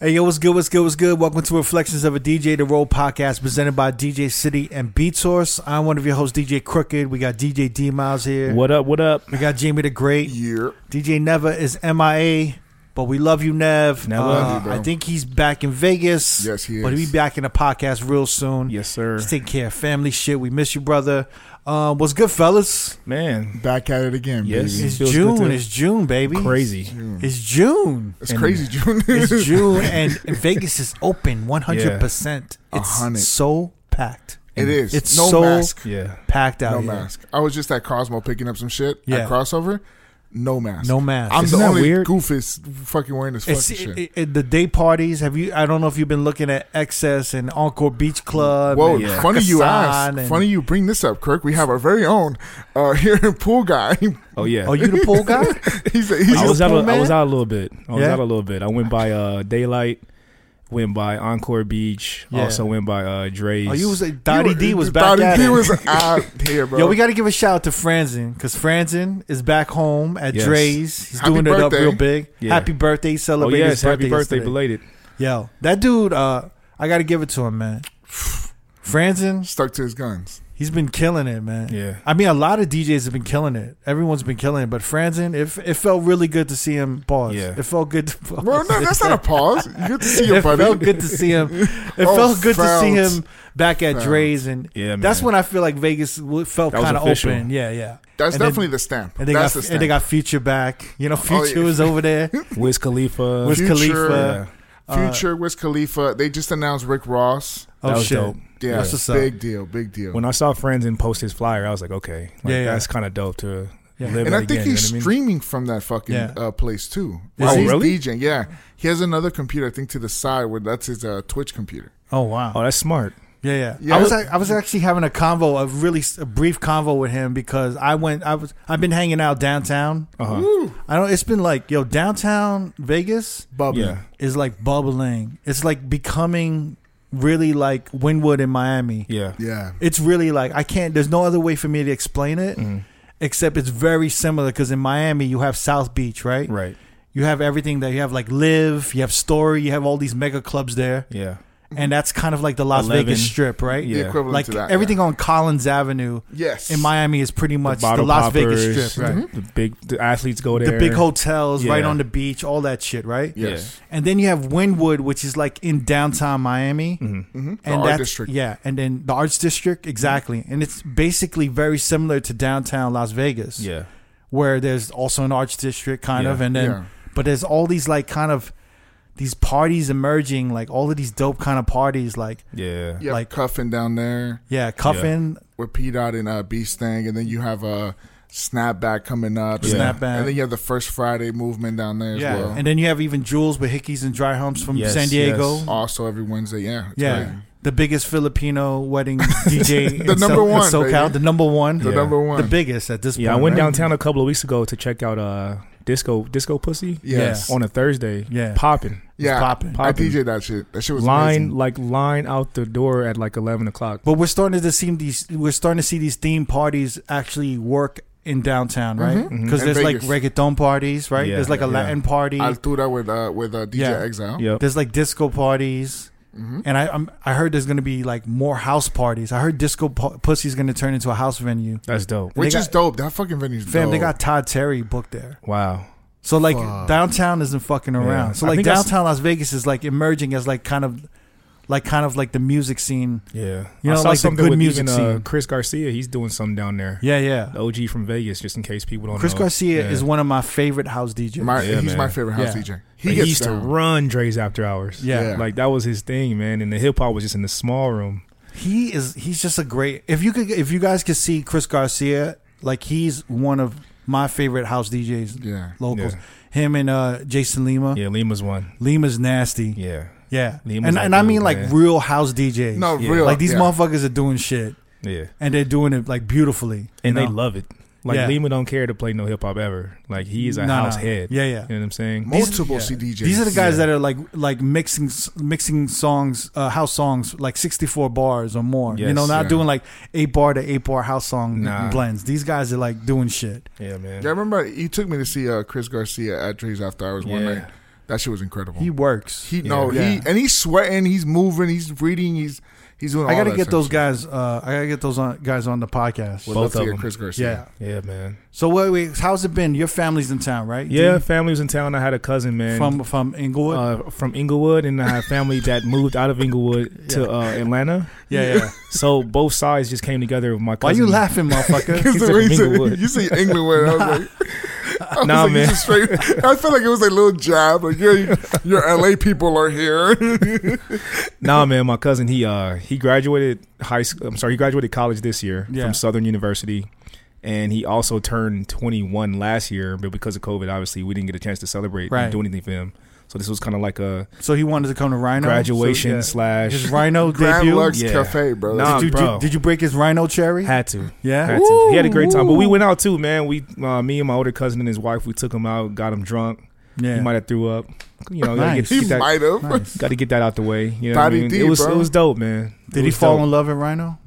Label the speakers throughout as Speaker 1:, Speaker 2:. Speaker 1: Hey, yo, what's good? What's good? What's good? Welcome to Reflections of a DJ The Road podcast presented by DJ City and Beat Source. I'm one of your hosts, DJ Crooked. We got DJ D Miles here.
Speaker 2: What up? What up?
Speaker 1: We got Jamie the Great.
Speaker 3: Yeah.
Speaker 1: DJ Neva is MIA, but we love you, Nev.
Speaker 2: Nev,
Speaker 1: Uh,
Speaker 2: love
Speaker 3: you, bro.
Speaker 1: I think he's back in Vegas.
Speaker 3: Yes, he
Speaker 1: But he'll
Speaker 3: is.
Speaker 1: be back in the podcast real soon.
Speaker 2: Yes, sir.
Speaker 1: Just take care of family shit. We miss you, brother. Um, what's good, fellas?
Speaker 2: Man,
Speaker 3: Back at it again,
Speaker 2: Yes.
Speaker 3: baby.
Speaker 1: It's
Speaker 2: Feels good
Speaker 1: June.
Speaker 2: to-
Speaker 1: It's June, baby.
Speaker 2: crazy.
Speaker 1: It's June.
Speaker 3: It's crazy, June.
Speaker 1: It's June, and Vegas is open 100%.
Speaker 3: A
Speaker 1: It's
Speaker 3: hundred.
Speaker 1: so packed.
Speaker 3: It is.
Speaker 1: It's
Speaker 3: no
Speaker 1: so
Speaker 3: mask.
Speaker 2: Yeah.
Speaker 1: packed out
Speaker 3: No
Speaker 1: here.
Speaker 3: mask. I was just at Cosmo picking up some shit
Speaker 1: Yeah.
Speaker 3: at crossover. No mask.
Speaker 1: No mask.
Speaker 3: I'm
Speaker 2: Isn't
Speaker 3: the
Speaker 2: that
Speaker 3: only
Speaker 2: weird?
Speaker 3: goofus fucking wearing this fucking
Speaker 1: It's
Speaker 3: shit.
Speaker 1: it- it- the day parties. Have you? I don't know if you've been looking at Excess and Encore Beach Club.
Speaker 3: Whoa,
Speaker 1: and
Speaker 2: yeah.
Speaker 3: funny you ask.
Speaker 1: Hakkasan and-
Speaker 3: Funny you bring this up, Kirk. We have our very own uh here pool guy.
Speaker 2: Oh yeah.
Speaker 1: Are you the pool guy?
Speaker 3: he's a, he's
Speaker 2: I
Speaker 1: you
Speaker 2: was
Speaker 1: the
Speaker 2: out. A,
Speaker 1: pool
Speaker 2: I was
Speaker 1: man?
Speaker 2: out a little bit. I was
Speaker 1: Yeah?
Speaker 2: out a little bit. I went by uh, Daylight. Went by Encore Beach.
Speaker 1: Yeah.
Speaker 2: Also went by uh, Dre's.
Speaker 1: Oh, you was Dottie
Speaker 3: you-
Speaker 1: D was back
Speaker 3: Dottie
Speaker 1: at
Speaker 3: D
Speaker 1: it.
Speaker 3: was out here, bro.
Speaker 1: Yo, we got to give a shout out to Franzen because Franzen is back home at
Speaker 2: Yes.
Speaker 1: Dre's. He's
Speaker 3: Happy
Speaker 1: doing it up
Speaker 3: birthday.
Speaker 1: real big.
Speaker 2: Yeah.
Speaker 1: Happy birthday! He
Speaker 2: oh
Speaker 1: celebrated
Speaker 2: yes,
Speaker 1: his birthday
Speaker 2: happy birthday,
Speaker 1: yesterday.
Speaker 2: belated.
Speaker 1: Yo, that dude, uh, I got to give it to him, man. Franzen,
Speaker 3: stuck to his guns.
Speaker 1: he's been killing it, man.
Speaker 2: Yeah.
Speaker 1: I mean, a lot of DJs have been killing it. Everyone's been killing it, but Franzen, it, it felt really good to see him pause.
Speaker 2: Yeah.
Speaker 1: It felt good. To pause.
Speaker 3: Bro, no, that's not a pause. You get to see your
Speaker 1: it
Speaker 3: buddy.
Speaker 1: felt good to see him. It
Speaker 3: Oh,
Speaker 1: felt good to see
Speaker 3: felt.
Speaker 1: him back at
Speaker 3: Felt.
Speaker 1: Dre's, and
Speaker 2: Yeah,
Speaker 1: that's
Speaker 2: man.
Speaker 1: when I feel like Vegas w- felt
Speaker 2: That was
Speaker 1: kind of
Speaker 2: official.
Speaker 1: open. Yeah, yeah.
Speaker 3: That's
Speaker 1: And then-
Speaker 3: definitely the stamp.
Speaker 1: And they
Speaker 3: that's the
Speaker 1: got
Speaker 3: stamp.
Speaker 1: and they got Future back. You know,
Speaker 3: Oh,
Speaker 1: Future
Speaker 3: yeah.
Speaker 1: was over there.
Speaker 2: Wiz Khalifa.
Speaker 1: Wiz uh,
Speaker 3: Future.
Speaker 1: Khalifa.
Speaker 3: Future, Wiz Khalifa. They just announced Rick Ross.
Speaker 1: Oh
Speaker 2: That was
Speaker 1: shit.
Speaker 2: dope.
Speaker 3: Yeah,
Speaker 1: That's what's up.
Speaker 3: big deal, big deal.
Speaker 2: When I saw friends and post his flyer, I was like, okay, like,
Speaker 1: Yeah, yeah.
Speaker 2: that's kind of dope to
Speaker 1: Yeah.
Speaker 2: live.
Speaker 3: and
Speaker 2: that
Speaker 3: I think
Speaker 2: again,
Speaker 3: he's
Speaker 2: you know what I mean?
Speaker 3: streaming from that fucking
Speaker 1: Yeah.
Speaker 3: uh, place too.
Speaker 1: Is
Speaker 3: While
Speaker 1: he?
Speaker 3: he's
Speaker 2: Really?
Speaker 3: DJing, yeah. He has another computer, I think, to the side where that's his uh, Twitch computer.
Speaker 1: Oh wow.
Speaker 2: Oh, that's smart.
Speaker 1: Yeah, yeah.
Speaker 3: Yeah.
Speaker 1: I was I was actually having a convo, a really s- a brief convo with him because I went. I was I've been hanging out downtown.
Speaker 2: Uh-huh.
Speaker 1: I don't. It's been like yo, downtown Vegas
Speaker 3: Bubbling.
Speaker 2: Yeah.
Speaker 1: is like bubbling. It's like becoming really like Wynwood in Miami.
Speaker 2: Yeah.
Speaker 3: Yeah.
Speaker 1: It's really like I can't. There's no other way for me to explain it. Except it's very similar because in Miami you have South Beach, right?
Speaker 2: Right.
Speaker 1: You have everything that you have like Live, you have Story, you have all these mega clubs there,
Speaker 2: Yeah.
Speaker 1: and that's kind of like the Las
Speaker 2: 11.
Speaker 1: Vegas Strip, right?
Speaker 2: Yeah.
Speaker 3: The equivalent
Speaker 1: like
Speaker 3: to that.
Speaker 1: everything on Collins Avenue
Speaker 3: yeah. Yes.
Speaker 1: in Miami is pretty much the,
Speaker 2: bottle
Speaker 1: Las Vegas
Speaker 2: poppers,
Speaker 1: Strip, right?
Speaker 2: The big the athletes go there.
Speaker 1: The big hotels right
Speaker 2: Yeah.
Speaker 1: on the beach, all that shit, right?
Speaker 3: Yes.
Speaker 1: And then you have Wynwood, which is like in downtown Miami,
Speaker 2: Mm-hmm.
Speaker 1: and
Speaker 3: The art
Speaker 1: that's-
Speaker 3: district.
Speaker 1: yeah, and then the Arts District, exactly,
Speaker 2: Mm-hmm.
Speaker 1: and it's basically very similar to downtown Las Vegas,
Speaker 2: Yeah.
Speaker 1: where there's also an Arts District kind
Speaker 2: Yeah.
Speaker 1: of, and then
Speaker 3: Yeah.
Speaker 1: but there's all these like kind of these parties emerging, like all of these dope kind of parties, like
Speaker 2: Yeah.
Speaker 3: Yeah.
Speaker 1: like-
Speaker 3: Like cuffing down there
Speaker 1: yeah, cuffing,
Speaker 3: with P Dot and uh, Beast Thing, and then you have a uh, snapback coming up.
Speaker 2: Yeah.
Speaker 1: Snapback.
Speaker 3: And then you have the first Friday movement down there as
Speaker 1: yeah,
Speaker 3: well.
Speaker 1: and then you have even Jules with Hickeys and Dry Humps from
Speaker 2: Yes,
Speaker 1: San Diego,
Speaker 2: yes.
Speaker 3: also every Wednesday, yeah. it's
Speaker 1: yeah.
Speaker 3: crazy.
Speaker 1: The biggest Filipino wedding DJ,
Speaker 3: The
Speaker 1: in
Speaker 3: number
Speaker 1: in
Speaker 3: one,
Speaker 1: SoCal,
Speaker 3: baby.
Speaker 1: the number one,
Speaker 3: The
Speaker 2: Yeah.
Speaker 3: number one.
Speaker 1: the biggest at this point.
Speaker 2: Yeah, I went
Speaker 1: right?
Speaker 2: downtown a couple of weeks ago to check out uh disco disco pussy.
Speaker 3: Yes.
Speaker 2: On a Thursday.
Speaker 1: Yeah.
Speaker 2: Popping.
Speaker 3: Yeah.
Speaker 1: popping.
Speaker 3: I
Speaker 2: Popping.
Speaker 3: DJ that shit. That shit was
Speaker 2: Line
Speaker 3: amazing.
Speaker 2: like line out the door at like eleven o'clock.
Speaker 1: But we're starting to see these. We're starting to see these theme parties actually work in downtown, right? Because
Speaker 3: In
Speaker 1: there's like
Speaker 3: Mm-hmm. Vegas.
Speaker 1: reggaeton parties, right?
Speaker 2: Yeah,
Speaker 1: there's like a
Speaker 2: yeah.
Speaker 1: Latin party.
Speaker 3: Altura with uh, with uh, DJ
Speaker 1: Yeah.
Speaker 3: Exile.
Speaker 2: Yep.
Speaker 1: There's like disco parties.
Speaker 3: Mm-hmm.
Speaker 1: And I I'm, I heard there's gonna be like more house parties. I heard disco pu- pussy's gonna turn into a house venue.
Speaker 2: That's dope.
Speaker 3: Which
Speaker 1: They
Speaker 3: is
Speaker 1: got-
Speaker 3: dope. That fucking venue's
Speaker 1: Fam,
Speaker 3: dope.
Speaker 1: they got Todd Terry booked there.
Speaker 2: Wow.
Speaker 1: So like downtown isn't fucking around.
Speaker 2: Yeah.
Speaker 1: So
Speaker 2: I
Speaker 1: like
Speaker 2: think that's-
Speaker 1: downtown Las Vegas is like emerging as like kind of like kind of like the music scene.
Speaker 2: Yeah.
Speaker 1: You know,
Speaker 2: I saw
Speaker 1: like the
Speaker 2: something
Speaker 1: good
Speaker 2: with
Speaker 1: music
Speaker 2: even, uh,
Speaker 1: scene.
Speaker 2: Chris Garcia, he's doing something down there.
Speaker 1: Yeah, yeah.
Speaker 2: The OG from Vegas, just in case people don't
Speaker 1: Chris
Speaker 2: know.
Speaker 1: Garcia
Speaker 2: Oh, Yeah.
Speaker 1: is one of my favorite house DJs.
Speaker 3: My,
Speaker 2: Yeah,
Speaker 3: he's
Speaker 2: man.
Speaker 3: my favorite house
Speaker 1: Yeah.
Speaker 3: DJ. He
Speaker 2: Like, He,
Speaker 3: gets
Speaker 2: used
Speaker 3: down.
Speaker 2: to run Dre's after hours.
Speaker 1: yeah.
Speaker 3: Yeah.
Speaker 2: Like that was his thing, man. And the hip hop was just in the small room.
Speaker 1: he is he's just a great if you could if you guys could see chris garcia like he's one of my favorite house djs
Speaker 3: Yeah.
Speaker 1: locals
Speaker 2: Yeah.
Speaker 1: him and uh jason lima
Speaker 2: Yeah, Lima's one.
Speaker 1: lima's nasty yeah,
Speaker 2: Yeah.
Speaker 1: and,
Speaker 2: Lima's
Speaker 1: and
Speaker 2: that
Speaker 1: i
Speaker 2: dude,
Speaker 1: mean like
Speaker 2: man.
Speaker 1: real house djs
Speaker 3: No,
Speaker 2: Yeah.
Speaker 3: real.
Speaker 1: like these
Speaker 3: yeah.
Speaker 1: motherfuckers are doing shit
Speaker 2: Yeah.
Speaker 1: and they're doing it like beautifully
Speaker 2: and
Speaker 1: you
Speaker 2: they
Speaker 1: know?
Speaker 2: love it. Like
Speaker 1: Yeah.
Speaker 2: Lima don't care to play no hip hop ever. Like he is a
Speaker 1: Nah,
Speaker 2: house
Speaker 1: nah.
Speaker 2: head.
Speaker 1: Yeah, yeah.
Speaker 2: You know what I'm saying?
Speaker 3: Multiple
Speaker 1: yeah.
Speaker 3: CDJs.
Speaker 1: these are the guys
Speaker 2: Yeah.
Speaker 1: that are like like mixing s- mixing songs uh house songs like 64 bars or more you
Speaker 2: Yes,
Speaker 1: know not
Speaker 3: yeah.
Speaker 1: doing like eight bar to eight bar house song
Speaker 2: Nah.
Speaker 1: blends these guys are like doing shit
Speaker 2: Yeah, man.
Speaker 3: Yeah, I remember you took me to see uh, Chris Garcia at Dre's After Hours one
Speaker 2: Yeah.
Speaker 3: night. That shit was incredible.
Speaker 1: He
Speaker 3: He,
Speaker 1: works.
Speaker 3: no, he
Speaker 1: Yeah.
Speaker 3: and he's sweating, he's moving, he's reading, he's he's doing.
Speaker 1: I
Speaker 3: all
Speaker 1: gotta
Speaker 3: that
Speaker 1: get
Speaker 3: type
Speaker 1: those
Speaker 3: of shit.
Speaker 1: guys. Uh, I gotta get those on, guys on the podcast.
Speaker 3: Would
Speaker 2: Both
Speaker 3: love to
Speaker 2: of
Speaker 3: get
Speaker 2: them.
Speaker 3: Chris Garcia.
Speaker 1: yeah.
Speaker 2: Yeah, man.
Speaker 1: So wait, wait, how's it been? Your family's in town, right?
Speaker 2: Yeah, family was in town. I had a cousin, man,
Speaker 1: from from Inglewood.
Speaker 2: uh, from Inglewood, and I had family that moved out of Inglewood to uh, Atlanta.
Speaker 1: yeah, yeah.
Speaker 2: So both sides just came together with my
Speaker 1: Why
Speaker 2: cousin.
Speaker 1: you laughing, motherfucker?
Speaker 3: Because
Speaker 2: He's
Speaker 3: the
Speaker 2: from
Speaker 3: way you
Speaker 2: Inglewood.
Speaker 3: said, you say England word, I was like, I was
Speaker 2: Nah,
Speaker 3: like, you
Speaker 2: man.
Speaker 3: just Straight, I felt like it was a little jab. Like your your LA people are here.
Speaker 2: Nah, man, my cousin he uh he graduated high school. I'm sorry, he graduated college this year
Speaker 1: Yeah.
Speaker 2: from Southern University, and he also turned 21 last year. But because of COVID, obviously, we didn't get a chance to celebrate
Speaker 1: Right.
Speaker 2: and do anything for him. So this was kind of like a
Speaker 1: So he wanted to come to Rhino.
Speaker 2: graduation
Speaker 1: So, yeah.
Speaker 2: slash.
Speaker 1: His Rhino
Speaker 3: Grand
Speaker 1: debut.
Speaker 3: Lux
Speaker 2: Yeah.
Speaker 3: Cafe, bro.
Speaker 2: Nah,
Speaker 1: Did you,
Speaker 2: bro.
Speaker 1: did, did you break his Rhino cherry?
Speaker 2: had to,
Speaker 1: yeah.
Speaker 2: had to. He had a great time, but we went out too, man. We, uh, me and my older cousin and his wife, we took him out, got him drunk.
Speaker 1: Yeah.
Speaker 2: He might have threw up. You know,
Speaker 1: Nice.
Speaker 2: gotta get,
Speaker 3: he
Speaker 2: get that,
Speaker 3: might have.
Speaker 1: Nice.
Speaker 2: gotta get that out the way. You know, what I
Speaker 3: Daddy
Speaker 2: mean?
Speaker 3: D,
Speaker 2: it was
Speaker 3: bro.
Speaker 2: it was dope, man. It
Speaker 1: Did he
Speaker 2: was
Speaker 1: fall
Speaker 2: dope.
Speaker 1: in love with Rhino?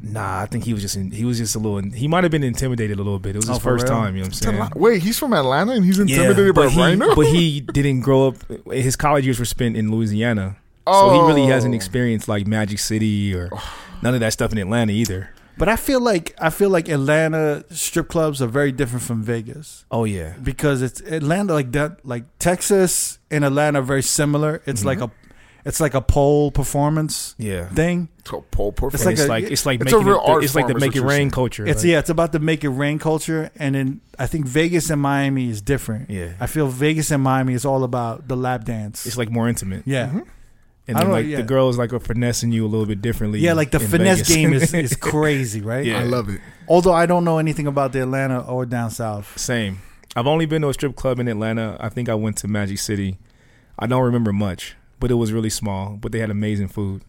Speaker 2: Nah, I think he was just in, he was just a little he might have been intimidated a little bit. It was
Speaker 1: Oh,
Speaker 2: his
Speaker 1: for
Speaker 2: first
Speaker 1: real?
Speaker 2: time, you know what I'm saying?
Speaker 3: Wait, he's from Atlanta and he's intimidated by
Speaker 2: but he,
Speaker 3: Rhino.
Speaker 2: but he didn't grow up. His college years were spent in Louisiana, so he really
Speaker 3: Oh.
Speaker 2: hasn't experienced like Magic City or none of that stuff in Atlanta either.
Speaker 1: But I feel like I feel like Atlanta strip clubs are very different from Vegas
Speaker 2: Oh yeah,
Speaker 1: because it's Atlanta like that like Texas and Atlanta are very similar. It's like a it's like a pole performance
Speaker 2: yeah.
Speaker 1: thing.
Speaker 3: To a pole performance.
Speaker 2: It's
Speaker 1: like
Speaker 2: like, it's
Speaker 1: a-
Speaker 2: like it's like
Speaker 3: it's a
Speaker 2: making
Speaker 3: real
Speaker 2: it,
Speaker 3: art
Speaker 2: it's like the
Speaker 3: form, is
Speaker 2: make it
Speaker 3: what you're
Speaker 2: rain culture.
Speaker 1: It's
Speaker 2: like-
Speaker 1: yeah, it's about the make it rain culture and then I think Vegas and Miami is different.
Speaker 2: yeah.
Speaker 1: I feel Vegas and Miami is all about the lap dance.
Speaker 2: It's like more intimate,
Speaker 1: yeah. Mm-hmm.
Speaker 2: and
Speaker 1: I
Speaker 2: then
Speaker 1: don't know,
Speaker 2: like
Speaker 1: yeah.
Speaker 2: the girls like are finessing you a little bit differently.
Speaker 1: Yeah, like the
Speaker 2: in
Speaker 1: finesse
Speaker 2: Vegas.
Speaker 1: game is, is crazy, right?
Speaker 2: Yeah.
Speaker 3: I love it.
Speaker 1: Although I don't know anything about the Atlanta or down south.
Speaker 2: Same. I've only been to a strip club in Atlanta. I think I went to Magic City. I don't remember much, but it was really small. But they had amazing food,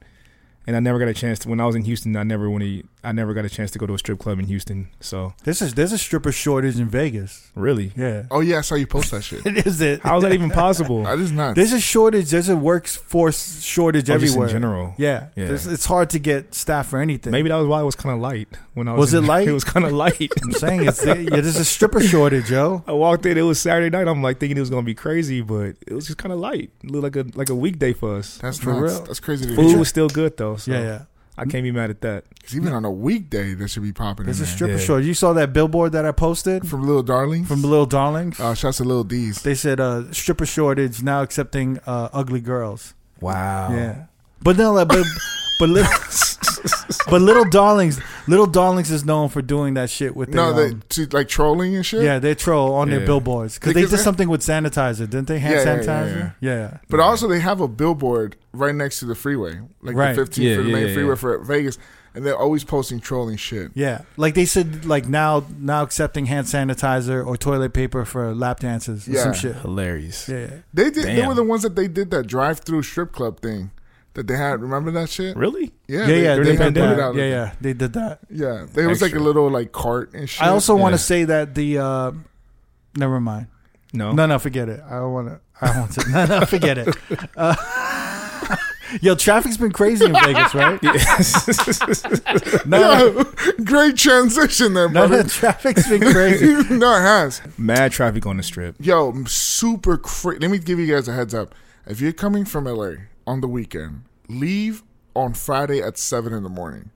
Speaker 2: and I never got a chance to. When I was in Houston, I never went. to- I never got a chance to go to a strip club in Houston. So
Speaker 1: This is there's a stripper shortage in Vegas.
Speaker 2: really,
Speaker 1: Yeah.
Speaker 3: Oh yeah, I saw you post that shit.
Speaker 1: It is it.
Speaker 2: how is that even possible?
Speaker 3: That is nuts.
Speaker 1: There's a shortage. There's a workforce shortage
Speaker 2: Or Oh, just
Speaker 1: everywhere.
Speaker 2: in general.
Speaker 1: Yeah,
Speaker 2: Yeah.
Speaker 1: There's- it's hard to get staff for anything.
Speaker 2: Maybe that was why it was kind of light when I was.
Speaker 1: Was
Speaker 2: in-
Speaker 1: it light?
Speaker 2: It was kind of light.
Speaker 1: I'm saying it's there. Yeah, there's a stripper shortage, yo.
Speaker 2: I walked in. It was Saturday night. I'm like thinking it was gonna be crazy, but it was just kind of light. It looked like a like a weekday for us.
Speaker 3: That's
Speaker 1: For
Speaker 3: nuts.
Speaker 1: real.
Speaker 3: That's crazy. To
Speaker 2: Food
Speaker 3: hear.
Speaker 2: was still good though. So
Speaker 1: Yeah, yeah.
Speaker 2: I can't be mad at that.
Speaker 3: 'Cause even on a weekday, that should be popping. In
Speaker 1: There's a
Speaker 3: there.
Speaker 1: stripper
Speaker 2: Yeah.
Speaker 1: shortage. You saw that billboard that I posted
Speaker 3: from Little Darling.
Speaker 1: from Little Darlings.
Speaker 2: Oh.
Speaker 3: uh, shouts to Little D's.
Speaker 1: they said uh, stripper shortage now accepting uh, ugly girls.
Speaker 2: Wow.
Speaker 1: Yeah, but no, like, but but little, but little darlings, little darlings is known for doing that shit with
Speaker 3: No,
Speaker 1: their,
Speaker 3: they
Speaker 1: um,
Speaker 3: to, like trolling and shit.
Speaker 1: yeah, they troll on their
Speaker 2: Yeah.
Speaker 1: billboards because they
Speaker 3: Because
Speaker 1: did
Speaker 3: I-
Speaker 1: something with sanitizer, didn't they? Hand
Speaker 3: Yeah, yeah, yeah,
Speaker 1: sanitizer. Yeah, yeah.
Speaker 3: But also, they have a billboard right next to the freeway, like
Speaker 1: Right.
Speaker 3: the 15
Speaker 2: Yeah,
Speaker 3: for the
Speaker 2: yeah,
Speaker 3: main
Speaker 2: yeah,
Speaker 3: freeway
Speaker 2: yeah.
Speaker 3: for Vegas, and they're always posting trolling shit.
Speaker 1: Like they said, like now now accepting hand sanitizer or toilet paper for lap dances or
Speaker 3: Yeah.
Speaker 1: some shit.
Speaker 2: Hilarious.
Speaker 1: Yeah, yeah.
Speaker 3: They did. They
Speaker 2: Damn.
Speaker 3: were the ones that they did that drive-through strip club thing that they had. Remember that shit?
Speaker 2: Really?
Speaker 1: yeah, yeah.
Speaker 3: Yeah, They,
Speaker 1: they
Speaker 3: had
Speaker 1: did
Speaker 2: pandemic.
Speaker 3: put
Speaker 1: that.
Speaker 3: it out.
Speaker 1: yeah, yeah. They did that.
Speaker 3: yeah. There was like a
Speaker 2: Extra.
Speaker 3: little like cart and shit.
Speaker 1: I also want
Speaker 2: Yeah.
Speaker 1: to say that the. Uh, Never mind.
Speaker 2: No.
Speaker 1: No, no, forget it. I don't want to. I don't want to. No, no, forget it. Uh, yo, traffic's been crazy in Vegas, right? No, no,
Speaker 3: Yeah, great transition there,
Speaker 1: no, no,
Speaker 3: brother.
Speaker 1: traffic's been crazy.
Speaker 3: no, it has.
Speaker 2: Mad traffic on the strip.
Speaker 3: Yo, I'm super cra Let me give you guys a heads up. If you're coming from LA on the weekend, leave on Friday at 7 in the morning.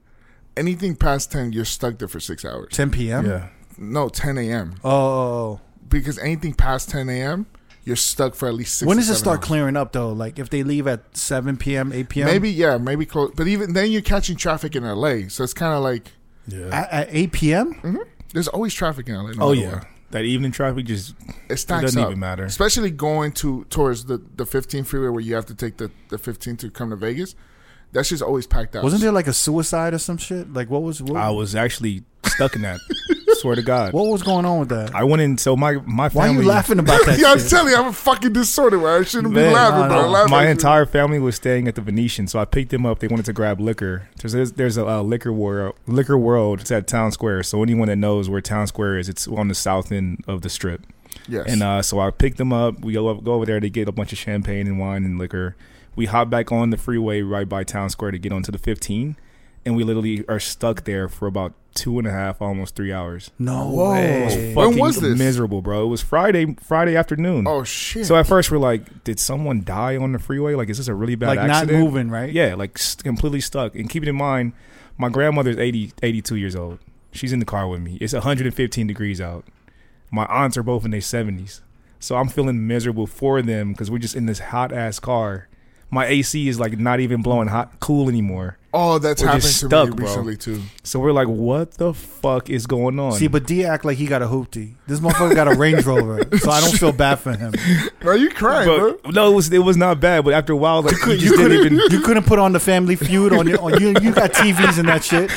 Speaker 3: Anything past 10, you're stuck there for six hours.
Speaker 1: 10 p.m.
Speaker 2: Yeah.
Speaker 3: No, 10 a.m.
Speaker 1: Oh, Oh,
Speaker 3: Because anything past 10 a.m., you're stuck for at least
Speaker 1: oh.
Speaker 3: six
Speaker 1: when
Speaker 3: to
Speaker 1: does it
Speaker 3: seven
Speaker 1: start
Speaker 3: hours.
Speaker 1: clearing up though? Like if they leave at 7 p.m., 8 p.m.
Speaker 3: Maybe, yeah, maybe close. But even then, you're catching traffic in LA. So it's kind of like
Speaker 2: Yeah.
Speaker 1: at, at 8 p.m.
Speaker 2: Mm-hmm.
Speaker 3: there's always traffic in LA. no
Speaker 2: Oh
Speaker 3: matter
Speaker 2: yeah.
Speaker 3: what.
Speaker 2: That evening traffic just
Speaker 3: It stacks
Speaker 2: doesn't
Speaker 3: up.
Speaker 2: even matter.
Speaker 3: Especially going to towards the, the 15 freeway where you have to take the, the 15 to come to Vegas. That shit's always packed out.
Speaker 1: Wasn't there like a suicide or some shit? Like what was what,
Speaker 2: I was actually stuck in that. Swear to God.
Speaker 1: what was going on with that?
Speaker 2: I went in so my my
Speaker 1: Why are
Speaker 2: family
Speaker 1: you laughing about that?
Speaker 3: yeah, I'm
Speaker 1: shit?
Speaker 3: telling you, I'm fucking disordered. Man. I shouldn't be
Speaker 2: Man,
Speaker 3: laughing,
Speaker 1: no,
Speaker 3: bro.
Speaker 1: no.
Speaker 3: I'm laughing
Speaker 2: my
Speaker 3: at you.
Speaker 2: entire family was staying at the Venetian, so I picked them up. They wanted to grab liquor. There's there's, there's a uh, liquor world. Liquor world. It's at Town Square. So anyone that knows where Town Square is, it's on the south end of the strip.
Speaker 3: Yes.
Speaker 2: And uh, so I picked them up. We go, go over there to get a bunch of champagne and wine and liquor. We hop back on the freeway right by Town Square to get onto the 15. and we literally are stuck there for about two and a half, almost three hours.
Speaker 1: No
Speaker 3: Whoa.
Speaker 1: way.
Speaker 3: When
Speaker 2: Fucking
Speaker 3: was this?
Speaker 2: Miserable, bro. It was Friday, Friday afternoon.
Speaker 3: Oh shit!
Speaker 2: So at first we're like, did someone die on the freeway? Like, is this a really bad
Speaker 1: Like
Speaker 2: accident?
Speaker 1: not moving, right?
Speaker 2: Yeah, like s completely stuck. And keep it in mind, my grandmother's 80, 82 years old. She's in the car with me. It's 115 degrees out. My aunts are both in their 70s. So I'm feeling miserable for them because we're just in this hot ass car. My AC is like not even blowing hot cool anymore.
Speaker 3: oh, that's
Speaker 2: We're
Speaker 3: happened to
Speaker 2: just stuck,
Speaker 3: me
Speaker 2: bro.
Speaker 3: recently too.
Speaker 2: So we're like, what the fuck is going on?
Speaker 1: See, but D act like he got a hoopty. This motherfucker got a Range Rover, so I don't feel bad for him.
Speaker 3: Are you crying, bro?
Speaker 2: But- no, it was, it was not bad. But after a while, like you just didn't even.
Speaker 1: You couldn't put on the Family Feud on your. On, you you got TVs and that shit.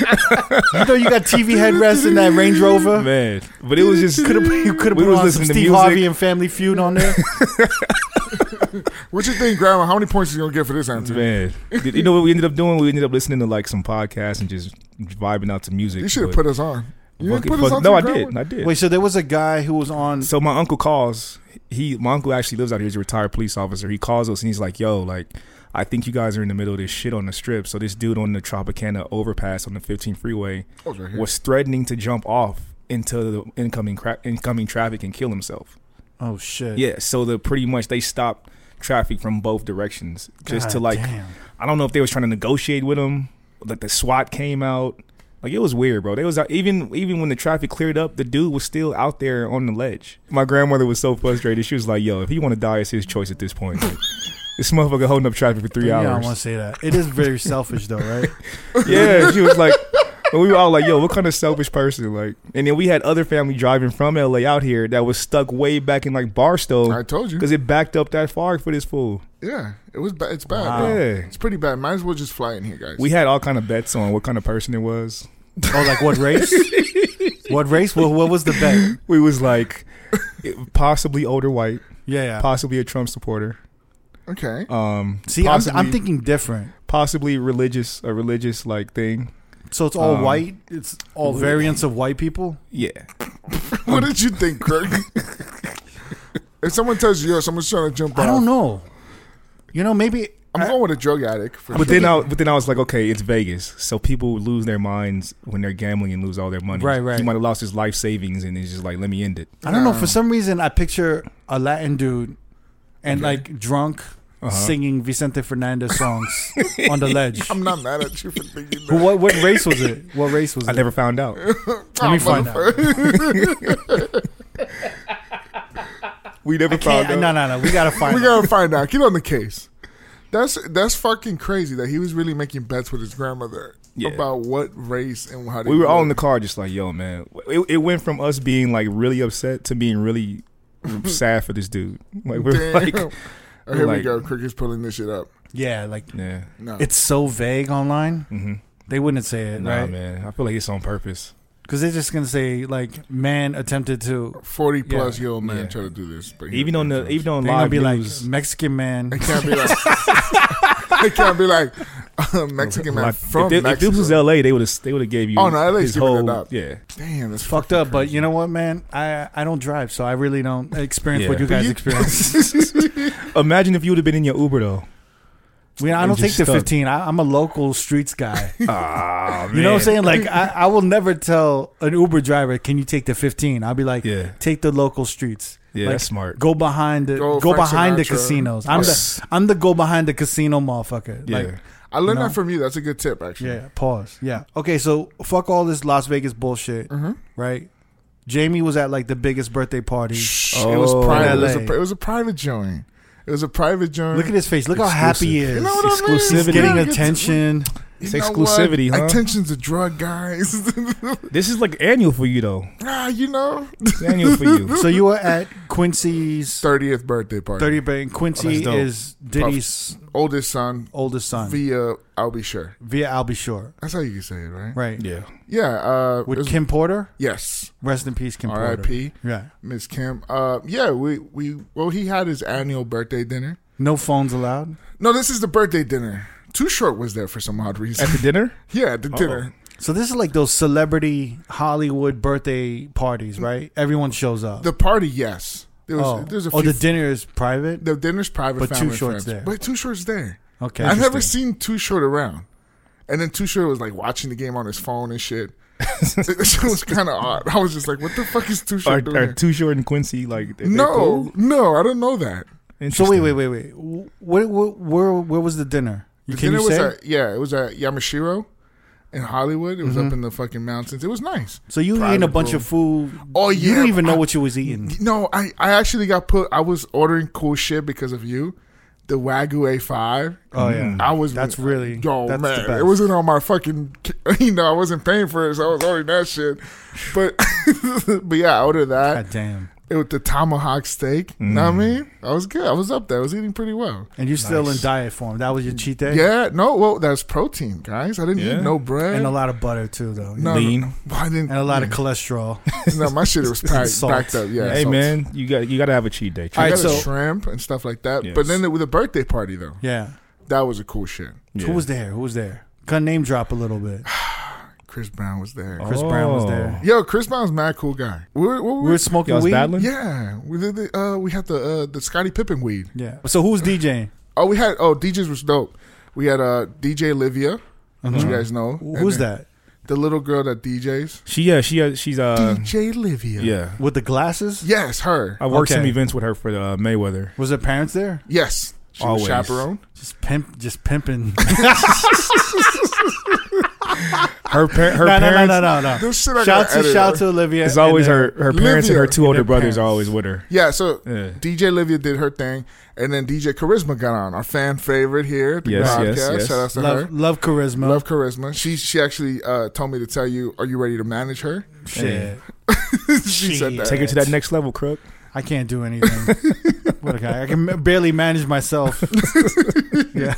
Speaker 1: You know you got TV headrests in that Range Rover.
Speaker 2: Man, but it was just
Speaker 1: You could have you could have
Speaker 2: we
Speaker 1: put
Speaker 2: was
Speaker 1: on some
Speaker 2: listening to
Speaker 1: Steve
Speaker 2: music.
Speaker 1: Harvey and Family Feud on there.
Speaker 3: What you think, Grandma? How many points are you gonna get for this answer?
Speaker 2: Man, Did- you know what we ended up doing? We ended up listening to like some podcasts and just vibing out to music.
Speaker 3: You should have
Speaker 2: but
Speaker 3: put us on. You
Speaker 2: fuck
Speaker 3: didn't
Speaker 2: it,
Speaker 3: put
Speaker 2: fuck-
Speaker 3: us on.
Speaker 2: no,
Speaker 3: to
Speaker 2: I
Speaker 3: Grandma?
Speaker 2: did. I did.
Speaker 1: Wait, so there was a guy who was on.
Speaker 2: So my uncle calls. He, my uncle actually lives out here. He's a retired police officer. He calls us and he's like, "Yo, like, I think you guys are in the middle of this shit on the strip." So this dude on the Tropicana overpass on the 15 freeway
Speaker 3: I was right
Speaker 1: Mm-hmm.
Speaker 3: here.
Speaker 2: was threatening to jump off into the incoming cra- incoming traffic and kill himself.
Speaker 1: Oh shit.
Speaker 2: Yeah, so the pretty much they stopped traffic from both directions just to
Speaker 1: God
Speaker 2: like
Speaker 1: damn.
Speaker 2: I don't know if they was trying to negotiate with him. Like the SWAT came out. Like it was weird, bro. They was out, even even when the traffic cleared up, the dude was still out there on the ledge. My grandmother was so frustrated. She was like, "Yo, if he want to die, it's his choice at this point." Like, this motherfucker holding up traffic for three
Speaker 1: Yeah, I don't
Speaker 2: hours.
Speaker 1: want to say that. It is very selfish though, right?
Speaker 2: Yeah, she was like, and we were all like, yo, what kind of selfish person? Like, and then we had other family driving from LA out here that was stuck way back in like
Speaker 3: I
Speaker 2: Barstow
Speaker 3: told you.
Speaker 2: because it backed up that far for this fool.
Speaker 3: Yeah, it was. Ba- it's bad.
Speaker 1: Wow.
Speaker 3: bro.
Speaker 2: Yeah.
Speaker 3: It's pretty bad. Might as well just fly in here, guys.
Speaker 2: We had all kind of bets on what kind of person it was.
Speaker 1: Oh, like what race? what race? What, what was the bet?
Speaker 2: We was like, possibly older white,
Speaker 1: Yeah, yeah.
Speaker 2: possibly a Trump supporter,
Speaker 3: okay.
Speaker 2: um,
Speaker 1: See, I'm,
Speaker 2: possibly,
Speaker 1: I'm thinking different.
Speaker 2: possibly religious, a religious like thing.
Speaker 1: So it's all
Speaker 2: Um,
Speaker 1: white. It's all variants of white people.
Speaker 2: Yeah,
Speaker 3: what did you think, Kirk? if someone tells you, yo, someone's trying to jump
Speaker 1: I
Speaker 3: off,
Speaker 1: don't know. You know, maybe
Speaker 3: I'm going with a drug addict. For
Speaker 2: but then I, but then I was like, okay, it's Vegas, so people lose their minds when they're gambling and lose all their money.
Speaker 1: Right, right.
Speaker 2: He might have lost his life savings, and he's just like, let me end it.
Speaker 1: I don't know. For some reason, I picture a Latin dude and like drunk
Speaker 2: Uh-huh.
Speaker 1: singing Vicente Fernandez songs on the ledge.
Speaker 3: I'm not mad at you for thinking that.
Speaker 1: But what what race was it? What race was
Speaker 2: I
Speaker 1: it?
Speaker 2: never found out.
Speaker 1: Let me find out.
Speaker 2: We never
Speaker 1: Can't, no, no, no. We gotta find.
Speaker 3: We
Speaker 1: out.
Speaker 3: gotta find out. Get on the case. That's that's fucking crazy that he was really making bets with his grandmother
Speaker 2: Yeah.
Speaker 3: about what race and how. they
Speaker 2: We were all in the
Speaker 3: look.
Speaker 2: car, just like, yo, man. It, it went from us being like really upset to being really sad for this dude. Like we're
Speaker 3: Damn.
Speaker 2: like,
Speaker 3: Oh, here we
Speaker 2: like-
Speaker 3: go. Kirk is pulling this shit up.
Speaker 1: Yeah, like
Speaker 2: yeah,
Speaker 3: No,
Speaker 1: it's so vague online.
Speaker 2: hmm
Speaker 1: They wouldn't say it,
Speaker 2: nah,
Speaker 1: right?
Speaker 2: man. I feel like it's on purpose.
Speaker 1: Because they're just gonna say like, "Man attempted to."
Speaker 3: forty plus year old man
Speaker 2: Yeah.
Speaker 3: trying to do this. But he
Speaker 2: Even on the even on
Speaker 1: They're gonna
Speaker 2: live
Speaker 1: be
Speaker 2: news,
Speaker 1: like, "Mexican man."
Speaker 3: It can't be like. it can't be like uh, Mexican man
Speaker 2: like,
Speaker 3: from
Speaker 2: if, thi- if
Speaker 3: Mexico.
Speaker 2: this was L.A., they would have they would have gave you.
Speaker 3: Oh, no, LA
Speaker 2: his
Speaker 3: 's giving it
Speaker 2: whole
Speaker 3: up.
Speaker 2: yeah.
Speaker 3: Damn, that's
Speaker 1: It's fucked up, but you know what, man? I I don't drive, so I really don't experience
Speaker 2: Yeah.
Speaker 1: what you
Speaker 2: But
Speaker 1: guys
Speaker 3: you-
Speaker 1: experience.
Speaker 2: Imagine if you would have been in your Uber though.
Speaker 1: I mean, I
Speaker 2: I'm
Speaker 1: don't take
Speaker 2: just
Speaker 1: the
Speaker 2: stuck.
Speaker 1: 15. I, I'm a local streets guy. you
Speaker 2: Ah,
Speaker 1: know what I'm saying? Like, I, I will never tell an Uber driver, "Can you take the 15?" I'll be like,
Speaker 2: Yeah,
Speaker 1: "Take the local streets.
Speaker 2: yeah,
Speaker 1: Like,
Speaker 2: that's smart.
Speaker 1: Go behind the
Speaker 3: Go
Speaker 1: go,
Speaker 3: Frank
Speaker 1: behind the
Speaker 3: Sinatra.
Speaker 1: casinos. I'm
Speaker 2: Yes.
Speaker 1: the I'm the go behind the casino motherfucker.
Speaker 2: yeah,
Speaker 1: Like,
Speaker 3: I learned
Speaker 1: No.
Speaker 3: that from you. That's a good tip, actually.
Speaker 1: yeah. Pause. Yeah. Okay. So fuck all this Las Vegas bullshit,
Speaker 3: Mhm.
Speaker 1: right? Jamie was at like the biggest birthday party.
Speaker 3: Shh, It was
Speaker 2: Oh.
Speaker 3: private. It was,
Speaker 1: LA.
Speaker 3: a, it was a private joint. It was a private joint.
Speaker 1: Uh, Look at his face. Look how happy he
Speaker 2: Exclusive.
Speaker 1: is.
Speaker 3: You know what I mean?
Speaker 2: Exclusivity.
Speaker 1: He's getting
Speaker 3: Look, it's-
Speaker 1: attention.
Speaker 3: You
Speaker 2: It's
Speaker 3: know
Speaker 2: exclusivity,
Speaker 3: what?
Speaker 2: huh?
Speaker 3: Attention's a drug, guys.
Speaker 2: this is like annual for you though.
Speaker 3: ah, you know,
Speaker 2: It's annual for you.
Speaker 1: So you were at Quincy's
Speaker 3: thirtieth birthday party.
Speaker 1: 30 birthday. and
Speaker 2: Oh,
Speaker 1: Quincy
Speaker 2: that's dope.
Speaker 1: is Diddy's
Speaker 3: Oldest son
Speaker 1: oldest son
Speaker 3: via. I'll be sure.
Speaker 1: via Albie Shore,
Speaker 3: That's how you can say it, right?
Speaker 1: right?
Speaker 2: Yeah,
Speaker 3: Yeah. Uh, it
Speaker 1: With
Speaker 3: was-
Speaker 1: Kim Porter.
Speaker 3: Yes.
Speaker 1: Rest in peace, Kim Porter.
Speaker 3: R.I.P.
Speaker 1: Yeah.
Speaker 3: Miss Kim. Uh, yeah. We we well, he had his annual birthday dinner.
Speaker 1: No phones allowed.
Speaker 3: No, this is the birthday dinner. Too short was there for some odd
Speaker 2: at
Speaker 3: reason.
Speaker 2: the dinner.
Speaker 3: yeah, at the dinner.
Speaker 1: So this is like those celebrity Hollywood birthday parties, right? Everyone shows up.
Speaker 3: The party, yes. There was.
Speaker 1: oh.
Speaker 3: There's a few.
Speaker 1: Oh, the dinner is private.
Speaker 3: the dinner's private.
Speaker 1: But Too
Speaker 3: family and
Speaker 1: Short's
Speaker 3: friends.
Speaker 1: there.
Speaker 3: But two shorts there.
Speaker 1: Okay.
Speaker 3: I've never seen Too Short around. And then Tusha was like watching the game on his phone and shit. it was kind of odd. I was just like, "What the fuck is Tusha
Speaker 2: Are,
Speaker 3: doing?"
Speaker 2: are
Speaker 3: here?
Speaker 2: Too Short and Quincy like they- they
Speaker 3: no,
Speaker 2: cool?
Speaker 3: no, I don't know that.
Speaker 1: So wait,
Speaker 2: Interesting.
Speaker 1: wait, wait, wait. Wh- Where, where, where, where was the dinner?
Speaker 3: The
Speaker 1: Can
Speaker 3: dinner
Speaker 1: you
Speaker 3: was
Speaker 1: say?
Speaker 3: at yeah, it was at Yamashiro in Hollywood. It was
Speaker 2: Mm-hmm.
Speaker 3: up in the fucking mountains. It was nice.
Speaker 1: so you
Speaker 3: Private
Speaker 1: eating a bunch
Speaker 3: room.
Speaker 1: of food.
Speaker 3: Oh,
Speaker 1: You
Speaker 3: yeah,
Speaker 1: don't even know
Speaker 3: I-
Speaker 1: what you was eating.
Speaker 3: No, I, I actually got put. I was ordering cool shit because of you. The Wagyu A5.
Speaker 1: Oh yeah.
Speaker 3: I was.
Speaker 1: That's really-
Speaker 3: Yo,
Speaker 1: that's the
Speaker 3: man,
Speaker 1: best.
Speaker 3: it wasn't on my fucking. You know, I wasn't paying for it, so I was ordering that shit. But, but yeah, I ordered that
Speaker 1: God damn.
Speaker 3: it, with the tomahawk steak. You
Speaker 1: Mm.
Speaker 3: know what I mean? I was good. I was up there. I was eating pretty well.
Speaker 1: And you're still in
Speaker 2: Nice.
Speaker 1: diet form. That was your cheat day.
Speaker 3: Yeah. No. Well, that's protein, guys. I didn't
Speaker 2: Yeah.
Speaker 3: eat no bread.
Speaker 1: And a lot of butter too, though.
Speaker 3: no,
Speaker 2: Lean.
Speaker 3: I didn't.
Speaker 1: And a lot of cholesterol.
Speaker 3: No, my shit was packed,
Speaker 1: Salt.
Speaker 3: backed up. Yeah.
Speaker 2: Hey
Speaker 3: salt.
Speaker 2: man, you got you got to have a cheat day.
Speaker 1: All
Speaker 3: I
Speaker 1: right,
Speaker 3: got
Speaker 1: so-
Speaker 3: a shrimp and stuff like that.
Speaker 2: Yes.
Speaker 3: But then with the birthday party though,
Speaker 1: Yeah.
Speaker 3: that was a cool shit.
Speaker 2: Yeah.
Speaker 1: Who was there? Who was there? Kind of name drop a little bit.
Speaker 3: Chris Brown was there.
Speaker 2: Oh.
Speaker 1: Chris Brown was there.
Speaker 3: Yo, Chris Brown's a mad cool guy. We were, what were
Speaker 1: We
Speaker 3: we
Speaker 1: were smoking
Speaker 2: Y'all was
Speaker 1: weed.
Speaker 2: battling.
Speaker 3: yeah, we did the, uh, we had the uh, the Scotty Pippen weed.
Speaker 1: Yeah. So who was DJing?
Speaker 3: Oh, we had oh DJs was dope. We had uh, DJ Livia,
Speaker 2: Uh-huh.
Speaker 3: which you guys know.
Speaker 1: Who's
Speaker 3: And then
Speaker 1: that?
Speaker 3: The little girl that DJs.
Speaker 2: She yeah she uh, she's uh
Speaker 3: DJ Livia.
Speaker 2: yeah. Uh,
Speaker 1: With the glasses?
Speaker 3: Yes, her.
Speaker 2: I worked some
Speaker 1: Okay.
Speaker 2: events with her for uh, Mayweather.
Speaker 1: Was her parents there?
Speaker 3: Yes, she
Speaker 2: Always.
Speaker 3: was chaperone.
Speaker 1: Just pimp, just pimping.
Speaker 2: Her par- her
Speaker 1: no, no, no,
Speaker 2: parents
Speaker 1: no, no, no.
Speaker 3: This shit I
Speaker 1: Shout
Speaker 3: gotta
Speaker 1: to
Speaker 3: edit
Speaker 1: shout
Speaker 3: out.
Speaker 1: to Olivia.
Speaker 2: It's always
Speaker 1: and, uh,
Speaker 2: her her parents and her two older
Speaker 1: their
Speaker 2: brothers are
Speaker 1: parents.
Speaker 2: always with her.
Speaker 3: Yeah, so
Speaker 2: Yeah.
Speaker 3: DJ Livia did her thing, and then DJ Charisma got on, our fan favorite here at the
Speaker 2: Yes,
Speaker 3: podcast.
Speaker 2: yes, yes.
Speaker 3: Shout out to her.
Speaker 1: Love, love charisma.
Speaker 3: Love Charisma. She she actually uh, told me to tell you, are you ready to manage her?
Speaker 1: shit.
Speaker 3: she said that.
Speaker 2: Take her to that next level, crook.
Speaker 1: I can't do anything. what a guy. I can ma- barely manage myself. yeah.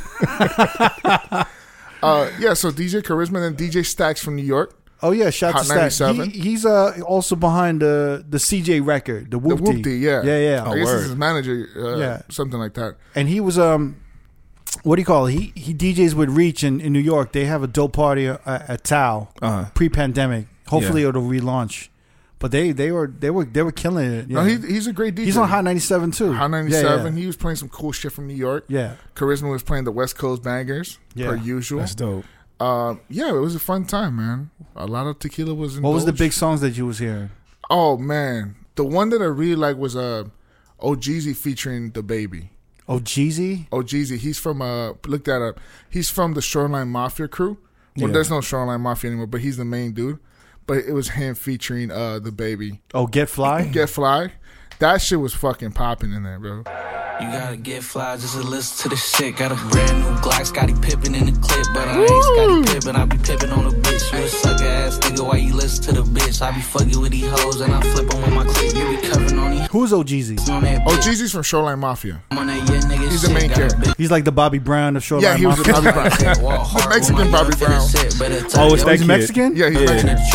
Speaker 3: Uh, yeah, so DJ Charisma and then DJ Stacks from New York.
Speaker 1: Oh yeah, shout
Speaker 3: Hot
Speaker 1: to Stack.
Speaker 3: 97.
Speaker 1: He, he's uh, also behind the the CJ record, the
Speaker 3: The
Speaker 1: Whoop
Speaker 3: Whoop D, yeah.
Speaker 1: Yeah, yeah.
Speaker 3: I guess
Speaker 2: word.
Speaker 3: it's his manager, uh,
Speaker 1: Yeah.
Speaker 3: something like that.
Speaker 1: And he was um, what do you call it? He he DJs with Reach in, in New York. They have a dope party uh, at Tao
Speaker 2: Uh-huh.
Speaker 1: pre pandemic. Hopefully it'll relaunch, but they they were they were they were killing it. Yeah.
Speaker 3: No, he, he's a great DJ.
Speaker 1: he's on Hot ninety seven too.
Speaker 3: Hot 97.
Speaker 1: Yeah.
Speaker 3: He was playing some cool shit from New York.
Speaker 1: yeah. yeah.
Speaker 3: Charisma was playing the West Coast bangers,
Speaker 1: Yeah.
Speaker 3: per usual.
Speaker 2: That's dope.
Speaker 3: Uh, yeah, it was a fun time, man. A lot of tequila was in
Speaker 1: What was the big songs that you was hearing?
Speaker 3: Oh, man. The one that I really like was uh, OGZ featuring The Baby.
Speaker 1: Oh, Jeezy.
Speaker 3: Oh, Jeezy. He's from uh, look that up. He's from the Shoreline Mafia crew. Well,
Speaker 2: Yeah.
Speaker 3: there's no Shoreline Mafia anymore, but he's the main dude. But it was him featuring uh the baby
Speaker 1: Oh, Get Fly.
Speaker 3: Get Fly. That shit was fucking popping in there, bro.
Speaker 4: You gotta get fly just to listen to this shit. Got a brand new Glock, Scotty Pippin in the clip, but I ain't Scotty Pippin. I be pippin' on a bitch. You a sucker ass nigga, why you listen to the bitch? I be fucking with these hoes and I flip 'em with my clip. You be covering on these
Speaker 1: Who's old Jeezy?
Speaker 4: on that
Speaker 3: Oh,
Speaker 4: bitch.
Speaker 3: Jeezy's from Shoreline Mafia.
Speaker 4: I'm on that young nigga
Speaker 3: He's the
Speaker 4: shit.
Speaker 3: main
Speaker 4: Got a
Speaker 3: character.
Speaker 4: bitch
Speaker 1: He's like the Bobby Brown of Shoreline.
Speaker 3: Yeah, he was a
Speaker 1: Mafia.
Speaker 3: Bobby Brown.
Speaker 4: that walk hard with
Speaker 3: Mexican
Speaker 4: my young
Speaker 3: Bobby
Speaker 4: finna
Speaker 3: Brown.
Speaker 4: sit, better
Speaker 2: Oh,
Speaker 4: tuck
Speaker 2: it's that
Speaker 4: your bitch
Speaker 2: kid.
Speaker 1: Mexican.
Speaker 3: Yeah, he's
Speaker 2: Yeah.
Speaker 4: in
Speaker 3: Mexican.
Speaker 4: a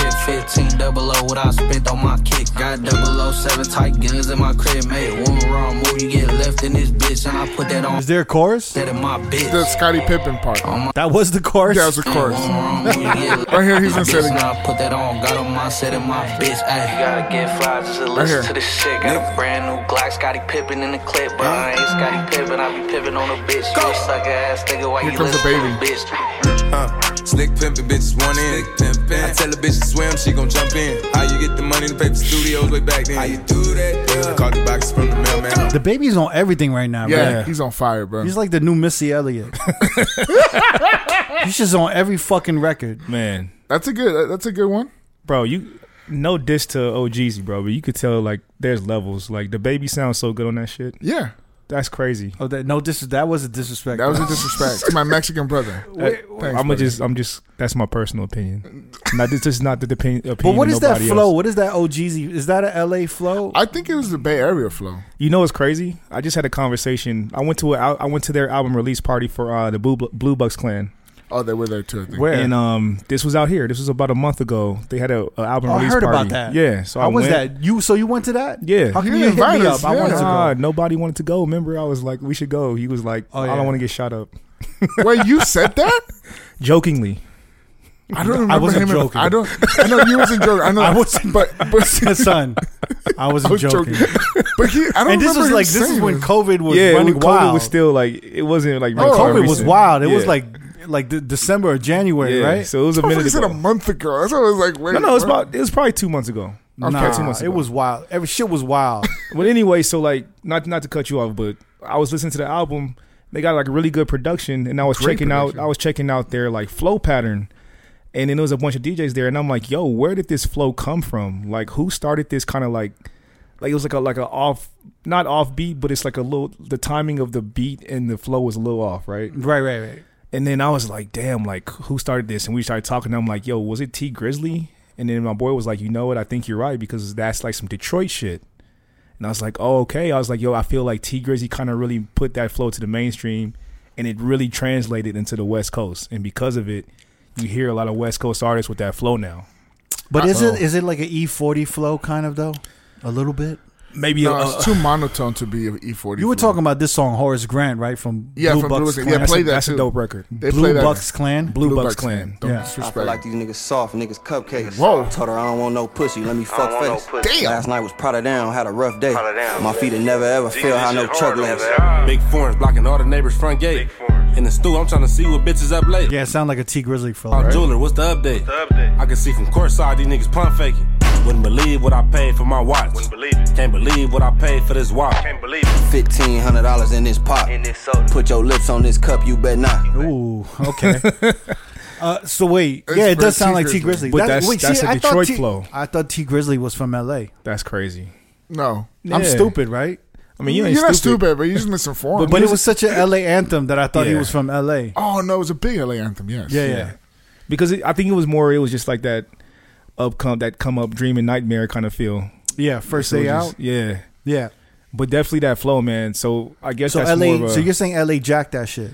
Speaker 4: trip, 15 double O, what I spent on my kick. Got double O, seven tight guns in my crib, mate. One wrong move, you get left in this bitch, and I put that on
Speaker 1: Is there a chorus?
Speaker 4: that in my bitch.
Speaker 3: The Scottie Pippen part.
Speaker 1: That was the chorus.
Speaker 3: That was a chorus.
Speaker 4: right
Speaker 3: Right here, he's in setting.
Speaker 4: I put that on, got on my set and my bitch. Ay. You gotta get flies just to listen
Speaker 3: here.
Speaker 4: to this shit. Got a brand new Glock, Scotty Pippin in the clip, but I ain't Scotty Pippin. I be pippin' on a bitch. You a sucker ass nigga, why
Speaker 3: Here
Speaker 4: you
Speaker 3: comes the
Speaker 4: listen to
Speaker 3: baby.
Speaker 4: the bitch?
Speaker 5: Slick pimpin', bitches want in. I tell a bitch to swim, she gon' jump in. How you get the money to pay for studios way back then? How you do that? Yeah. Call the boxes from the mailman.
Speaker 1: The baby's on everything right now.
Speaker 3: Yeah,
Speaker 1: Right?
Speaker 3: he's on fire, bro.
Speaker 1: He's like the new Missy Elliott. He's just on every fucking record.
Speaker 2: Man,
Speaker 3: That's a good. That's a good one.
Speaker 2: bro, you no diss to OGZ, bro, but you could tell like there's levels. Like the baby sounds so good on that shit.
Speaker 3: Yeah,
Speaker 2: That's crazy.
Speaker 1: Oh, that no dis. That was a disrespect.
Speaker 3: that was a disrespect to my Mexican brother.
Speaker 2: I'm gonna just, I'm just. That's my personal opinion. Not this, this is not the depi- opinion.
Speaker 1: but what
Speaker 2: of
Speaker 1: is that
Speaker 2: nobody
Speaker 1: flow?
Speaker 2: else.
Speaker 1: What is that OGZ? Is that a LA flow?
Speaker 3: I think it was the Bay Area flow.
Speaker 2: You know what's crazy? I just had a conversation. I went to a, I I went to their album release party for uh, the Blue, Blue Bucks Clan,
Speaker 3: Oh, they were there too. I think.
Speaker 1: Where?
Speaker 2: and um, this was out here. This was about a month ago. They had a, a album
Speaker 1: Oh, I
Speaker 2: release
Speaker 1: heard
Speaker 2: party.
Speaker 1: about that.
Speaker 2: Yeah, so
Speaker 1: How
Speaker 2: I
Speaker 1: was
Speaker 2: went.
Speaker 1: that? You so you went to that?
Speaker 2: Yeah.
Speaker 1: How can
Speaker 3: You
Speaker 1: you, hit me
Speaker 3: invited
Speaker 1: up?
Speaker 3: us,
Speaker 1: I wanted to
Speaker 2: Nah,
Speaker 1: go.
Speaker 2: nobody wanted to go. Remember, I was like, we should go. He was like,
Speaker 1: Oh,
Speaker 2: I
Speaker 1: yeah.
Speaker 2: don't want to get shot up.
Speaker 3: Wait, you said that?
Speaker 2: Jokingly.
Speaker 3: I don't remember
Speaker 1: wasn't
Speaker 3: him. in-
Speaker 1: joking.
Speaker 3: I don't. I know you wasn't joking. I know.
Speaker 1: I wasn't-
Speaker 3: But but
Speaker 1: Son, I was,
Speaker 3: I was
Speaker 1: joking.
Speaker 3: joking. But he, I don't
Speaker 1: And this
Speaker 3: remember
Speaker 1: was
Speaker 3: him
Speaker 1: like this is
Speaker 3: saying
Speaker 1: when
Speaker 3: this.
Speaker 1: COVID was
Speaker 2: yeah,
Speaker 1: running
Speaker 2: COVID
Speaker 1: wild.
Speaker 2: was still like it wasn't like
Speaker 1: Oh, COVID
Speaker 2: recent.
Speaker 1: was wild. It was
Speaker 2: Yeah.
Speaker 1: like like de- December or January,
Speaker 2: Yeah,
Speaker 1: right?
Speaker 2: So it was a
Speaker 3: I
Speaker 2: minute
Speaker 3: said
Speaker 2: ago.
Speaker 3: a month ago. That's what I was like. Wait,
Speaker 2: no, no, it was
Speaker 3: what?
Speaker 2: about it was probably two months ago.
Speaker 1: nah,
Speaker 2: Probably two months
Speaker 1: it
Speaker 2: ago.
Speaker 1: was wild. Every shit was wild.
Speaker 2: But anyway, so like not not to cut you off, but I was listening to the album. They got like really good production, and I was
Speaker 3: Great
Speaker 2: checking
Speaker 3: production.
Speaker 2: out I was checking out their like flow pattern, and then there was a bunch of DJs there, and I'm like, yo, where did this flow come from? Like, who started this kind of like like it was like a like a off not off beat, but it's like a little the timing of the beat and the flow was a little off, right?
Speaker 1: right, right, right.
Speaker 2: And then I was like, damn, like who started this? And we started talking. I'm like, yo, was it T Grizzly? And then my boy was like, you know what? I think you're right because that's like some Detroit shit. And I was like, oh, okay. I was like, yo, I feel like T Grizzly kind of really put that flow to the mainstream and it really translated into the West Coast. And because of it, you hear a lot of West Coast artists with that flow now.
Speaker 1: But is
Speaker 2: Uh-oh.
Speaker 1: it is it like an E forty flow kind of though? A little bit.
Speaker 2: Maybe
Speaker 3: No,
Speaker 2: a-
Speaker 3: it's too monotone to be E forty.
Speaker 1: You were talking about this song Horace Grant, right? From
Speaker 3: Yeah,
Speaker 1: Blue
Speaker 3: from Blue
Speaker 1: Bucks.
Speaker 3: Bucks-
Speaker 1: Clan.
Speaker 3: yeah,
Speaker 2: that's,
Speaker 3: play
Speaker 2: a,
Speaker 3: that
Speaker 2: that's a
Speaker 3: too.
Speaker 2: dope record.
Speaker 3: They
Speaker 1: Blue
Speaker 3: play that.
Speaker 1: Bucks Clan.
Speaker 2: Blue, Bucks, Clan.
Speaker 3: Don't
Speaker 1: Yeah.
Speaker 6: I feel
Speaker 3: disrespect.
Speaker 6: like these niggas soft, niggas cupcakes.
Speaker 3: Whoa.
Speaker 6: Told her I don't want no pussy, let me fuck
Speaker 7: want no
Speaker 6: face.
Speaker 3: pussy. Damn.
Speaker 6: Last night was Prada down, had a rough day.
Speaker 7: Prada down.
Speaker 6: My feet had never ever feel how no chuck lays.
Speaker 7: Big foreigns blocking all the neighbors' front gate. In the stew, I'm trying to see what bitches up late.
Speaker 1: Yeah, it sound like a T Grizzly flow.
Speaker 7: I'm
Speaker 1: right?
Speaker 7: jeweler, what's the update? I can see from courtside these niggas pump faking. Wouldn't believe what I paid for my watch. Wouldn't believe it. Can't believe what I paid for this watch. Can't believe it.
Speaker 6: Fifteen hundred dollars in this pot. Put your lips on this cup, you bet not.
Speaker 1: Ooh, okay. uh, so wait,
Speaker 3: It's
Speaker 1: yeah, it
Speaker 3: for
Speaker 1: does sound like T
Speaker 3: T-Grizzly.
Speaker 1: Grizzly.
Speaker 2: But that's-
Speaker 1: wait,
Speaker 2: that's a
Speaker 1: I thought
Speaker 2: Detroit
Speaker 1: T-
Speaker 2: flow.
Speaker 1: I thought T Grizzly was from L.A.
Speaker 2: That's crazy.
Speaker 3: No,
Speaker 1: I'm
Speaker 2: Yeah.
Speaker 1: stupid, right?
Speaker 2: I mean, you ain't
Speaker 3: are not
Speaker 2: stupid.
Speaker 3: stupid, but you're just misinformed.
Speaker 1: But it was such an L.A. anthem that I thought he
Speaker 2: Yeah.
Speaker 1: was from L.A.
Speaker 3: oh no, it was a big LA anthem. Yes.
Speaker 1: Yeah, yeah.
Speaker 2: because it, I think it was more. It was just like that up come that come up dream and nightmare kind of feel.
Speaker 1: Yeah, first
Speaker 2: So
Speaker 1: day
Speaker 2: just-
Speaker 1: out.
Speaker 2: yeah.
Speaker 1: Yeah.
Speaker 2: But definitely that flow, man. So I guess
Speaker 1: So
Speaker 2: that's more
Speaker 1: L.A.
Speaker 2: of a-
Speaker 1: So you're saying L.A. jacked that shit?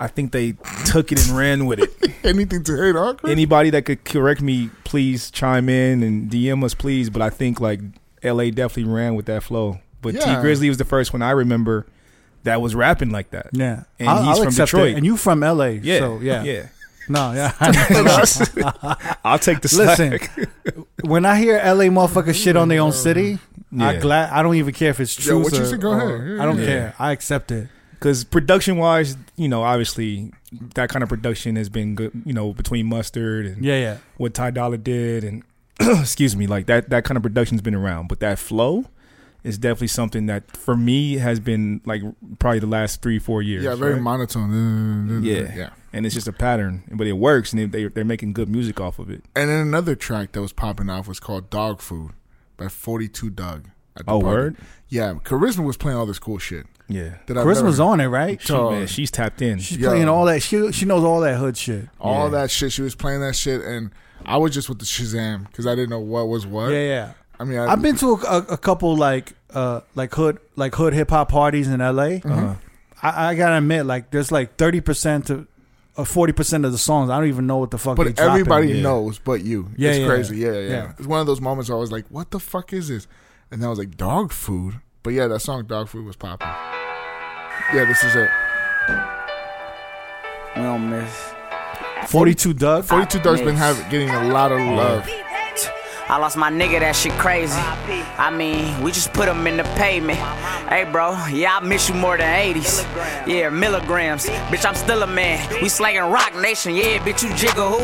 Speaker 2: I think they took it and ran with it.
Speaker 3: Anything to hate on? Chris?
Speaker 2: Anybody that could correct me, please chime in and DM us, please. But I think like L.A. definitely ran with that flow. But
Speaker 3: Yeah.
Speaker 2: T Grizzly was the first one I remember that was rapping like that.
Speaker 1: Yeah.
Speaker 2: and he's from Detroit.
Speaker 1: It. And you from L.A.
Speaker 2: yeah,
Speaker 1: So yeah.
Speaker 2: yeah.
Speaker 1: No, yeah.
Speaker 2: I'll take the slack.
Speaker 1: Listen, when I hear LA motherfuckers shit on their own city, I
Speaker 2: Yeah.
Speaker 1: glad I don't even care if it's
Speaker 3: Yeah,
Speaker 1: true.
Speaker 3: what you
Speaker 1: or,
Speaker 3: said, go
Speaker 1: or-
Speaker 3: ahead. Yeah,
Speaker 1: I don't
Speaker 2: yeah.
Speaker 1: care. I accept it.
Speaker 2: because production wise, you know, obviously that kind of production has been good. You know, between mustard and
Speaker 1: Yeah, yeah.
Speaker 2: what Ty Dolla did, and excuse me, like that that kind of production's been around. But that flow is definitely something that for me has been like probably the last three four years.
Speaker 3: Yeah, very
Speaker 2: right?
Speaker 3: monotone.
Speaker 2: yeah,
Speaker 3: yeah.
Speaker 2: and it's just a pattern, but it works, and they they're making good music off of it.
Speaker 3: And then another track that was popping off was called Dog Food by 42 Doug. at the
Speaker 2: Oh,
Speaker 3: party.
Speaker 2: word?
Speaker 3: Yeah, Charisma was playing all this cool shit.
Speaker 2: Yeah,
Speaker 3: That I've
Speaker 1: Chris was
Speaker 3: never-
Speaker 1: on it, right?
Speaker 2: she, man, she's tapped in.
Speaker 1: She's
Speaker 3: Yeah.
Speaker 1: playing all that. She she knows all that hood shit.
Speaker 3: All that shit. She was playing that shit, and I was just with the Shazam because I didn't know what was what.
Speaker 1: Yeah, yeah.
Speaker 3: I mean, I,
Speaker 1: I've been to a, a, a couple like uh like hood like hood hip hop parties in L.A.
Speaker 3: Uh-huh.
Speaker 2: Mm-hmm.
Speaker 1: I, I gotta admit, like there's like thirty percent to uh, forty percent of the songs I don't even know what the fuck. they
Speaker 3: But
Speaker 1: dropping.
Speaker 3: everybody
Speaker 2: yeah.
Speaker 3: knows, but you.
Speaker 1: Yeah,
Speaker 3: it's
Speaker 1: yeah,
Speaker 3: crazy.
Speaker 1: yeah.
Speaker 3: Yeah, yeah,
Speaker 1: Yeah.
Speaker 3: It's one of those moments where I was like, "What the fuck is this?" And I was like, "Dog food." But yeah, that song "Dog Food" was popping. Yeah, this is it.
Speaker 6: We don't miss.
Speaker 1: forty-two Doug.
Speaker 3: Forty-two Doug's been having getting a lot of love.
Speaker 8: I lost my nigga, that shit crazy. I mean, we just put him in the pavement. Hey, bro, yeah, I miss you more than 80s. Yeah, milligrams. Bitch, I'm still a man. We slanging Rock Nation, yeah, bitch, you jigger who?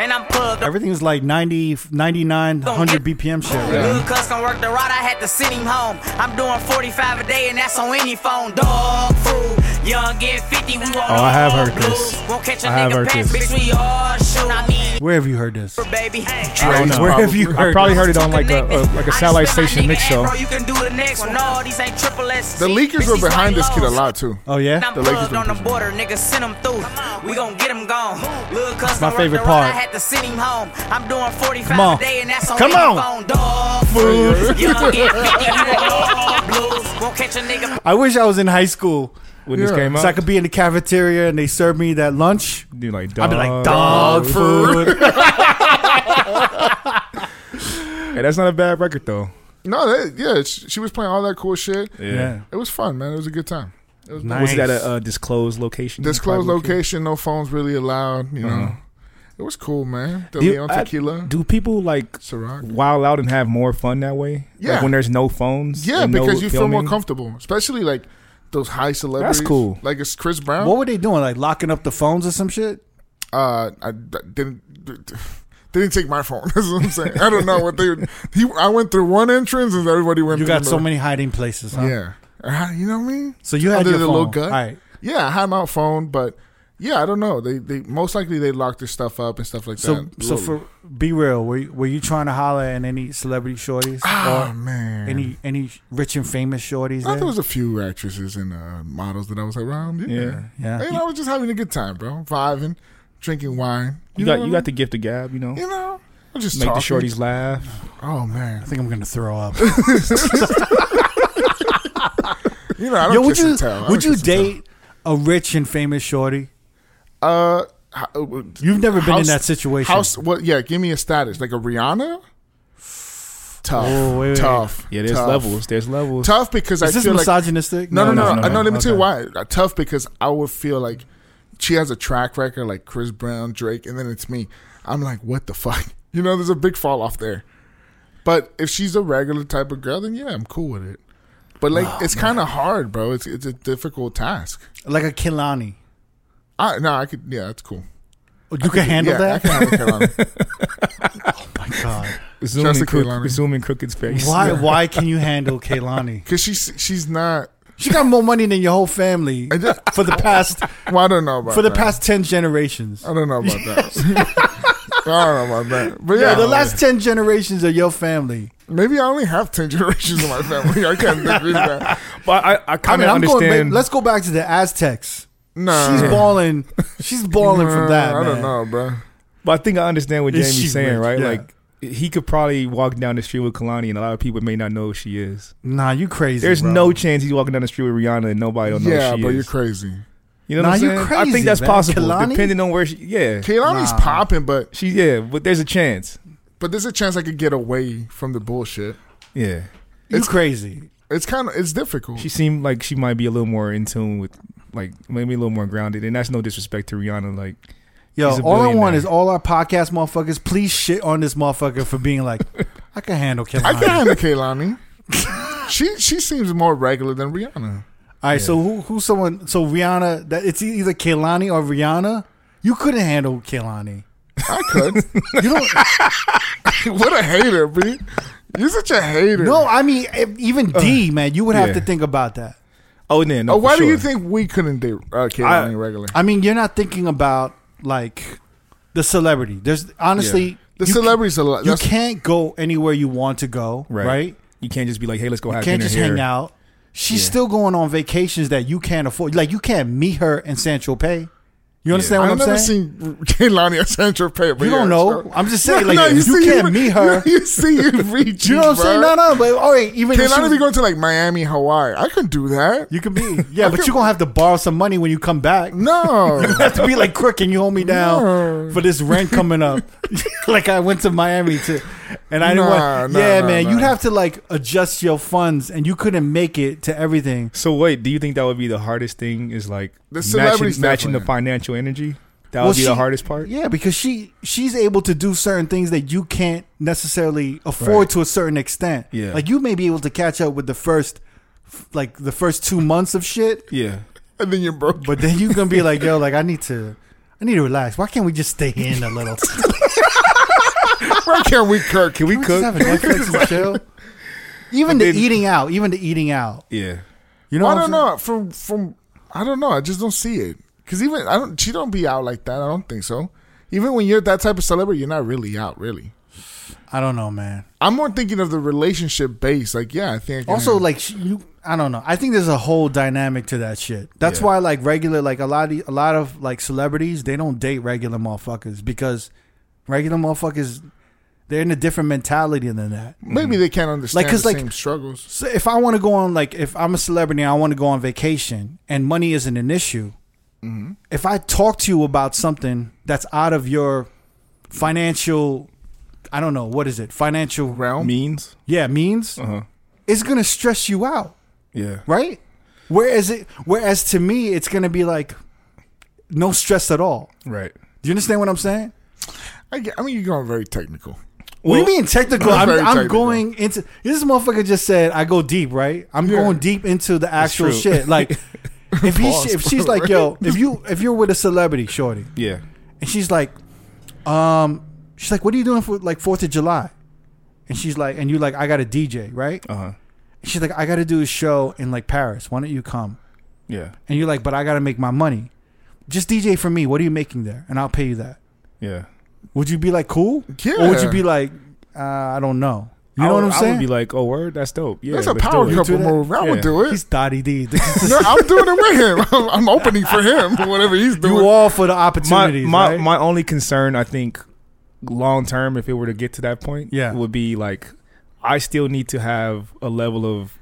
Speaker 8: And I'm plugged up.
Speaker 1: Everything is like 90, 99, 100 BPM shit. Right?
Speaker 8: Good custom work the rod, I had to send him home. I'm doing 45 a day, and that's on any phone. Dog food. Young and 50, we want
Speaker 2: Oh, I have
Speaker 8: all
Speaker 2: heard this.
Speaker 8: blues. Won't catch a
Speaker 2: I have
Speaker 8: nigga
Speaker 2: heard
Speaker 8: pass,
Speaker 2: this.
Speaker 8: bitch, we all shoot. I mean,
Speaker 1: Where have you heard this?
Speaker 8: baby.
Speaker 2: I don't know.
Speaker 1: Where have you heard
Speaker 2: I probably
Speaker 1: it?
Speaker 2: heard it on like a, a like a satellite station mix show.
Speaker 8: You can do the next one. No, these ain't triple S.
Speaker 3: The leakers were behind this kid a lot too.
Speaker 1: Oh yeah,
Speaker 8: The
Speaker 3: Lakers
Speaker 8: Lakers
Speaker 3: been
Speaker 8: on the
Speaker 3: pushing.
Speaker 8: border, nigga, send him through. We gon' get him gone. Lil' cuz
Speaker 1: my
Speaker 8: don't
Speaker 1: favorite
Speaker 8: rock the road,
Speaker 1: part.
Speaker 8: I had to send him home. I'm doing 45
Speaker 1: Come on.
Speaker 8: a day, and that's on
Speaker 1: Come
Speaker 8: any
Speaker 1: on.
Speaker 8: phone. Dog food. Young and 50, you gon' all blues. Won't catch a nigga
Speaker 1: I wish I was in high school
Speaker 2: When this
Speaker 3: Yeah.
Speaker 2: came out,
Speaker 1: so I could be in the cafeteria and they served me that lunch.
Speaker 2: dude, like
Speaker 1: I'd
Speaker 2: dog.
Speaker 1: be like dog food.
Speaker 2: Hey, that's not a bad record though.
Speaker 3: No, that, yeah, she, she was playing all that cool shit.
Speaker 1: yeah,
Speaker 3: It was fun, man. It was a good time.
Speaker 2: Was it at
Speaker 1: Nice.
Speaker 2: a, uh disclosed location?
Speaker 3: Disclosed
Speaker 2: Private
Speaker 3: location, no phones really allowed. You know,
Speaker 1: Uh-huh.
Speaker 3: it was cool, man. The
Speaker 2: Do-
Speaker 3: Leon
Speaker 2: I-
Speaker 3: Tequila,
Speaker 2: Do people like
Speaker 3: Ciroc.
Speaker 2: wild out and have more fun that way?
Speaker 3: Yeah.
Speaker 2: Like when there's no phones.
Speaker 3: Yeah,
Speaker 2: and no
Speaker 3: because you feel more
Speaker 2: filming?
Speaker 3: comfortable, especially like those high celebrities.
Speaker 2: cool.
Speaker 3: Like it's Chris Brown.
Speaker 1: What were they doing? Like locking up the phones or some shit?
Speaker 3: uh, I d- didn't. d- d- They didn't take my phone. That's what I'm saying. I don't know what they. He, I went through one entrance and everybody went.
Speaker 1: You
Speaker 3: through
Speaker 1: got so
Speaker 3: another.
Speaker 1: many hiding places, huh?
Speaker 3: Yeah. Uh, You know what I mean?
Speaker 1: So you had
Speaker 3: Other
Speaker 1: your
Speaker 3: than
Speaker 1: phone.
Speaker 3: little gut.
Speaker 1: All right.
Speaker 3: Yeah, I had my phone, but yeah, I don't know. They they most likely they locked their stuff up and stuff like
Speaker 1: So
Speaker 3: that.
Speaker 1: so
Speaker 3: Lol.
Speaker 1: for be real, were you, were you trying to holler at any celebrity shorties
Speaker 3: oh
Speaker 1: or
Speaker 3: man,
Speaker 1: ah, any any rich and famous shorties?
Speaker 3: I,
Speaker 1: There?
Speaker 3: there was a few actresses and uh, models that I was around. Yeah,
Speaker 2: Yeah.
Speaker 1: Yeah.
Speaker 3: And I was just having a good time, bro. Vibing, drinking wine.
Speaker 2: You
Speaker 3: know
Speaker 2: got
Speaker 3: what
Speaker 2: you
Speaker 3: I
Speaker 2: got the gift of gab, you know.
Speaker 3: mean? You know, I'm just
Speaker 2: Make the
Speaker 3: talking.
Speaker 2: shorties laugh.
Speaker 3: Oh man,
Speaker 1: I think I'm gonna throw up.
Speaker 3: you know, I don't
Speaker 1: Yo, would
Speaker 3: kiss
Speaker 1: you
Speaker 3: and tell. I
Speaker 1: would
Speaker 3: don't
Speaker 1: you
Speaker 3: kiss and
Speaker 1: date a rich and famous shorty?
Speaker 3: tell. Uh, how- uh,
Speaker 1: You've never been in that situation.
Speaker 3: House, what? Yeah, give me a status like a Rihanna. Tough,
Speaker 1: Oh, wait, wait.
Speaker 3: tough.
Speaker 2: Yeah, there's
Speaker 3: tough.
Speaker 2: levels. There's levels.
Speaker 3: Tough because I
Speaker 1: Is this
Speaker 3: feel like
Speaker 1: misogynistic?
Speaker 3: No, no, no. no,
Speaker 2: no, no.
Speaker 3: Let me tell you
Speaker 1: Okay.
Speaker 3: why. Uh, Tough because I would feel like she has a track record like Chris Brown, Drake, and then it's me. I'm like, what the fuck? You know, there's a big fall off there. But if she's a regular type of girl, then yeah, I'm cool with it. But like,
Speaker 1: Oh,
Speaker 3: it's kind of hard, bro. It's it's a difficult task.
Speaker 1: Like a Kilani.
Speaker 3: I no, I could. Yeah, that's cool.
Speaker 1: You can handle
Speaker 3: yeah, I
Speaker 1: that?
Speaker 3: can have a Carolina.
Speaker 1: God.
Speaker 2: Zoom in
Speaker 3: Chastity
Speaker 2: Crook,
Speaker 3: Lani.
Speaker 2: zoom in Crooked's face.
Speaker 1: Why why can you handle Kaylani?
Speaker 3: Cause she's she's not.
Speaker 1: She got more money than your whole family
Speaker 3: just-
Speaker 1: for the past
Speaker 3: Well, I don't know about
Speaker 1: for the
Speaker 3: that.
Speaker 1: past ten generations.
Speaker 3: I don't know about that. I don't know about that. But yeah,
Speaker 1: Yeah, the last ten generations of your family.
Speaker 3: maybe I only have ten generations in my family. I can't think of that.
Speaker 2: But I, I
Speaker 1: I
Speaker 2: kind
Speaker 1: mean,
Speaker 2: of
Speaker 1: I'm going.
Speaker 2: understand.
Speaker 1: ba- Let's go back to the Aztecs.
Speaker 3: No,
Speaker 1: she's balling. She's balling from that.
Speaker 3: I
Speaker 1: man.
Speaker 3: don't know, bro.
Speaker 2: but I think I understand what
Speaker 1: Is she
Speaker 2: Jamie's saying,
Speaker 1: rich?
Speaker 2: right?
Speaker 1: Yeah.
Speaker 2: Like he could probably walk down the street with Kalani, and a lot of people may not know who she is.
Speaker 1: Nah, you crazy.
Speaker 2: There's
Speaker 1: bro.
Speaker 2: no chance he's walking down the street with Rihanna and nobody will know
Speaker 3: Yeah,
Speaker 2: who she
Speaker 3: but
Speaker 2: is.
Speaker 3: you're crazy.
Speaker 2: You know
Speaker 1: Nah,
Speaker 2: what I'm
Speaker 1: you're
Speaker 2: saying? I
Speaker 1: crazy,
Speaker 2: think that's
Speaker 1: man.
Speaker 2: possible,
Speaker 1: Kalani?
Speaker 2: depending on where she. Yeah,
Speaker 3: Kehlani's
Speaker 1: Nah.
Speaker 3: popping, but
Speaker 2: she. Yeah, but there's a chance.
Speaker 3: but there's a chance I could get away from the bullshit.
Speaker 2: Yeah,
Speaker 1: You crazy.
Speaker 3: It's kind of it's difficult.
Speaker 2: she seemed like she might be a little more in tune with, like maybe a little more grounded. And that's no disrespect to Rihanna. Like
Speaker 1: Yo,
Speaker 2: He's a
Speaker 1: all I
Speaker 2: billionaire.
Speaker 1: want is all our podcast motherfuckers. Please shit on this motherfucker for being like, I can handle Kaylani.
Speaker 3: I can handle Kehlani. she she seems more regular than Rihanna.
Speaker 1: All right, so who who's someone? So Rihanna. That it's either Kaylani or Rihanna. You couldn't handle Kaylani.
Speaker 3: I could.
Speaker 1: You don't.
Speaker 3: what a hater, B. You're such a hater.
Speaker 1: no, I mean if- even
Speaker 3: Uh,
Speaker 1: D man. You would have
Speaker 2: yeah.
Speaker 1: to think about that.
Speaker 2: oh, yeah, no,
Speaker 3: Oh,
Speaker 2: for
Speaker 3: why do you
Speaker 2: sure.
Speaker 3: think we couldn't date uh, Kehlani
Speaker 2: I-
Speaker 3: regular?
Speaker 1: I mean, you're not thinking about like the celebrity. There's honestly
Speaker 3: The
Speaker 1: you
Speaker 3: celebrities a lot.
Speaker 1: Can, you
Speaker 3: That's,
Speaker 1: can't go anywhere you want to go, right?
Speaker 2: Right. You can't just be like, hey, let's go have
Speaker 1: Can't
Speaker 2: dinner
Speaker 1: just
Speaker 2: here.
Speaker 1: hang out. She's still going on vacations that you can't afford. Like you can't meet her in San Tropez. You understand
Speaker 3: I've
Speaker 1: what I'm
Speaker 3: never
Speaker 1: saying?
Speaker 3: seen Kehlani at Central Pay.
Speaker 1: You don't know. I'm just saying, like, you can't meet her.
Speaker 3: You, see, you reach.
Speaker 1: you know what I'm saying? No, no. But all right, even if
Speaker 3: Can I
Speaker 1: she-
Speaker 3: be going to like Miami, Hawaii? I could do that.
Speaker 1: you can be. Yeah, but you're gonna have to borrow some money when you come back.
Speaker 3: no.
Speaker 1: You have to be like crook and you hold me down
Speaker 3: No.
Speaker 1: for this rent coming up. like I went to Miami to, and I didn't
Speaker 3: Nah,
Speaker 1: want.
Speaker 3: nah,
Speaker 1: yeah,
Speaker 3: nah,
Speaker 1: man,
Speaker 3: nah.
Speaker 1: you'd have to like adjust your funds, and you couldn't make it to everything.
Speaker 2: So wait, do you think that would be the hardest thing? Is like
Speaker 3: The celebrities
Speaker 2: matching, matching the
Speaker 3: definitely.
Speaker 2: financial energy. That
Speaker 1: Well,
Speaker 2: would be
Speaker 1: she-
Speaker 2: the hardest part.
Speaker 1: Yeah, because she she's able to do certain things that you can't necessarily afford
Speaker 2: Right.
Speaker 1: to a certain extent.
Speaker 2: Yeah.
Speaker 1: like you may be able to catch up with the first, like the first two months of shit,
Speaker 2: Yeah.
Speaker 3: and then you're broke.
Speaker 1: but then you're gonna be like, yo, like I need to. I need to relax. Why can't we just stay in a little?
Speaker 3: Why can't we cook? Can we
Speaker 1: We just have a Netflix and chill. Even the eating out, even the eating out.
Speaker 2: Yeah.
Speaker 1: You know,
Speaker 3: I
Speaker 1: what I'm
Speaker 3: don't know. From from I don't know. I just don't see it. Cause even I don't. She don't be out like that. I don't think so. Even when you're that type of celebrity, you're not really out. Really,
Speaker 1: saying? I don't know, man.
Speaker 3: I'm more thinking of the relationship base. Like, yeah, I think. I can
Speaker 1: Also,
Speaker 3: have-
Speaker 1: like sh- you, I don't know. I think there's a whole dynamic to that shit. That's why, like regular, like a lot of a lot of like celebrities, they don't date regular motherfuckers because regular motherfuckers, they're in a different mentality than that.
Speaker 3: maybe they can't understand
Speaker 1: Like, 'cause,
Speaker 3: the
Speaker 1: like-
Speaker 3: same struggles.
Speaker 1: So if I want to go on, like, if I'm a celebrity, and I want to go on vacation, and money isn't an issue. If I talk to you about something that's out of your financial, I don't know what is it, financial
Speaker 3: Realm.
Speaker 2: Means.
Speaker 1: yeah, means,
Speaker 2: Uh huh.
Speaker 1: it's gonna stress you out,
Speaker 2: Yeah.
Speaker 1: right? Whereas it, whereas to me, it's gonna be like no stress at all.
Speaker 2: Right.
Speaker 1: Do you understand what I'm saying?
Speaker 3: I, get- I mean, you're going very technical.
Speaker 1: what do you mean technical?
Speaker 3: That's
Speaker 1: I'm,
Speaker 3: very
Speaker 1: I'm
Speaker 3: technical.
Speaker 1: going into this motherfucker just said I go deep, right? I'm going deep into the actual
Speaker 2: true.
Speaker 1: shit. Like if he,
Speaker 3: Pause,
Speaker 1: if she's like, yo, if you if you're with a celebrity, shorty,
Speaker 2: Yeah.
Speaker 1: And she's like, um, she's like, what are you doing for like Fourth of July? And she's like, and you like, I got a DJ, right?
Speaker 2: Uh huh.
Speaker 1: She's like, I got to do a show in like Paris. Why don't you come?
Speaker 2: Yeah.
Speaker 1: And you're like, but I got to make my money. Just DJ for me. What are you making there? And I'll pay you that.
Speaker 2: Yeah.
Speaker 1: Would you be like cool?
Speaker 3: Yeah.
Speaker 1: Or would you be like, uh, I don't know. You know
Speaker 2: I would,
Speaker 1: what I'm
Speaker 2: I
Speaker 1: saying?
Speaker 2: would be like, oh, word, that's dope. Yeah,
Speaker 3: That's a
Speaker 2: let's do
Speaker 3: power
Speaker 2: it.
Speaker 3: couple
Speaker 1: do that?
Speaker 3: move. I would
Speaker 2: Yeah.
Speaker 3: do it.
Speaker 1: He's Dotty D.
Speaker 3: no, I'm doing it with him. I'm, I'm opening for him. Whatever he's doing.
Speaker 1: you all for the
Speaker 2: My
Speaker 1: opportunities,
Speaker 2: my,
Speaker 1: right?
Speaker 2: my only concern, I think, long term, if it were to get to that point,
Speaker 1: Yeah.
Speaker 2: would be like, I still need to have a level of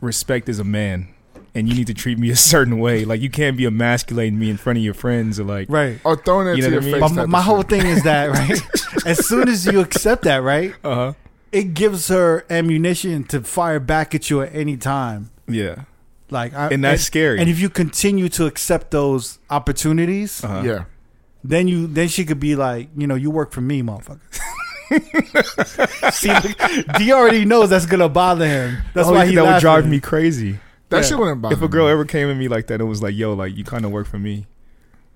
Speaker 2: respect as a man, and you need to treat me a certain way. Like you can't be emasculating me in front of your friends or like,
Speaker 1: right.
Speaker 3: or throwing it
Speaker 2: You
Speaker 3: to
Speaker 2: know
Speaker 3: your
Speaker 2: what I mean?
Speaker 3: face.
Speaker 1: But
Speaker 3: type
Speaker 1: my,
Speaker 3: of
Speaker 1: my whole
Speaker 3: shit.
Speaker 1: thing is that, right? as soon as you accept that, right,
Speaker 2: uh huh,
Speaker 1: it gives her ammunition to fire back at you at any time.
Speaker 2: yeah,
Speaker 1: Like, I,
Speaker 2: And that's scary.
Speaker 1: And if you continue to accept those opportunities,
Speaker 2: uh-huh.
Speaker 3: Yeah.
Speaker 1: then you then she could be like, you know, you work for me, motherfucker. See, look, D already knows that's gonna bother him. That's
Speaker 2: Oh,
Speaker 1: why
Speaker 2: yeah,
Speaker 1: he
Speaker 2: that would
Speaker 1: laughing.
Speaker 2: drive me crazy.
Speaker 3: That shit wouldn't bother
Speaker 2: If
Speaker 1: Uh-huh.
Speaker 2: a girl
Speaker 3: me.
Speaker 2: ever came at me like that, it was like, yo, like you kind of work for me.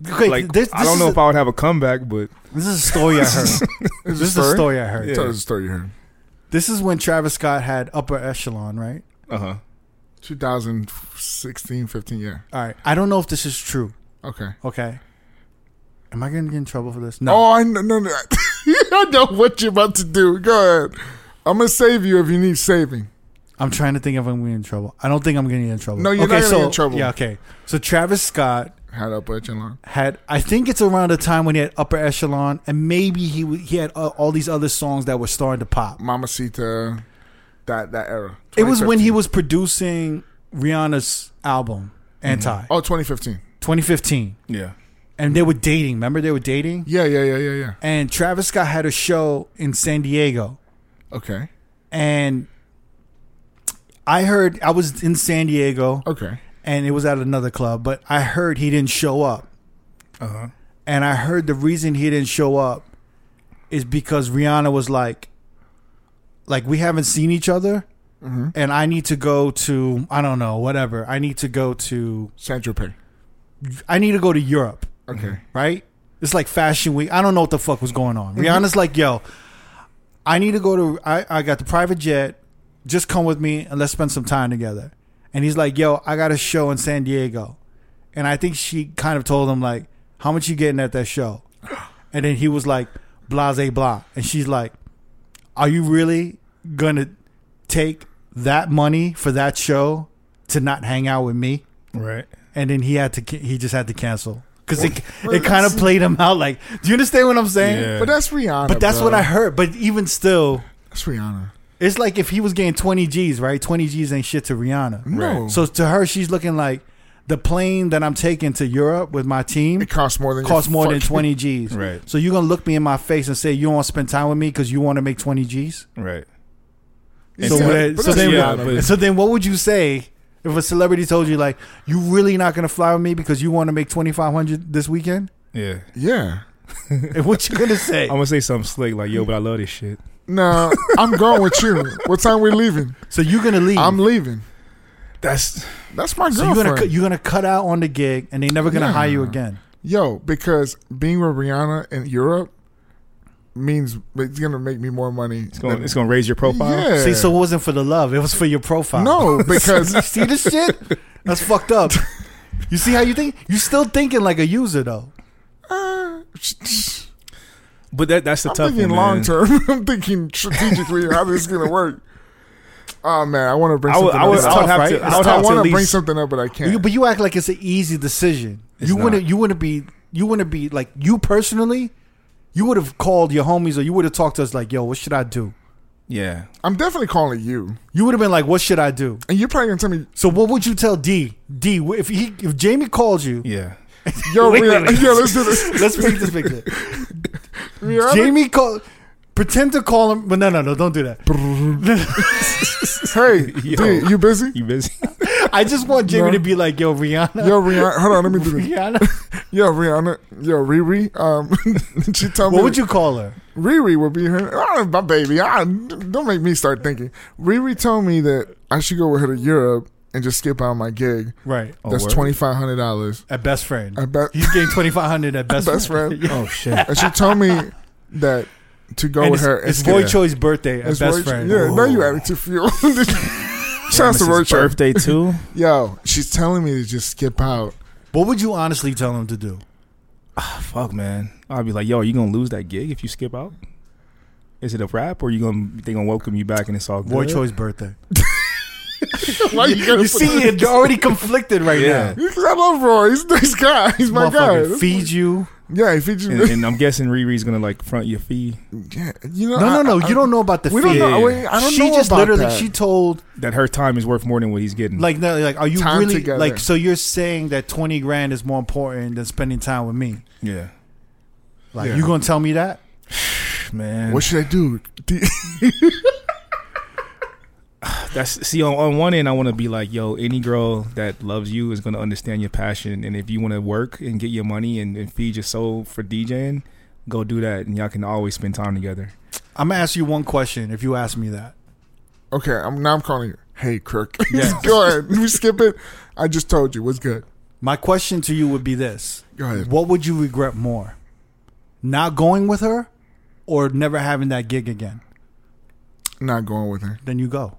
Speaker 1: Okay,
Speaker 2: Like
Speaker 1: this,
Speaker 2: I don't know
Speaker 1: is
Speaker 2: if I would have a comeback, but
Speaker 1: This is a story I heard. this is a story I heard.
Speaker 3: Tell us the story you heard.
Speaker 1: This is when Travis Scott had upper echelon, right?
Speaker 2: uh huh,
Speaker 3: 2016, 15, yeah.
Speaker 1: All right. I don't know if this is true.
Speaker 3: Okay.
Speaker 1: Okay. Am I going to get in trouble for this? No.
Speaker 3: Oh, I know, no, no. I know what you're about to do. Go ahead. I'm going to save you if you need saving.
Speaker 1: I'm trying to think if I'm going to get in trouble. I don't think I'm going to get in trouble.
Speaker 3: No, you're
Speaker 1: okay,
Speaker 3: not gonna
Speaker 1: so,
Speaker 3: get in trouble.
Speaker 1: Yeah, okay. So Travis Scott
Speaker 3: Had up at long.
Speaker 1: had, I think it's around the time when he had upper echelon, and maybe he w- he had uh, all these other songs that were starting to
Speaker 3: Mm,
Speaker 1: pop.
Speaker 3: Mamacita, that that era.
Speaker 1: It was when he
Speaker 3: 2015.
Speaker 1: was producing Rihanna's album, Anti,
Speaker 3: Oh, 2015.
Speaker 1: 2015.
Speaker 2: yeah,
Speaker 1: And they were dating. Remember, they were dating?
Speaker 3: Yeah, yeah, yeah, yeah, yeah.
Speaker 1: and Travis Scott had a show in San Diego,
Speaker 3: Okay.
Speaker 1: and I heard I was in San Diego,
Speaker 3: Okay.
Speaker 1: and it was at another club, but I heard he didn't show up,
Speaker 2: uh huh,
Speaker 1: and I heard the reason he didn't show up is because Rihanna was like, like we haven't seen each other. And I need to go to I don't know whatever I need to go to
Speaker 3: Saint Tropez.
Speaker 1: I need to go to Europe
Speaker 3: Okay.
Speaker 1: right? It's like fashion week. I don't know what the fuck was going on. Rihanna's like, yo, I need to go to I, I got the private jet. Just come with me and let's spend some time together. And he's like, yo, I got a show in San Diego. And I think she kind of told him like, how much you getting at that show? And then he was like, blase blah. And she's like, Are you really gonna take that money for that show to not hang out with me?
Speaker 2: right.
Speaker 1: and then he had to ca- he just had to cancel because it it kind of played him out. Like, do you understand what I'm saying?
Speaker 2: Yeah.
Speaker 3: But that's Rihanna.
Speaker 1: But that's
Speaker 3: bro.
Speaker 1: what I heard. But even still,
Speaker 3: That's Rihanna.
Speaker 1: it's like if he was getting 20 G's, right? 20 G's ain't shit to Rihanna.
Speaker 3: No.
Speaker 1: So to her, she's looking like the plane that I'm taking to Europe with my team
Speaker 3: It costs more than your
Speaker 1: costs more than 20
Speaker 3: fucking-
Speaker 1: G's.
Speaker 2: Right.
Speaker 1: So you're gonna look me in my face and say you don't want to spend time with me because you want to make 20 G's.
Speaker 2: Right.
Speaker 1: So,
Speaker 3: Yeah,
Speaker 1: would-
Speaker 3: but
Speaker 1: so
Speaker 3: that's
Speaker 1: then,
Speaker 2: yeah,
Speaker 3: Rihanna.
Speaker 2: but-
Speaker 1: so then, what would you say if a celebrity told you like you really not gonna fly with me because you want to make 2,500 this weekend?
Speaker 2: Yeah.
Speaker 3: yeah.
Speaker 1: And what you gonna say?
Speaker 2: I'm gonna say something slick like, "Yo, but I love this shit."
Speaker 3: No, I'm going with you. What time we leaving?
Speaker 1: so you're gonna leave.
Speaker 3: I'm leaving.
Speaker 2: That's
Speaker 3: That's my
Speaker 1: so you're
Speaker 3: girlfriend.
Speaker 1: gonna cut- you're gonna cut out on the gig, and they never gonna
Speaker 3: Yeah.
Speaker 1: hire you again.
Speaker 3: Yo, because being with Rihanna in Europe means it's gonna make me more money.
Speaker 2: it's gonna it's gonna raise your profile.
Speaker 3: Yeah.
Speaker 1: See, so it wasn't for the love; it was for your profile.
Speaker 3: no, because
Speaker 1: see this shit? That's fucked up. You see how you think? You still thinking like a user though.
Speaker 2: But that that's the
Speaker 3: I'm
Speaker 2: tough
Speaker 3: thinking
Speaker 2: one.
Speaker 3: long
Speaker 2: man.
Speaker 3: term. I'm thinking strategically how this is gonna work. Oh man, I want to bring
Speaker 2: I would,
Speaker 3: something
Speaker 2: I would,
Speaker 3: up.
Speaker 2: I would
Speaker 1: tough,
Speaker 2: have
Speaker 1: right?
Speaker 2: to.
Speaker 1: It's
Speaker 2: I would
Speaker 3: I
Speaker 2: have to at
Speaker 3: want to bring
Speaker 2: least.
Speaker 3: something up, but I can't.
Speaker 1: You, but you act like it's an easy decision. you wouldn't.
Speaker 2: not.
Speaker 1: You wouldn't be. You wouldn't be like you personally. You would have called your homies, or you would have talked to us like, "Yo, what should I do?"
Speaker 2: Yeah.
Speaker 3: I'm definitely calling you,
Speaker 1: You would have been like, "What should I do?"
Speaker 3: and you're probably gonna tell me,
Speaker 1: So what would you tell D? D, if he, if Jamie called you,
Speaker 2: Yeah.
Speaker 3: "Yo,
Speaker 1: Wait,
Speaker 3: Rihanna,
Speaker 1: wait, wait.
Speaker 3: yo, let's do this."
Speaker 1: Let's paint this picture.
Speaker 3: Rihanna,
Speaker 1: Jamie call pretend to call him but no no no don't do that.
Speaker 3: hey,
Speaker 2: Yo.
Speaker 3: dude, you busy?
Speaker 2: You busy?
Speaker 1: I just want Jamie
Speaker 3: No.
Speaker 1: to be like, yo, Rihanna.
Speaker 3: Yo, Rihanna, hold on, let me do this.
Speaker 1: Rihanna.
Speaker 3: Yo, Rihanna, yo, Riri, um, she told me.
Speaker 1: What would you call her?
Speaker 3: Riri would be her. Ah, my baby. Ah, don't make me start thinking. Riri told me that I should go with her to Europe and just skip out my gig.
Speaker 1: Right. Oh,
Speaker 3: That's
Speaker 2: word.
Speaker 3: twenty five hundred dollars.
Speaker 1: At best friend.
Speaker 3: I bet.
Speaker 1: He's getting 2500 at best,
Speaker 3: Best
Speaker 1: friend.
Speaker 3: friend.
Speaker 2: Oh shit.
Speaker 3: And she told me that to go
Speaker 1: And
Speaker 3: with
Speaker 1: it's,
Speaker 3: her. and
Speaker 1: it's
Speaker 3: skip-
Speaker 1: Boy Choi's birthday at
Speaker 3: It's
Speaker 1: best
Speaker 3: Roy-
Speaker 1: friend.
Speaker 3: Yeah, now you added to fuel. Shout out to
Speaker 2: Mrs.
Speaker 3: Roy Choi.
Speaker 2: birthday too.
Speaker 3: Yo, she's telling me to just skip out.
Speaker 1: What would you honestly tell him to do?
Speaker 2: Fuck man, I'll be like, yo, are you gonna lose that gig if you skip out? Is it a wrap, or you gonna they gonna welcome you back and it's all good?
Speaker 1: Boy Choi's birthday.
Speaker 3: Why you gotta
Speaker 1: You
Speaker 3: put-
Speaker 1: see, it's already conflicted right
Speaker 2: Yeah.
Speaker 1: now.
Speaker 3: I love Roy. He's a nice guy. He's my guy.
Speaker 1: Motherfucker, feed you.
Speaker 3: Yeah, if he just
Speaker 2: And, and I'm guessing Riri's gonna like front your fee
Speaker 3: yeah, you know,
Speaker 1: No, no,
Speaker 3: Uh, I-
Speaker 1: no.
Speaker 3: I-
Speaker 1: You don't know about the
Speaker 3: We
Speaker 1: fee.
Speaker 3: don't know.
Speaker 2: Yeah.
Speaker 3: Wait, I don't
Speaker 1: she
Speaker 3: know
Speaker 1: just
Speaker 3: about
Speaker 1: literally
Speaker 3: that.
Speaker 1: she told
Speaker 2: that her time is worth more than what he's getting.
Speaker 1: like no, like are you
Speaker 3: Time
Speaker 1: really
Speaker 3: together.
Speaker 1: like so you're saying that twenty grand is more important than spending time with me?
Speaker 2: yeah,
Speaker 1: Like
Speaker 3: Yeah.
Speaker 1: you gonna tell me that?
Speaker 2: man.
Speaker 3: what should I do? D-
Speaker 2: That's see on, on one end, I want to be like, yo, any girl that loves you is gonna understand your passion, and if you want to work and get your money and, and feed your soul for DJing, go do that, and y'all can always spend time together.
Speaker 1: I'm gonna ask you one question. If you ask me that,
Speaker 3: Okay, I'm now I'm calling you. Hey, Kirk. Go ahead. We skip it. I just told you what's good.
Speaker 1: my question to you would be this:
Speaker 3: Go ahead.
Speaker 1: What would you regret more, not going with her, or never having that gig again?
Speaker 3: Not going with her.
Speaker 1: Then you go.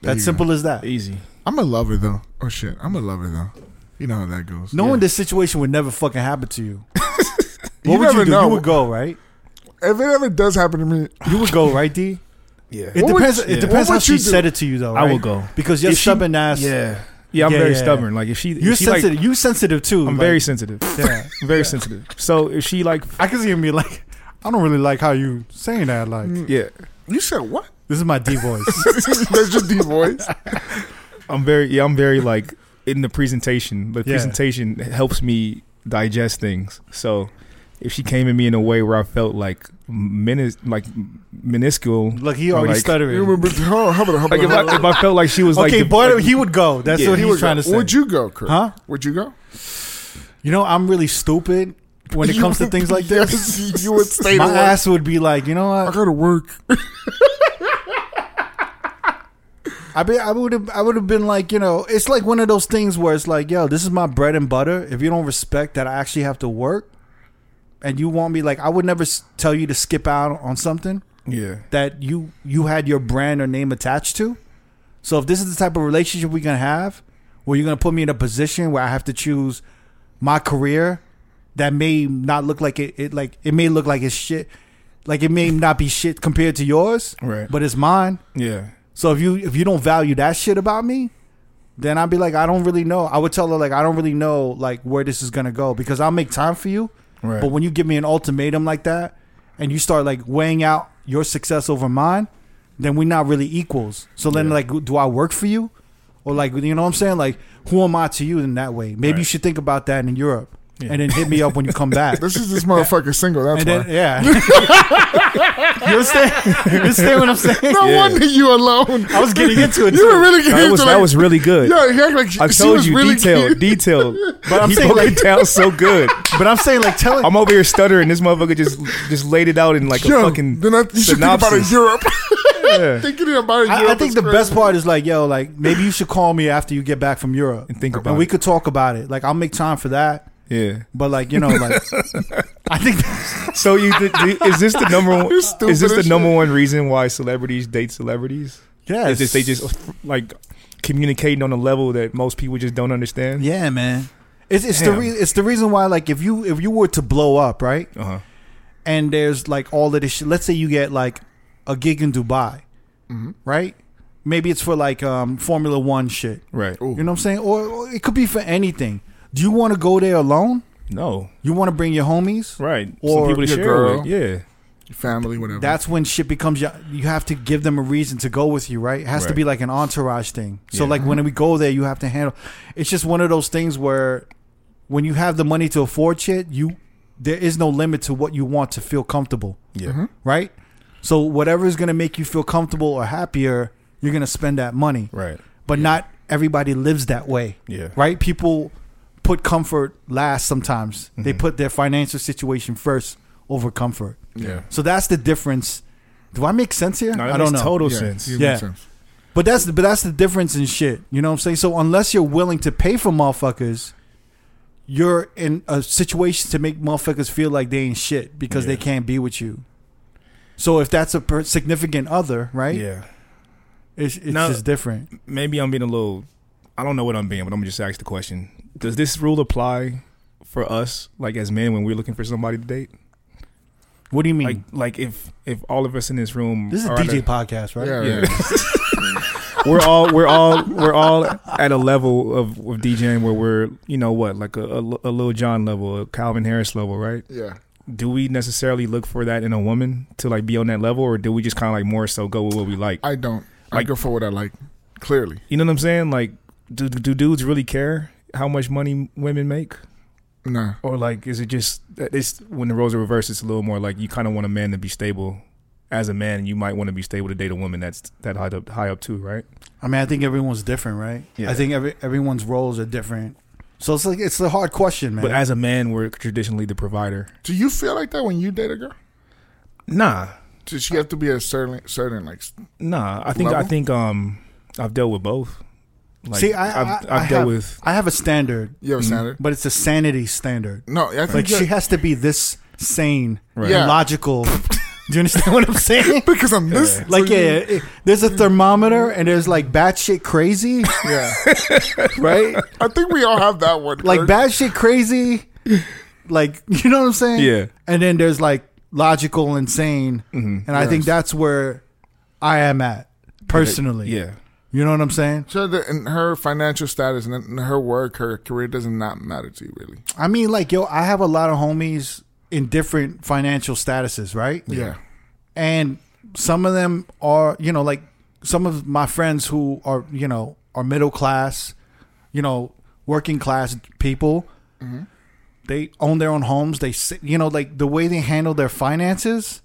Speaker 3: There
Speaker 1: That's
Speaker 3: you
Speaker 1: simple as that.
Speaker 2: Easy.
Speaker 3: I'm a lover though. Oh shit, I'm a lover though. You know how that goes.
Speaker 1: Knowing this situation would never fucking happen to you, what would
Speaker 3: never
Speaker 1: you do?
Speaker 3: know.
Speaker 1: You would go, right?
Speaker 3: If it ever does happen to me,
Speaker 1: You would go, right, D?
Speaker 2: Yeah.
Speaker 1: It
Speaker 3: What would-
Speaker 1: depends.
Speaker 2: yeah.
Speaker 1: It depends
Speaker 3: What
Speaker 1: how
Speaker 3: would you
Speaker 1: she
Speaker 3: do?
Speaker 1: said it to you, though.
Speaker 2: I
Speaker 1: right?
Speaker 2: will go.
Speaker 1: because your
Speaker 2: If she-
Speaker 1: stubborn ass.
Speaker 2: Yeah. Yeah, I'm
Speaker 1: Yeah,
Speaker 2: very
Speaker 1: yeah, yeah.
Speaker 2: stubborn. Like if she, if
Speaker 1: You're
Speaker 2: she, like-
Speaker 1: sensitive. you sensitive too.
Speaker 2: I'm
Speaker 1: like-
Speaker 2: very sensitive.
Speaker 1: Yeah.
Speaker 2: I'm very sensitive. So if she like,
Speaker 1: I can see him be like, I don't really like how you saying that. Like,
Speaker 2: yeah,
Speaker 3: you said what?
Speaker 1: this is my D voice.
Speaker 3: That's your D voice.
Speaker 2: I'm very, yeah, I'm very like in the presentation. The
Speaker 1: Yeah.
Speaker 2: presentation helps me digest things. So if she came at me in a way where I felt like menis, like minuscule,
Speaker 1: Look, he already
Speaker 2: like,
Speaker 3: You
Speaker 1: stuttering.
Speaker 3: remember? Oh, how about how
Speaker 2: Like if
Speaker 3: about-
Speaker 2: I, if I felt like she was like,
Speaker 1: okay,
Speaker 2: the-
Speaker 1: boy,
Speaker 2: like-
Speaker 1: he would go. That's
Speaker 2: Yeah,
Speaker 1: what
Speaker 2: he
Speaker 1: he's
Speaker 3: would
Speaker 1: trying
Speaker 3: go.
Speaker 1: to say.
Speaker 3: Would you go, Kirk?
Speaker 1: Huh?
Speaker 3: Would you go?
Speaker 1: You know, I'm really stupid when it
Speaker 3: You-
Speaker 1: comes to things like this.
Speaker 3: Yes, you would stay.
Speaker 1: My
Speaker 3: to work.
Speaker 1: ass would be like, you know
Speaker 3: I
Speaker 1: what?
Speaker 3: gotta work.
Speaker 1: I be, I would have, I would have been like, you know, it's like one of those things where it's like, yo, this is my bread and butter. If you don't respect that I actually have to work, and you want me, like, I would never s- tell you to skip out on something.
Speaker 2: yeah,
Speaker 1: that you you had your brand or name attached to. So if this is the type of relationship we're gonna have, where you're gonna put me in a position where I have to choose my career that may not look like it, it like it may look like it's shit, like it may not be shit compared to yours,
Speaker 2: Right.
Speaker 1: But it's mine.
Speaker 2: yeah,
Speaker 1: So if you if you don't value that shit about me, then I'd be like, I don't really know. I would tell her like I don't really know like where this is gonna go because I'll make time for you.
Speaker 2: Right.
Speaker 1: But when you give me an ultimatum like that and you start like weighing out your success over mine, then we're not really equals. So then like do I work for you? Or like you know what I'm saying? Like who am I to you in that way? Maybe you
Speaker 2: Right.
Speaker 1: should think about that in Europe. And then hit me up when you come back.
Speaker 3: This is this motherfucker single. That's
Speaker 1: and
Speaker 3: why.
Speaker 1: then yeah. you understand? You understand what I'm saying?
Speaker 3: no wonder you alone.
Speaker 1: I was getting into it
Speaker 3: You
Speaker 1: too.
Speaker 3: were really getting
Speaker 2: that was
Speaker 3: into
Speaker 2: that
Speaker 3: like,
Speaker 2: was really good.
Speaker 3: Yeah, he act like she,
Speaker 2: I
Speaker 3: she
Speaker 2: told
Speaker 3: was
Speaker 2: you
Speaker 3: really
Speaker 2: detailed,
Speaker 3: cute.
Speaker 2: detailed. But
Speaker 1: I'm
Speaker 2: he
Speaker 1: saying,
Speaker 2: broke
Speaker 1: like-
Speaker 2: it down so good.
Speaker 1: But I'm saying like telling
Speaker 2: I'm over here stuttering. This motherfucker just just laid it out in like
Speaker 3: Yo,
Speaker 2: a fucking
Speaker 3: then I, you should think about it
Speaker 2: synopsis.
Speaker 3: Europe.
Speaker 2: Yeah.
Speaker 3: Thinking about it Europe.
Speaker 1: I, I think
Speaker 3: is
Speaker 1: the
Speaker 3: crazy.
Speaker 1: best part is like, yo, like maybe you should call me after you get back from Europe
Speaker 2: And think about
Speaker 1: and we
Speaker 2: it.
Speaker 1: could talk about it. Like I'll make time for that.
Speaker 2: Yeah.
Speaker 1: But like you know, like I think
Speaker 2: So you th- th- is this the number one?
Speaker 3: You're stupid
Speaker 2: Is this the
Speaker 3: as
Speaker 2: number one reason why celebrities date celebrities?
Speaker 1: yeah,
Speaker 2: Is this they just like communicating on a level that most people just don't understand?
Speaker 1: yeah, man. It's it's the
Speaker 2: Damn.
Speaker 1: re- it's the reason why like if you if you were to blow up right
Speaker 2: Uh huh.
Speaker 1: and there's like all of this shit. Let's say you get like a gig in Dubai,
Speaker 2: Mm-hmm.
Speaker 1: right? Maybe it's for like um Formula One shit.
Speaker 2: Right.
Speaker 1: You know what I'm saying? Or, or it could be for anything. Do you want to go there alone?
Speaker 2: No.
Speaker 1: You want to bring your homies?
Speaker 2: Right.
Speaker 1: Or
Speaker 2: Some people to
Speaker 3: your
Speaker 2: share
Speaker 3: girl.
Speaker 2: with. Yeah.
Speaker 3: Family, whatever.
Speaker 1: that's when shit becomes your- you have to give them a reason to go with you right it has to
Speaker 2: Right.
Speaker 1: be like an entourage thing so
Speaker 2: Yeah.
Speaker 1: like when we go there you have to handle it's just one of those things where when you have the money to afford shit you there is no limit to what you want to feel comfortable
Speaker 2: Yeah.
Speaker 3: Mm-hmm.
Speaker 1: right so whatever is going to make you feel comfortable or happier you're going to spend that money
Speaker 2: Right.
Speaker 1: but not everybody lives that way.
Speaker 2: Yeah.
Speaker 1: Right? People put comfort last sometimes. They put their financial situation first over comfort.
Speaker 2: Mm-hmm. Yeah.
Speaker 1: So that's the difference. Do I make sense here?
Speaker 2: No, that
Speaker 1: I don't
Speaker 2: makes
Speaker 1: know.
Speaker 2: total
Speaker 3: Yeah,
Speaker 2: sense.
Speaker 3: you
Speaker 1: Yeah.
Speaker 3: make sense.
Speaker 1: But that's the but that's the difference in shit. You know what I'm saying? So unless you're willing to pay for motherfuckers, you're in a situation to make motherfuckers feel like they ain't shit because they
Speaker 2: Yeah.
Speaker 1: can't be with you. So if that's a per- significant other, right?
Speaker 2: Yeah.
Speaker 1: It's it's
Speaker 2: Now-
Speaker 1: just different.
Speaker 2: Maybe I'm being a little. I don't know what I'm being, but I'm gonna just ask the question. Does this rule apply for us, like as men, when we're looking for somebody to date?
Speaker 1: What do you mean?
Speaker 2: Like, like if if all of us in this room,
Speaker 1: Hmm. this is a
Speaker 2: are at
Speaker 1: DJ podcast, right?
Speaker 3: Yeah,
Speaker 2: Yeah.
Speaker 3: right.
Speaker 2: we're all we're all we're all at a level of, of DJing where we're you know what like a, a, a Lil John level, a Calvin Harris level, right?
Speaker 3: yeah.
Speaker 2: Do we necessarily look for that in a woman to like be on that level, or do we just kind of like more so go with what we like?
Speaker 3: I don't. I
Speaker 2: Like-
Speaker 3: go for what I like. Clearly,
Speaker 2: You know what I'm saying? Like, do do dudes really care how much money women make,
Speaker 3: nah.
Speaker 2: or like is it just it's when the roles are reversed? It's a little more like you kind of want a man to be stable. As a man, you might want to be stable to date a woman that's that high up, high up too, right?
Speaker 1: I mean, I think everyone's different, right?
Speaker 2: Yeah.
Speaker 1: I think every everyone's roles are different. So it's like it's a hard question, man.
Speaker 2: But as a man, we're traditionally the provider.
Speaker 3: Do you feel like that when you date a girl?
Speaker 2: Nah,
Speaker 3: Does she have to be a certain certain like? s-
Speaker 2: Nah, I think I
Speaker 3: Level?
Speaker 2: think um I've dealt with both. Like,
Speaker 1: See, I,
Speaker 2: I've,
Speaker 1: I, I
Speaker 2: dealt
Speaker 1: have,
Speaker 2: with
Speaker 1: I have a standard,
Speaker 3: You have a standard?
Speaker 1: but it's a sanity standard.
Speaker 3: No, I think
Speaker 1: Mm. Like
Speaker 3: you're-
Speaker 1: she has to be this sane, and
Speaker 2: Right.
Speaker 3: Mm-hmm. Yeah.
Speaker 1: logical. Do you understand what I'm saying?
Speaker 3: because I'm this.
Speaker 1: Like
Speaker 3: so
Speaker 1: yeah,
Speaker 3: you-
Speaker 1: it- there's a thermometer and there's like bad shit crazy,
Speaker 3: yeah.
Speaker 1: right?
Speaker 3: I think we all have that one.
Speaker 1: like
Speaker 3: Kirk.
Speaker 1: bad shit crazy, like you know what I'm saying?
Speaker 2: Yeah.
Speaker 1: And then there's like logical insane,
Speaker 3: Mm-hmm.
Speaker 1: and I think that's where I am at personally.
Speaker 2: yeah.
Speaker 1: you know what I'm saying?
Speaker 3: So the, and her financial status and and her work, her career doesn't not matter to you really.
Speaker 1: I mean, like, yo, I have a lot of homies in different financial statuses, right?
Speaker 3: Yeah.
Speaker 1: And some of them are, you know, like some of my friends who are, you know, are middle class, you know, working class people.
Speaker 3: Mm-hmm.
Speaker 1: They own their own homes. They, sit- you know, like the way they handle their finances,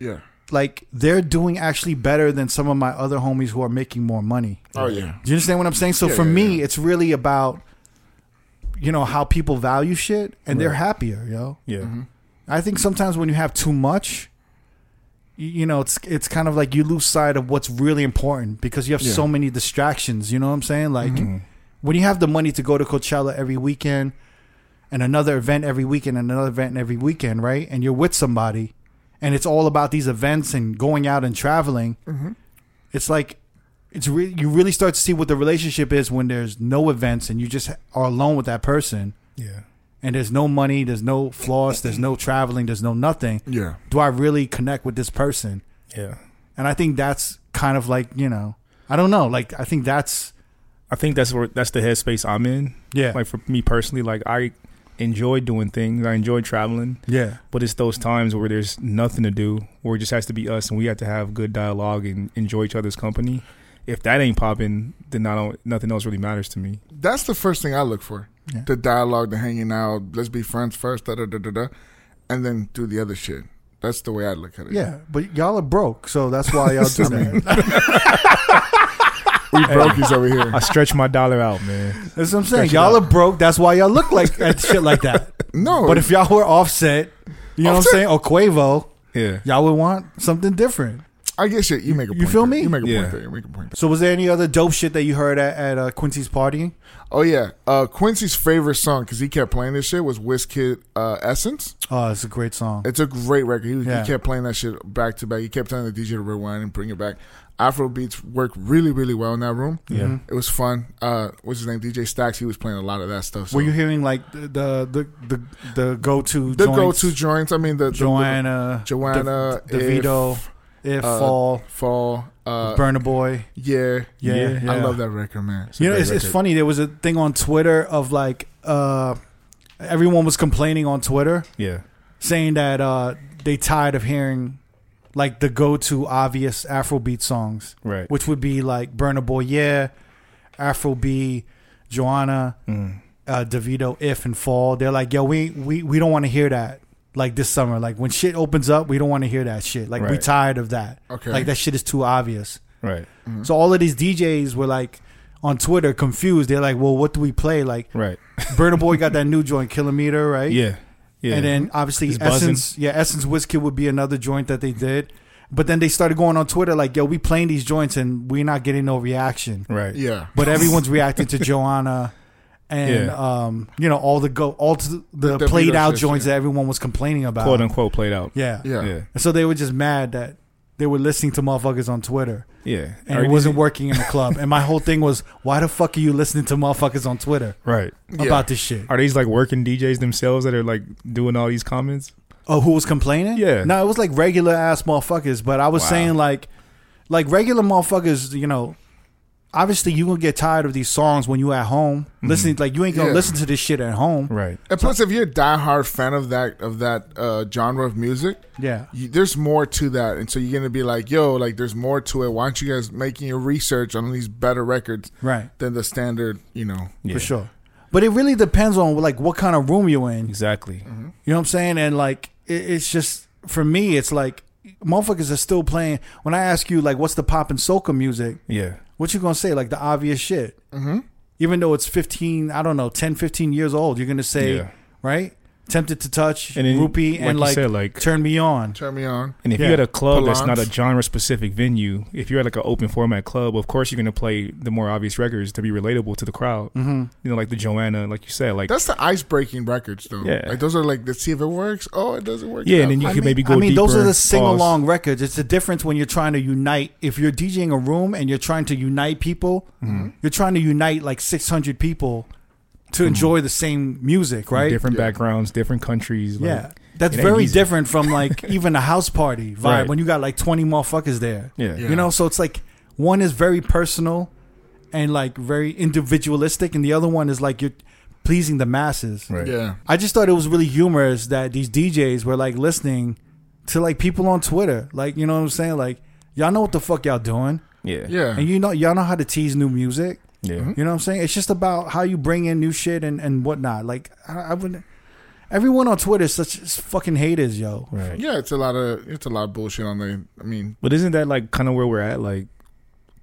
Speaker 3: Yeah.
Speaker 1: like they're doing actually better than some of my other homies who are making more money.
Speaker 3: Oh yeah.
Speaker 1: Do you understand what I'm saying? So for
Speaker 3: yeah,
Speaker 1: me, it's really about you know how people value shit and they're happier, yo.
Speaker 2: yeah.
Speaker 1: I think sometimes when you have too much, you, you know, it's it's kind of like you lose sight of what's really important because you have so many distractions, you know what I'm saying? Like when you have the money to go to Coachella every weekend and another event every weekend and another event every weekend, right? And you're with somebody and it's all about these events and going out and traveling. It's like it's re- you really start to see what the relationship is when there's no events and you just are alone with that person
Speaker 2: Yeah.
Speaker 1: and there's no money, there's no floss, there's no traveling, there's no nothing.
Speaker 3: Yeah.
Speaker 1: Do I really connect with this person?
Speaker 2: Yeah.
Speaker 1: And I think that's kind of like, you know, I don't know. Like, I think that's,
Speaker 2: I think that's where that's the headspace I'm in.
Speaker 1: Yeah.
Speaker 2: Like for me personally, like I enjoy doing things. I enjoy traveling.
Speaker 1: yeah.
Speaker 2: But it's those times where there's nothing to do, where it just has to be us and we have to have good dialogue and enjoy each other's company. If that ain't popping, then I don't nothing else really matters to me.
Speaker 3: That's the first thing I look for. The dialogue, the hanging out, let's be friends first, da da da da da, and then do the other shit. That's the way I look at it.
Speaker 1: Yeah. But y'all are broke. So that's why y'all do that.
Speaker 3: we brokies over here.
Speaker 2: I stretch my dollar out, man.
Speaker 1: That's what I'm saying.
Speaker 2: Stretch it
Speaker 1: Y'all are
Speaker 2: out.
Speaker 1: broke. That's why y'all look like at shit like that.
Speaker 3: No,
Speaker 1: But if y'all were offset, you know what I'm
Speaker 3: Offset?
Speaker 1: saying? Or Quavo,
Speaker 2: Yeah.
Speaker 1: y'all would want something different.
Speaker 3: I guess you, you make a
Speaker 1: You
Speaker 3: point.
Speaker 1: feel
Speaker 3: there.
Speaker 1: me?
Speaker 3: You make a
Speaker 2: Yeah.
Speaker 3: point there. You make a point there.
Speaker 1: So was there any other dope shit that you heard at, at uh, Quincy's party?
Speaker 3: Oh yeah, uh, Quincy's favorite song because he kept playing this shit was Wizkid uh, Essence.
Speaker 1: Oh, it's a great song.
Speaker 3: It's a great record. He, was
Speaker 1: Yeah.
Speaker 3: he kept playing that shit back to back. He kept telling the DJ to rewind and bring it back. Afro beats worked really really well in that room.
Speaker 1: Mm-hmm.
Speaker 2: Yeah.
Speaker 3: it was fun. Uh, what's his name? DJ Stacks. He was playing a lot of that stuff. So.
Speaker 1: Were you hearing like the the the the, the go to
Speaker 3: the go to joints? I mean the, the
Speaker 1: Joanna
Speaker 3: Joanna,
Speaker 1: Da- DeVito, If,
Speaker 3: uh,
Speaker 1: Fall,
Speaker 3: Fall. Uh,
Speaker 1: Burner Boy.
Speaker 3: yeah,
Speaker 1: Yeah,
Speaker 3: I
Speaker 1: yeah.
Speaker 3: love that record, man.
Speaker 1: you know, it's, it's funny. There was a thing on Twitter of like uh, everyone was complaining on Twitter
Speaker 2: Yeah.
Speaker 1: saying that uh, they tired of hearing like the go to obvious Afrobeat songs,
Speaker 2: Right.
Speaker 1: Which would be like Burner Boy, yeah, Afrobeat, Joanna,
Speaker 2: Mm.
Speaker 1: uh, Devito, If and Fall. They're like, yo, we we we don't want to hear that. Like this summer, like when shit opens up, we don't want to hear that shit. Like we
Speaker 2: Right.
Speaker 1: tired of that.
Speaker 3: Okay.
Speaker 1: like that shit is too obvious.
Speaker 2: Right.
Speaker 1: So all of these DJs were like on Twitter confused. They're like, well, what do we play? Like
Speaker 2: Right.
Speaker 1: Burner Boy got that new joint, Kilometer, right?
Speaker 2: Yeah. Yeah.
Speaker 1: And then obviously
Speaker 2: It's buzzing.
Speaker 1: Essence, yeah, Essence Whiskey would be another joint that they did. But then they started going on Twitter like, "Yo, we playing these joints and we're not getting no reaction."
Speaker 2: Right.
Speaker 3: Yeah.
Speaker 1: But everyone's reacting to Joanna, and
Speaker 2: Yeah.
Speaker 1: um, you know all the go all to the,
Speaker 3: The
Speaker 1: played out
Speaker 3: Beatles,
Speaker 1: joints
Speaker 3: yeah.
Speaker 1: that everyone was complaining about.
Speaker 2: Quote unquote played out.
Speaker 1: Yeah.
Speaker 3: Yeah.
Speaker 2: Yeah.
Speaker 1: And so they were just mad that they were listening to motherfuckers on Twitter
Speaker 2: Yeah.
Speaker 1: and
Speaker 2: Or
Speaker 1: it wasn't working in the club. and my whole thing was, why the fuck are you listening to motherfuckers on Twitter
Speaker 2: Right.
Speaker 3: Yeah.
Speaker 1: about this shit?
Speaker 2: Are these like working DJs themselves that are like doing all these comments?
Speaker 1: Oh, who was complaining?
Speaker 2: Yeah.
Speaker 1: No, it was like regular ass motherfuckers. But I was saying like, like regular motherfuckers. You know, obviously you gonna get tired of these songs when you at home listening. Like you ain't gonna
Speaker 3: Yeah.
Speaker 1: listen to this shit at home.
Speaker 2: Mm-hmm. Right.
Speaker 3: And plus, if you're a diehard fan of that of that uh, genre of music,
Speaker 1: Yeah.
Speaker 3: you, there's more to that, and so you're gonna be like, "Yo, like, there's more to it. Why aren't you guys making your research on these better records,
Speaker 1: Right.
Speaker 3: Than the standard, you know?
Speaker 2: Yeah.
Speaker 1: For sure. But it really depends on like what kind of room you're in.
Speaker 2: Exactly.
Speaker 1: You know what I'm saying? And like, it, it's just for me, it's like motherfuckers are still playing. When I ask you like, what's the pop and soca music?
Speaker 2: Yeah.
Speaker 1: What you gonna say? Like the obvious shit. Mm-hmm. Even though it's 15, I don't know, 10, 15 years old, you're gonna say,
Speaker 2: Yeah.
Speaker 1: right? Tempted to touch,
Speaker 2: And then,
Speaker 1: rupee, and
Speaker 2: like
Speaker 1: like,
Speaker 2: you said, like-
Speaker 1: turn me on.
Speaker 3: Turn me on.
Speaker 2: And if
Speaker 1: Yeah.
Speaker 2: you're at a club that's not
Speaker 3: Palance.
Speaker 2: a genre specific venue, if you're at like an open format club, of course you're gonna play the more obvious records to be relatable to the crowd. Mm-hmm. You know, like the Joanna, like you said, like
Speaker 3: That's the ice breaking records, though.
Speaker 2: Yeah.
Speaker 3: Like those are like, let's see if it works. Oh, it doesn't work.
Speaker 2: yeah,
Speaker 3: Enough.
Speaker 2: and then you
Speaker 1: I
Speaker 2: can
Speaker 1: mean,
Speaker 2: maybe go.
Speaker 1: I mean, those
Speaker 2: deeper,
Speaker 1: are the
Speaker 2: pause.
Speaker 1: sing along records. It's the difference when you're trying to unite. If you're DJing a room and you're trying to unite people,
Speaker 2: Mm-hmm.
Speaker 1: you're trying to unite like 600 people to enjoy the same music,
Speaker 2: from
Speaker 1: right?
Speaker 2: Different backgrounds, different countries. Like,
Speaker 1: yeah. That's
Speaker 2: it ain't
Speaker 1: very
Speaker 2: easy.
Speaker 1: different from like even a house party vibe
Speaker 2: Right.
Speaker 1: when you got like 20 motherfuckers there.
Speaker 2: Yeah.
Speaker 1: You know, so it's like one is very personal and like very individualistic, and the other one is like you're pleasing the masses.
Speaker 2: Right.
Speaker 3: Yeah.
Speaker 1: I just thought it was really humorous that these DJs were like listening to like people on Twitter. Like, you know what I'm saying? Like, y'all know what the fuck y'all doing.
Speaker 2: Yeah.
Speaker 3: Yeah.
Speaker 1: And you know y'all know how to tease new music.
Speaker 2: Yeah.
Speaker 1: You know what I'm saying? It's just about how you bring in new shit and, and whatnot. Like I, I wouldn't everyone on Twitter is such is fucking haters, yo.
Speaker 2: Right.
Speaker 3: yeah, it's a lot of it's a lot of bullshit on the. I mean,
Speaker 2: But isn't that like kind of where we're at? Like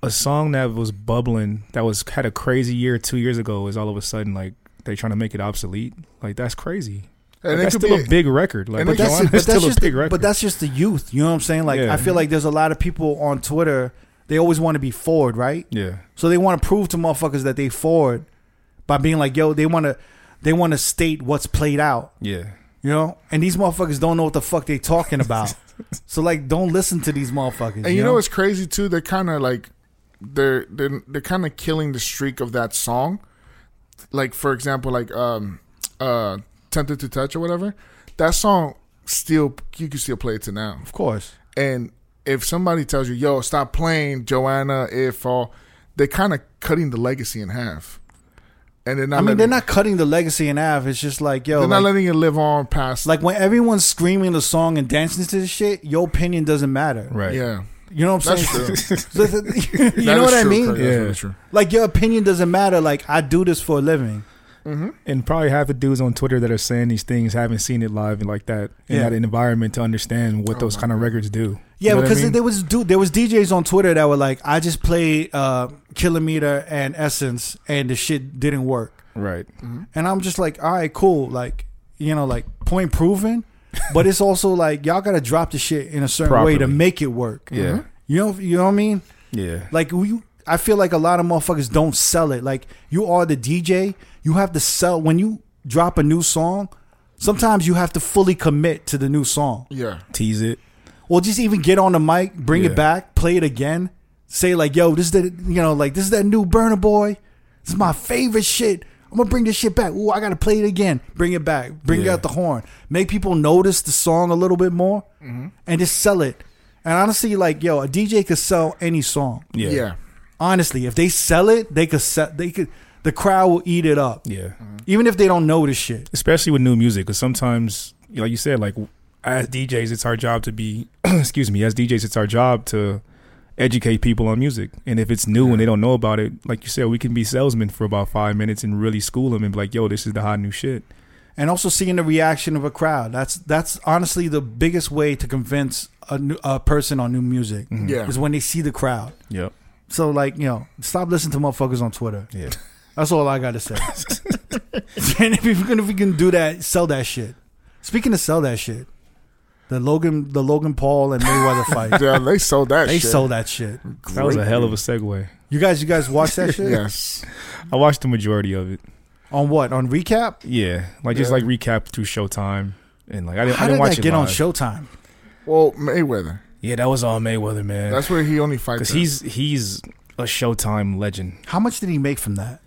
Speaker 2: a song that was bubbling, that was had a crazy year two years ago, is all of a sudden like they trying to make it obsolete. Like that's crazy.
Speaker 3: and
Speaker 2: Like, that's
Speaker 3: it could
Speaker 2: still
Speaker 3: be
Speaker 2: a big record. Like
Speaker 3: and
Speaker 2: but
Speaker 3: it
Speaker 1: But that's,
Speaker 2: that's,
Speaker 1: but, that's
Speaker 2: still
Speaker 1: just
Speaker 2: a big
Speaker 1: the,
Speaker 2: record.
Speaker 1: but that's just the youth. You know what I'm saying? Like
Speaker 2: Yeah.
Speaker 1: I feel like there's a lot of people on Twitter, they always want to be forward, right?
Speaker 2: yeah.
Speaker 1: So they want to prove to motherfuckers that they forward by being like, yo, they want to they want to state what's played out,
Speaker 2: Yeah.
Speaker 1: you know? And these motherfuckers don't know what the fuck they talking about. so like don't listen to these motherfuckers.
Speaker 3: And you know what's crazy too? They're kind of like they're they're they're kind of killing the streak of that song. Like for example, like um uh "Tempted to Touch" or whatever. That song still you can still play it to now.
Speaker 1: of course.
Speaker 3: And if somebody tells you, "Yo, stop playing Joanna," if all, they're kind of cutting the legacy in half. And they're not.
Speaker 1: I mean,
Speaker 3: letting-
Speaker 1: they're not cutting the legacy in half. It's just like, yo,
Speaker 3: They're
Speaker 1: like,
Speaker 3: not letting it live on past.
Speaker 1: like when everyone's screaming the song and dancing to this shit, your opinion doesn't matter.
Speaker 2: Right.
Speaker 3: yeah,
Speaker 1: You know what I'm
Speaker 3: That's
Speaker 1: saying? you
Speaker 3: That
Speaker 1: know
Speaker 3: is
Speaker 1: what I
Speaker 3: true,
Speaker 1: mean?
Speaker 3: Kurt. That's
Speaker 2: Yeah.
Speaker 3: really true.
Speaker 1: Like your opinion doesn't matter. Like I do this for a living.
Speaker 2: And probably half the dudes on Twitter that are saying these things haven't seen it live and like that in
Speaker 1: Yeah.
Speaker 2: that environment to understand what those kind of records do.
Speaker 1: Yeah,
Speaker 2: You know what I
Speaker 1: because
Speaker 2: mean?
Speaker 1: there was dude, there was DJs on Twitter that were like, I just played uh, Kilometer and Essence, and the shit didn't work.
Speaker 2: right.
Speaker 1: And I'm just like, all right, cool. Like, you know, like point proven. But it's also like y'all gotta drop the shit in a certain way to
Speaker 2: Properly.
Speaker 1: make it work.
Speaker 2: Yeah.
Speaker 1: You know, you know what I mean?
Speaker 2: Yeah.
Speaker 1: Like you, I feel like a lot of motherfuckers don't sell it. Like you are the DJ, you have to sell when you drop a new song. Sometimes you have to fully commit to the new song,
Speaker 3: Yeah,
Speaker 2: Tease it.
Speaker 1: or just even get on the mic, bring
Speaker 2: Yeah.
Speaker 1: it back, play it again, say like, "Yo, this is the you know like this is that new Burner Boy. This is my favorite shit. I'm gonna bring this shit back. Ooh, I gotta play it again. Bring it back. Bring
Speaker 2: Yeah.
Speaker 1: out the horn. Make people notice the song a little bit more,
Speaker 2: Mm-hmm.
Speaker 1: and just sell it." And honestly, like, yo, a DJ could sell any song
Speaker 2: Yeah.
Speaker 3: yeah.
Speaker 1: honestly, if they sell it, they could sell. They could. The crowd will eat it up,
Speaker 2: Yeah.
Speaker 1: even if they don't know the shit.
Speaker 2: especially with new music because sometimes like you said like as djs it's our job to be excuse me as djs it's our job to educate people on music and if it's new and they don't know about it like you said we can be salesmen for about five minutes and really school them and be like yo this is the hot new shit
Speaker 1: And also seeing the reaction of a crowd. That's that's honestly the biggest way to convince a, new, a person on new music.
Speaker 3: Yeah.
Speaker 1: is when they see the crowd.
Speaker 2: yep
Speaker 1: So like you know, stop listening to motherfuckers on Twitter.
Speaker 2: yeah
Speaker 1: That's all I gotta say. and if we can, if we can do that, sell that shit. Speaking of sell that shit, The Logan, the Logan Paul and Mayweather fight.
Speaker 3: Yeah, they sold that.
Speaker 1: They
Speaker 3: shit.
Speaker 1: sold that shit.
Speaker 2: That was a
Speaker 3: Great
Speaker 2: hell of a
Speaker 3: movie.
Speaker 2: segue.
Speaker 1: You guys, you guys watched that shit
Speaker 3: Yes,
Speaker 2: I watched the majority of it.
Speaker 1: on what? On recap?
Speaker 2: Yeah, like just
Speaker 3: Yeah.
Speaker 2: like recap through Showtime and like I didn't,
Speaker 1: How
Speaker 2: I
Speaker 1: did
Speaker 2: didn't watch
Speaker 1: that
Speaker 2: it
Speaker 1: get on
Speaker 2: live.
Speaker 1: Showtime?
Speaker 3: well Mayweather.
Speaker 2: Yeah, that was all Mayweather, man.
Speaker 3: That's where he only fights.
Speaker 2: Because
Speaker 3: at.
Speaker 2: he's he's a Showtime legend.
Speaker 1: How much did he make from that?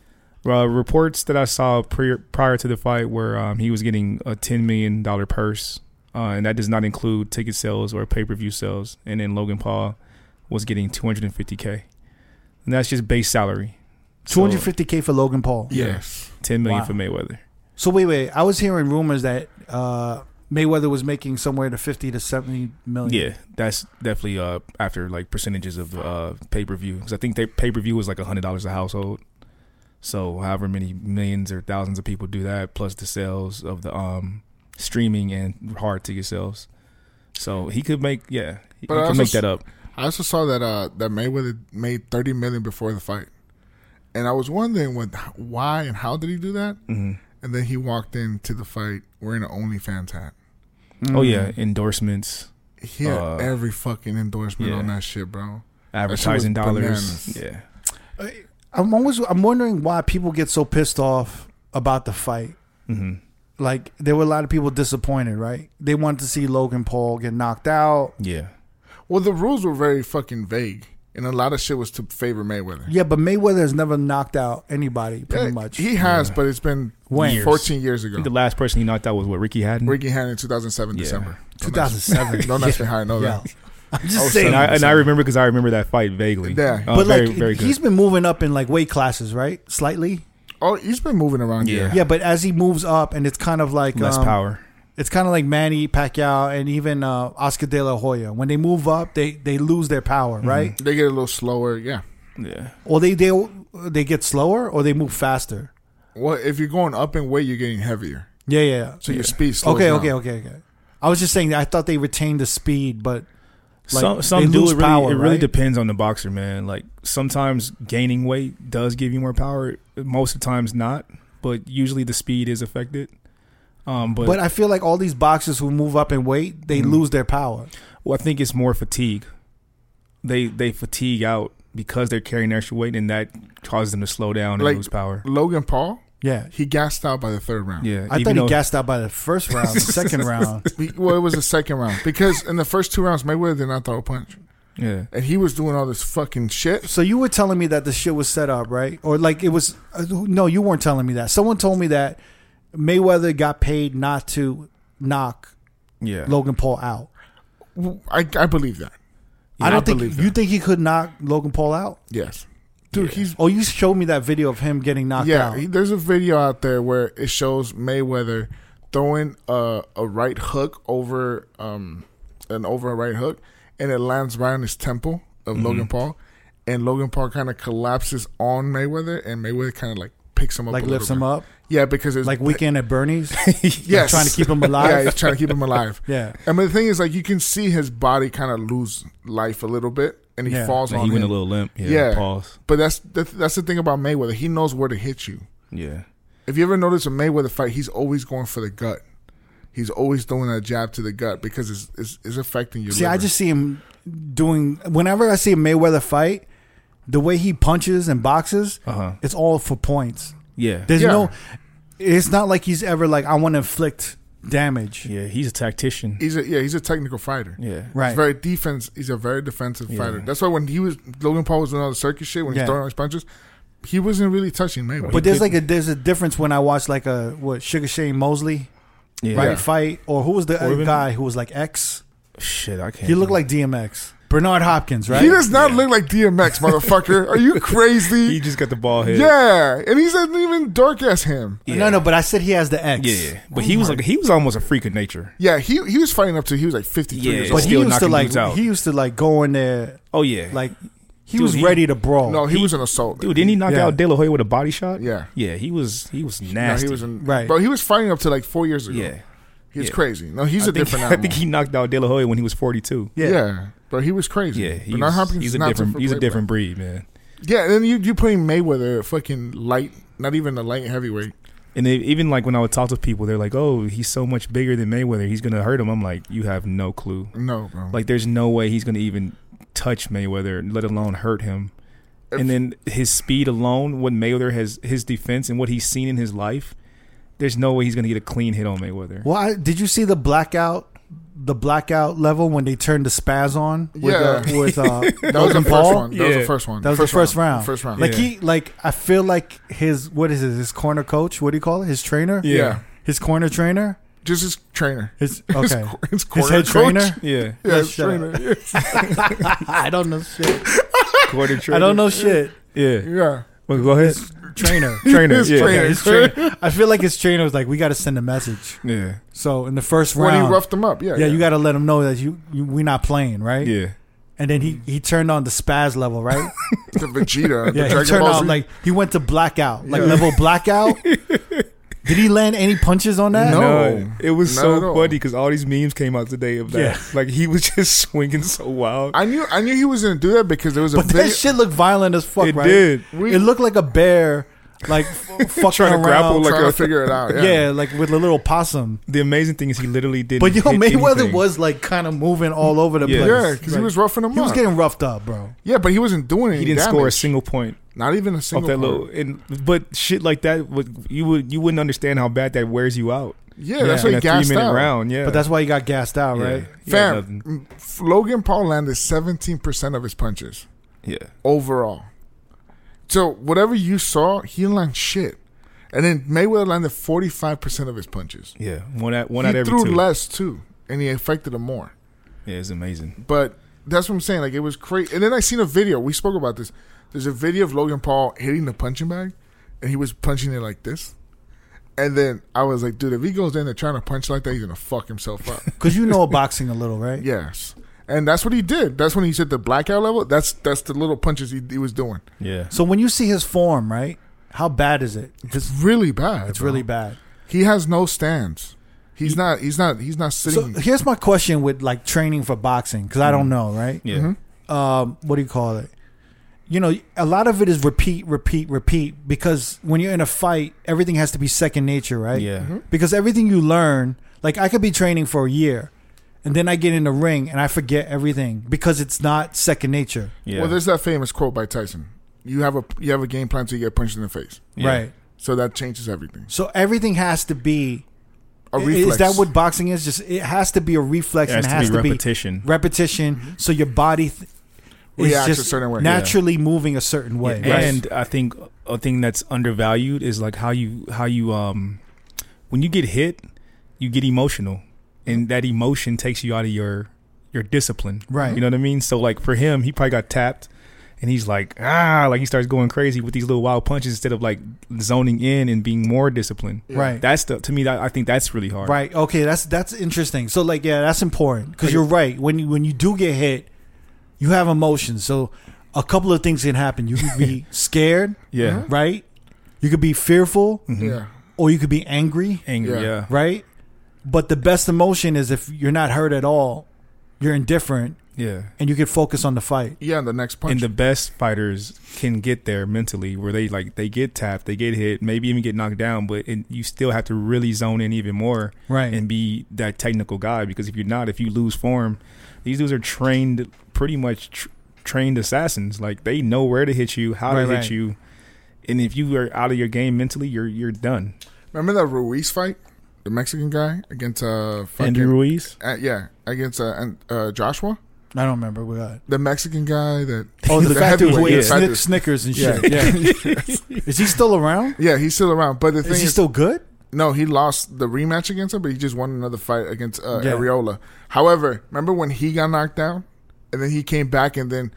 Speaker 2: Uh, reports that I saw prior prior to the fight where um, he was getting a ten million dollar purse, uh, and that does not include ticket sales or pay per view sales. And then Logan Paul was getting two hundred and fifty k, and that's just base salary. So,
Speaker 1: Two hundred fifty k for Logan Paul.
Speaker 3: yes.
Speaker 2: ten million
Speaker 1: Wow.
Speaker 2: for Mayweather.
Speaker 1: So wait, wait. I was hearing rumors that uh, Mayweather was making somewhere to fifty to seventy million.
Speaker 2: Yeah, that's definitely uh, after like percentages of uh, pay per view because I think pay per view was like hundred dollars a household. So however many millions or thousands of people do that, plus the sales of the um, streaming and hard ticket sales. So he could make yeah, he,
Speaker 3: But I
Speaker 2: he could
Speaker 3: also
Speaker 2: make that up.
Speaker 3: I also saw that uh that Mayweather made thirty million before the fight, and I was wondering what, why, and how did he do that? Mm-hmm. And then he walked into the fight wearing an OnlyFans hat.
Speaker 2: Oh
Speaker 3: Mm.
Speaker 2: yeah, endorsements,
Speaker 3: He had
Speaker 2: Uh,
Speaker 3: every fucking endorsement
Speaker 2: yeah.
Speaker 3: on that shit, bro.
Speaker 2: advertising
Speaker 3: was
Speaker 2: dollars.
Speaker 3: bananas.
Speaker 2: Yeah,
Speaker 1: I'm always I'm wondering why people get so pissed off about the fight.
Speaker 2: hmm
Speaker 1: Like there were a lot of people disappointed, right? They wanted to see Logan Paul get knocked out.
Speaker 2: yeah.
Speaker 3: Well, the rules were very fucking vague, and a lot of shit was to favor Mayweather.
Speaker 1: Yeah, but Mayweather has never knocked out anybody, pretty
Speaker 3: Yeah,
Speaker 1: much.
Speaker 3: he has, but it's been
Speaker 1: When?
Speaker 3: fourteen years ago.
Speaker 2: I think the last person he knocked out was what Ricky Haddon.
Speaker 3: Ricky had in two thousand seven December. Don't ask-
Speaker 1: 2007.
Speaker 3: Don't ask me how I know
Speaker 1: yeah.
Speaker 3: that.
Speaker 1: I'm just
Speaker 3: Oh,
Speaker 1: saying.
Speaker 2: and I, and I remember because I remember that fight vaguely.
Speaker 3: Yeah.
Speaker 2: Uh,
Speaker 1: but
Speaker 2: very,
Speaker 1: like
Speaker 2: very good.
Speaker 1: he's been moving up in like weight classes, right? Slightly.
Speaker 3: Oh, he's been moving around.
Speaker 2: Yeah.
Speaker 3: Yeah,
Speaker 1: Yeah, but as he moves up, and it's kind of like
Speaker 2: less
Speaker 1: um,
Speaker 2: power.
Speaker 1: It's kind of like Manny Pacquiao and even uh, Oscar De La Hoya. When they move up, they they lose their power,
Speaker 2: Mm-hmm.
Speaker 1: right?
Speaker 3: they get a little slower. Yeah.
Speaker 2: Yeah.
Speaker 1: Or they they they get slower, or they move faster.
Speaker 3: Well, if you're going up in weight, you're getting heavier.
Speaker 1: Yeah, yeah.
Speaker 3: So your speed slows
Speaker 1: Okay,
Speaker 3: down.
Speaker 1: okay, okay, okay. I was just saying that I thought they retained the speed, but like,
Speaker 2: some some
Speaker 1: they
Speaker 2: do
Speaker 1: lose
Speaker 2: it really,
Speaker 1: power,
Speaker 2: it really
Speaker 1: right?
Speaker 2: depends on the boxer, man. Like sometimes gaining weight does give you more power. Most of the times not, but usually the speed is affected. Um, but,
Speaker 1: but I feel like all these boxers who move up in weight,
Speaker 2: Mm-hmm.
Speaker 1: they lose their power.
Speaker 2: well, I think it's more fatigue. They they fatigue out because they're carrying extra weight, and that causes them to slow down and
Speaker 3: Like-
Speaker 2: lose power.
Speaker 3: Logan Paul,
Speaker 1: Yeah.
Speaker 3: he gassed out by the third round.
Speaker 2: Yeah,
Speaker 1: I
Speaker 2: even
Speaker 1: thought
Speaker 2: though-
Speaker 1: he gassed out by the first round, the second round.
Speaker 3: He- well, it was the second round because in the first two rounds, Mayweather did not throw a punch,
Speaker 2: Yeah,
Speaker 3: and he was doing all this fucking shit.
Speaker 1: So you were telling me that the shit was set up, right? Or like it was? uh, No, you weren't telling me that. Someone told me that Mayweather got paid not to knock
Speaker 2: yeah.
Speaker 1: Logan Paul out.
Speaker 3: I, I believe that.
Speaker 1: I don't
Speaker 2: I
Speaker 1: think
Speaker 2: believe
Speaker 1: you think he could knock Logan Paul out,
Speaker 3: Yes, dude, he's
Speaker 1: Oh, you showed me that video of him getting knocked
Speaker 3: yeah.
Speaker 1: out.
Speaker 3: He, there's a video out there where it shows Mayweather throwing a, a right hook over um an over a right hook, and it lands right on his temple of
Speaker 1: Mm-hmm.
Speaker 3: Logan Paul, and Logan Paul kind of collapses on Mayweather, and Mayweather kind of like picks him up,
Speaker 1: like
Speaker 3: a
Speaker 1: lifts
Speaker 3: little
Speaker 1: him
Speaker 3: bit.
Speaker 1: up,
Speaker 3: Yeah, because it's
Speaker 1: like weekend at Bernie's.
Speaker 3: yes.
Speaker 1: trying to keep him
Speaker 3: Yeah,
Speaker 1: alive.
Speaker 3: he's trying to keep him alive.
Speaker 1: Yeah.
Speaker 3: I mean, the thing is, like, you can see his body kind of lose life a little bit, and he
Speaker 1: Yeah.
Speaker 3: falls
Speaker 2: Like,
Speaker 3: on
Speaker 2: he went
Speaker 3: him.
Speaker 2: a little limp. Yeah,
Speaker 3: Yeah.
Speaker 2: pause.
Speaker 3: But that's the, that's the thing about Mayweather. He knows where to hit you.
Speaker 2: Yeah,
Speaker 3: If you ever notice a Mayweather fight, he's always going for the gut. He's always throwing a jab to the gut because it's it's, it's affecting your.
Speaker 1: See, I
Speaker 3: liver.
Speaker 1: just see him doing. Whenever I see a Mayweather fight, the way he punches and boxes,
Speaker 2: Uh-huh.
Speaker 1: it's all for points.
Speaker 2: yeah,
Speaker 1: There's
Speaker 3: Yeah.
Speaker 1: no. It's not like he's ever like I want to inflict damage.
Speaker 2: yeah. He's a tactician.
Speaker 3: he's a, yeah he's a technical fighter.
Speaker 2: Yeah,
Speaker 1: Right.
Speaker 3: He's very defense. He's a very defensive fighter. That's why when he was Logan Paul was doing all the circus shit when
Speaker 1: Yeah.
Speaker 3: he's throwing all his punches, he wasn't really touching Mayweather.
Speaker 1: But there's like a there's a difference when I watch like a what Sugar Shane Mosley
Speaker 2: Yeah.
Speaker 1: right fight or who was the other
Speaker 2: even-
Speaker 1: guy who was like X?
Speaker 2: Shit, I can't.
Speaker 1: He looked like DMX. Bernard Hopkins, right?
Speaker 3: He does not look like DMX, motherfucker. Are you crazy?
Speaker 2: He just got the ball head.
Speaker 3: Yeah, and he's not even dark as him.
Speaker 1: No, no, but I said he has the X.
Speaker 2: Yeah,
Speaker 3: Oh
Speaker 2: but he was like he was almost a freak of nature.
Speaker 3: Yeah, he he was fighting up to he was like fifty three
Speaker 2: Yeah,
Speaker 3: years
Speaker 2: but
Speaker 1: But
Speaker 3: old.
Speaker 1: he
Speaker 2: Still
Speaker 1: used to
Speaker 2: knocking
Speaker 1: like
Speaker 2: dudes out.
Speaker 1: he used to like go in there
Speaker 2: Oh yeah,
Speaker 1: like he
Speaker 2: Dude,
Speaker 1: was
Speaker 2: he-
Speaker 1: ready to brawl.
Speaker 3: no, he,
Speaker 2: he-
Speaker 3: was an assault.
Speaker 2: dude, didn't he knock
Speaker 1: Yeah.
Speaker 2: out De La Hoya with a body shot?
Speaker 3: Yeah.
Speaker 2: yeah, he was he was
Speaker 3: No,
Speaker 2: nasty.
Speaker 3: he was an,
Speaker 1: Right.
Speaker 3: right, but he was fighting up to like four years ago.
Speaker 2: yeah.
Speaker 3: he was
Speaker 2: yeah.
Speaker 3: crazy. No, he's a
Speaker 2: I think,
Speaker 3: different
Speaker 2: I
Speaker 3: animal.
Speaker 2: think he knocked out De La Hoya when he was forty two.
Speaker 3: yeah.
Speaker 1: Yeah.
Speaker 3: but he was crazy.
Speaker 2: Yeah, he
Speaker 3: Bernard
Speaker 2: was-
Speaker 3: Hopkins
Speaker 2: he's
Speaker 3: is
Speaker 2: a
Speaker 3: not
Speaker 2: different
Speaker 3: to
Speaker 2: he's a
Speaker 3: play
Speaker 2: different breed, man.
Speaker 3: with. Yeah, and then you you putting Mayweather at fucking light, not even a light heavyweight.
Speaker 2: And they, even like when I would talk to people, they're like, "Oh, he's so much bigger than Mayweather. He's gonna hurt him." I'm like, "You have no clue.
Speaker 3: No, bro.
Speaker 2: Like, there's no way he's gonna even touch Mayweather, let alone hurt him." And then his speed alone, what Mayweather has, his defense and what he's seen in his life, there's no way he's gonna get a clean hit on Mayweather.
Speaker 1: Well, I, did you see the blackout? The blackout level when they turned the spaz on. With, uh,
Speaker 3: Yeah.
Speaker 1: with uh,
Speaker 3: that was the
Speaker 1: Logan
Speaker 3: first
Speaker 1: Paul?
Speaker 3: one. That was
Speaker 2: Yeah.
Speaker 3: the first one.
Speaker 1: That was the first round.
Speaker 3: First round.
Speaker 1: Like
Speaker 2: Yeah.
Speaker 1: he, like I feel like his what is it? His corner coach? What do you call it? His trainer?
Speaker 3: yeah.
Speaker 1: His corner trainer?
Speaker 3: Just his trainer.
Speaker 1: His okay.
Speaker 3: His
Speaker 1: His,
Speaker 3: cor- his corner
Speaker 1: head
Speaker 3: coach?
Speaker 1: trainer?
Speaker 2: Yeah,
Speaker 3: Yeah, his
Speaker 1: shut up.
Speaker 3: trainer. Yeah.
Speaker 1: I don't know shit.
Speaker 2: quarter
Speaker 1: I don't know shit.
Speaker 2: Yeah,
Speaker 3: yeah.
Speaker 2: well, go ahead.
Speaker 1: Trainer.
Speaker 2: Trainer,
Speaker 3: His
Speaker 2: yeah.
Speaker 3: trainer.
Speaker 1: Yeah, his trainer. I feel like his trainer was like, we got to send a message.
Speaker 2: yeah,
Speaker 1: So in the first
Speaker 3: When he
Speaker 1: round,
Speaker 3: roughed him up. Yeah.
Speaker 1: yeah, you got to let him know that you, you we not playing, right?
Speaker 2: yeah.
Speaker 1: And then he he turned on the spaz level, right?
Speaker 3: the Vegeta.
Speaker 1: Yeah, he
Speaker 3: the Dragon
Speaker 1: turned
Speaker 3: Ball
Speaker 1: on
Speaker 3: Z.
Speaker 1: like he went to blackout, like
Speaker 3: Yeah.
Speaker 1: level blackout. Did he land any punches on that?
Speaker 3: No.
Speaker 2: No, it was
Speaker 3: not
Speaker 2: so
Speaker 3: at all.
Speaker 2: funny because all these memes came out today of that.
Speaker 1: Yeah.
Speaker 2: Like he was just swinging so wild.
Speaker 3: I knew I knew he was gonna do that because there was a
Speaker 1: But
Speaker 3: video-
Speaker 1: that shit looked violent as fuck,
Speaker 2: It
Speaker 1: right?
Speaker 2: did.
Speaker 1: it looked like a bear, like f- fucking
Speaker 2: Trying to
Speaker 1: around.
Speaker 2: grapple, like-
Speaker 3: trying
Speaker 2: a-
Speaker 3: to figure it out.
Speaker 1: yeah. like with a little possum.
Speaker 2: the amazing thing is he literally didn't.
Speaker 1: But yo,
Speaker 2: hit
Speaker 1: Mayweather
Speaker 2: anything.
Speaker 1: was like kind of moving all over the
Speaker 2: Yeah.
Speaker 1: place.
Speaker 3: Yeah, because
Speaker 1: Like,
Speaker 3: he was roughing him
Speaker 1: he
Speaker 3: up.
Speaker 1: was getting roughed up, bro.
Speaker 3: yeah, but he wasn't doing
Speaker 2: He
Speaker 3: any
Speaker 2: didn't score a
Speaker 3: damage.
Speaker 2: single point
Speaker 3: Not even a
Speaker 2: off
Speaker 3: single.
Speaker 2: that
Speaker 3: point.
Speaker 2: little. And but shit like that, would, you would you wouldn't understand how bad that wears you out.
Speaker 3: Yeah, that's
Speaker 2: In
Speaker 3: what
Speaker 2: a three
Speaker 3: he gassed
Speaker 2: minute
Speaker 3: out.
Speaker 2: round. Yeah,
Speaker 1: But that's why he got gassed out,
Speaker 2: yeah.
Speaker 1: right?
Speaker 2: He had
Speaker 3: Fam,
Speaker 2: nothing.
Speaker 3: m- f- Logan Paul landed seventeen percent of his punches
Speaker 2: Yeah,
Speaker 3: overall. So whatever you saw, he landed shit, and then Mayweather landed forty five percent of his punches.
Speaker 2: yeah. One at one
Speaker 3: he
Speaker 2: out every
Speaker 3: threw
Speaker 2: two.
Speaker 3: less too, and he affected him more.
Speaker 2: Yeah, it's amazing.
Speaker 3: But that's what I'm saying. Like it was crazy. And then I seen a video. We spoke about this. There's a video of Logan Paul hitting the punching bag, and he was punching it like this. And then I was like, dude, if he goes in there trying to punch like that, he's gonna fuck himself up.
Speaker 1: Because you know boxing a little, right?
Speaker 3: yes. And that's what he did. That's when he said the blackout level. That's that's the little punches he, he was doing.
Speaker 2: Yeah,
Speaker 1: So when you see his form, right? How bad is it?
Speaker 3: It's really bad.
Speaker 1: It's really bad.
Speaker 3: He has no stands. He's not. He's not. He's not
Speaker 1: So
Speaker 3: sitting.
Speaker 1: here's my question with like training for boxing, because I
Speaker 2: Mm.
Speaker 1: don't know, right?
Speaker 2: yeah.
Speaker 1: um, what do you call it? You know, a lot of it is repeat, repeat, repeat. Because when you're in a fight, everything has to be second nature, right?
Speaker 2: Yeah.
Speaker 3: Mm-hmm.
Speaker 2: Mhm.
Speaker 1: Because everything you learn, like I could be training for a year, and then I get in the ring and I forget everything because it's not second nature,
Speaker 2: Yeah.
Speaker 3: Well, there's that famous quote by Tyson. You have a you have a game plan to get punched in the face.
Speaker 2: Yeah.
Speaker 1: right?
Speaker 3: So that changes everything.
Speaker 1: So everything has to be.
Speaker 3: A
Speaker 1: Is
Speaker 3: reflex.
Speaker 1: that what boxing is? Just it has to be a reflex.
Speaker 2: It has
Speaker 1: and
Speaker 2: to
Speaker 1: it has
Speaker 2: be
Speaker 1: to be
Speaker 2: repetition.
Speaker 1: repetition. So your body th- is
Speaker 3: Mm-hmm. Reacts a
Speaker 1: just
Speaker 3: certain way.
Speaker 1: naturally moving a certain way. right?
Speaker 2: And I think a thing that's undervalued is like how you how you um when you get hit, you get emotional, and that emotion takes you out of your your discipline.
Speaker 1: Right.
Speaker 2: You know what I mean? So like for him, he probably got tapped. And he's like, ah, like he starts going crazy with these little wild punches instead of like zoning in and being more disciplined.
Speaker 1: Right.
Speaker 2: That's the to me. That, I think that's really hard.
Speaker 1: Right. Okay. That's that's interesting. So like, yeah, that's important because you're right. When you when you do get hit, you have emotions. So a couple of things can happen. You could be scared.
Speaker 2: Yeah.
Speaker 1: Right. You could be fearful,
Speaker 3: Yeah.
Speaker 1: or you could be angry.
Speaker 2: Angry. Yeah.
Speaker 3: Mm-hmm. Yeah.
Speaker 1: Right. But the best emotion is if you're not hurt at all, you're indifferent,
Speaker 2: Yeah.
Speaker 1: and you can focus on the fight.
Speaker 3: Yeah, and the next punch.
Speaker 2: and the best fighters can get there mentally where they like they get tapped they get hit maybe even get knocked down but it, you still have to really zone in even more
Speaker 1: Right.
Speaker 2: and be that technical guy because if you're not if you lose form these dudes are trained pretty much tr- trained assassins like they know where to hit you how
Speaker 1: Right,
Speaker 2: to hit
Speaker 1: right.
Speaker 2: you and if you are out of your game mentally you're you're done
Speaker 3: Remember that Ruiz fight, the Mexican guy against uh fucking
Speaker 2: Andrew Ruiz
Speaker 3: uh, yeah against uh, and, uh Joshua,
Speaker 1: I don't remember what. I-
Speaker 3: the Mexican guy that
Speaker 1: Oh, the, fat dude who
Speaker 3: heavyweight,
Speaker 1: ate
Speaker 3: the fat
Speaker 1: Snick-
Speaker 3: dude.
Speaker 1: Snickers and shit. Yeah. is he still around?
Speaker 3: Yeah, he's still around, but the thing
Speaker 1: Is
Speaker 3: is,
Speaker 1: he still good?
Speaker 3: no, he lost the rematch against him, but he just won another fight against uh,
Speaker 1: Yeah.
Speaker 3: Areola. However, remember when he got knocked down, and then he came back, and then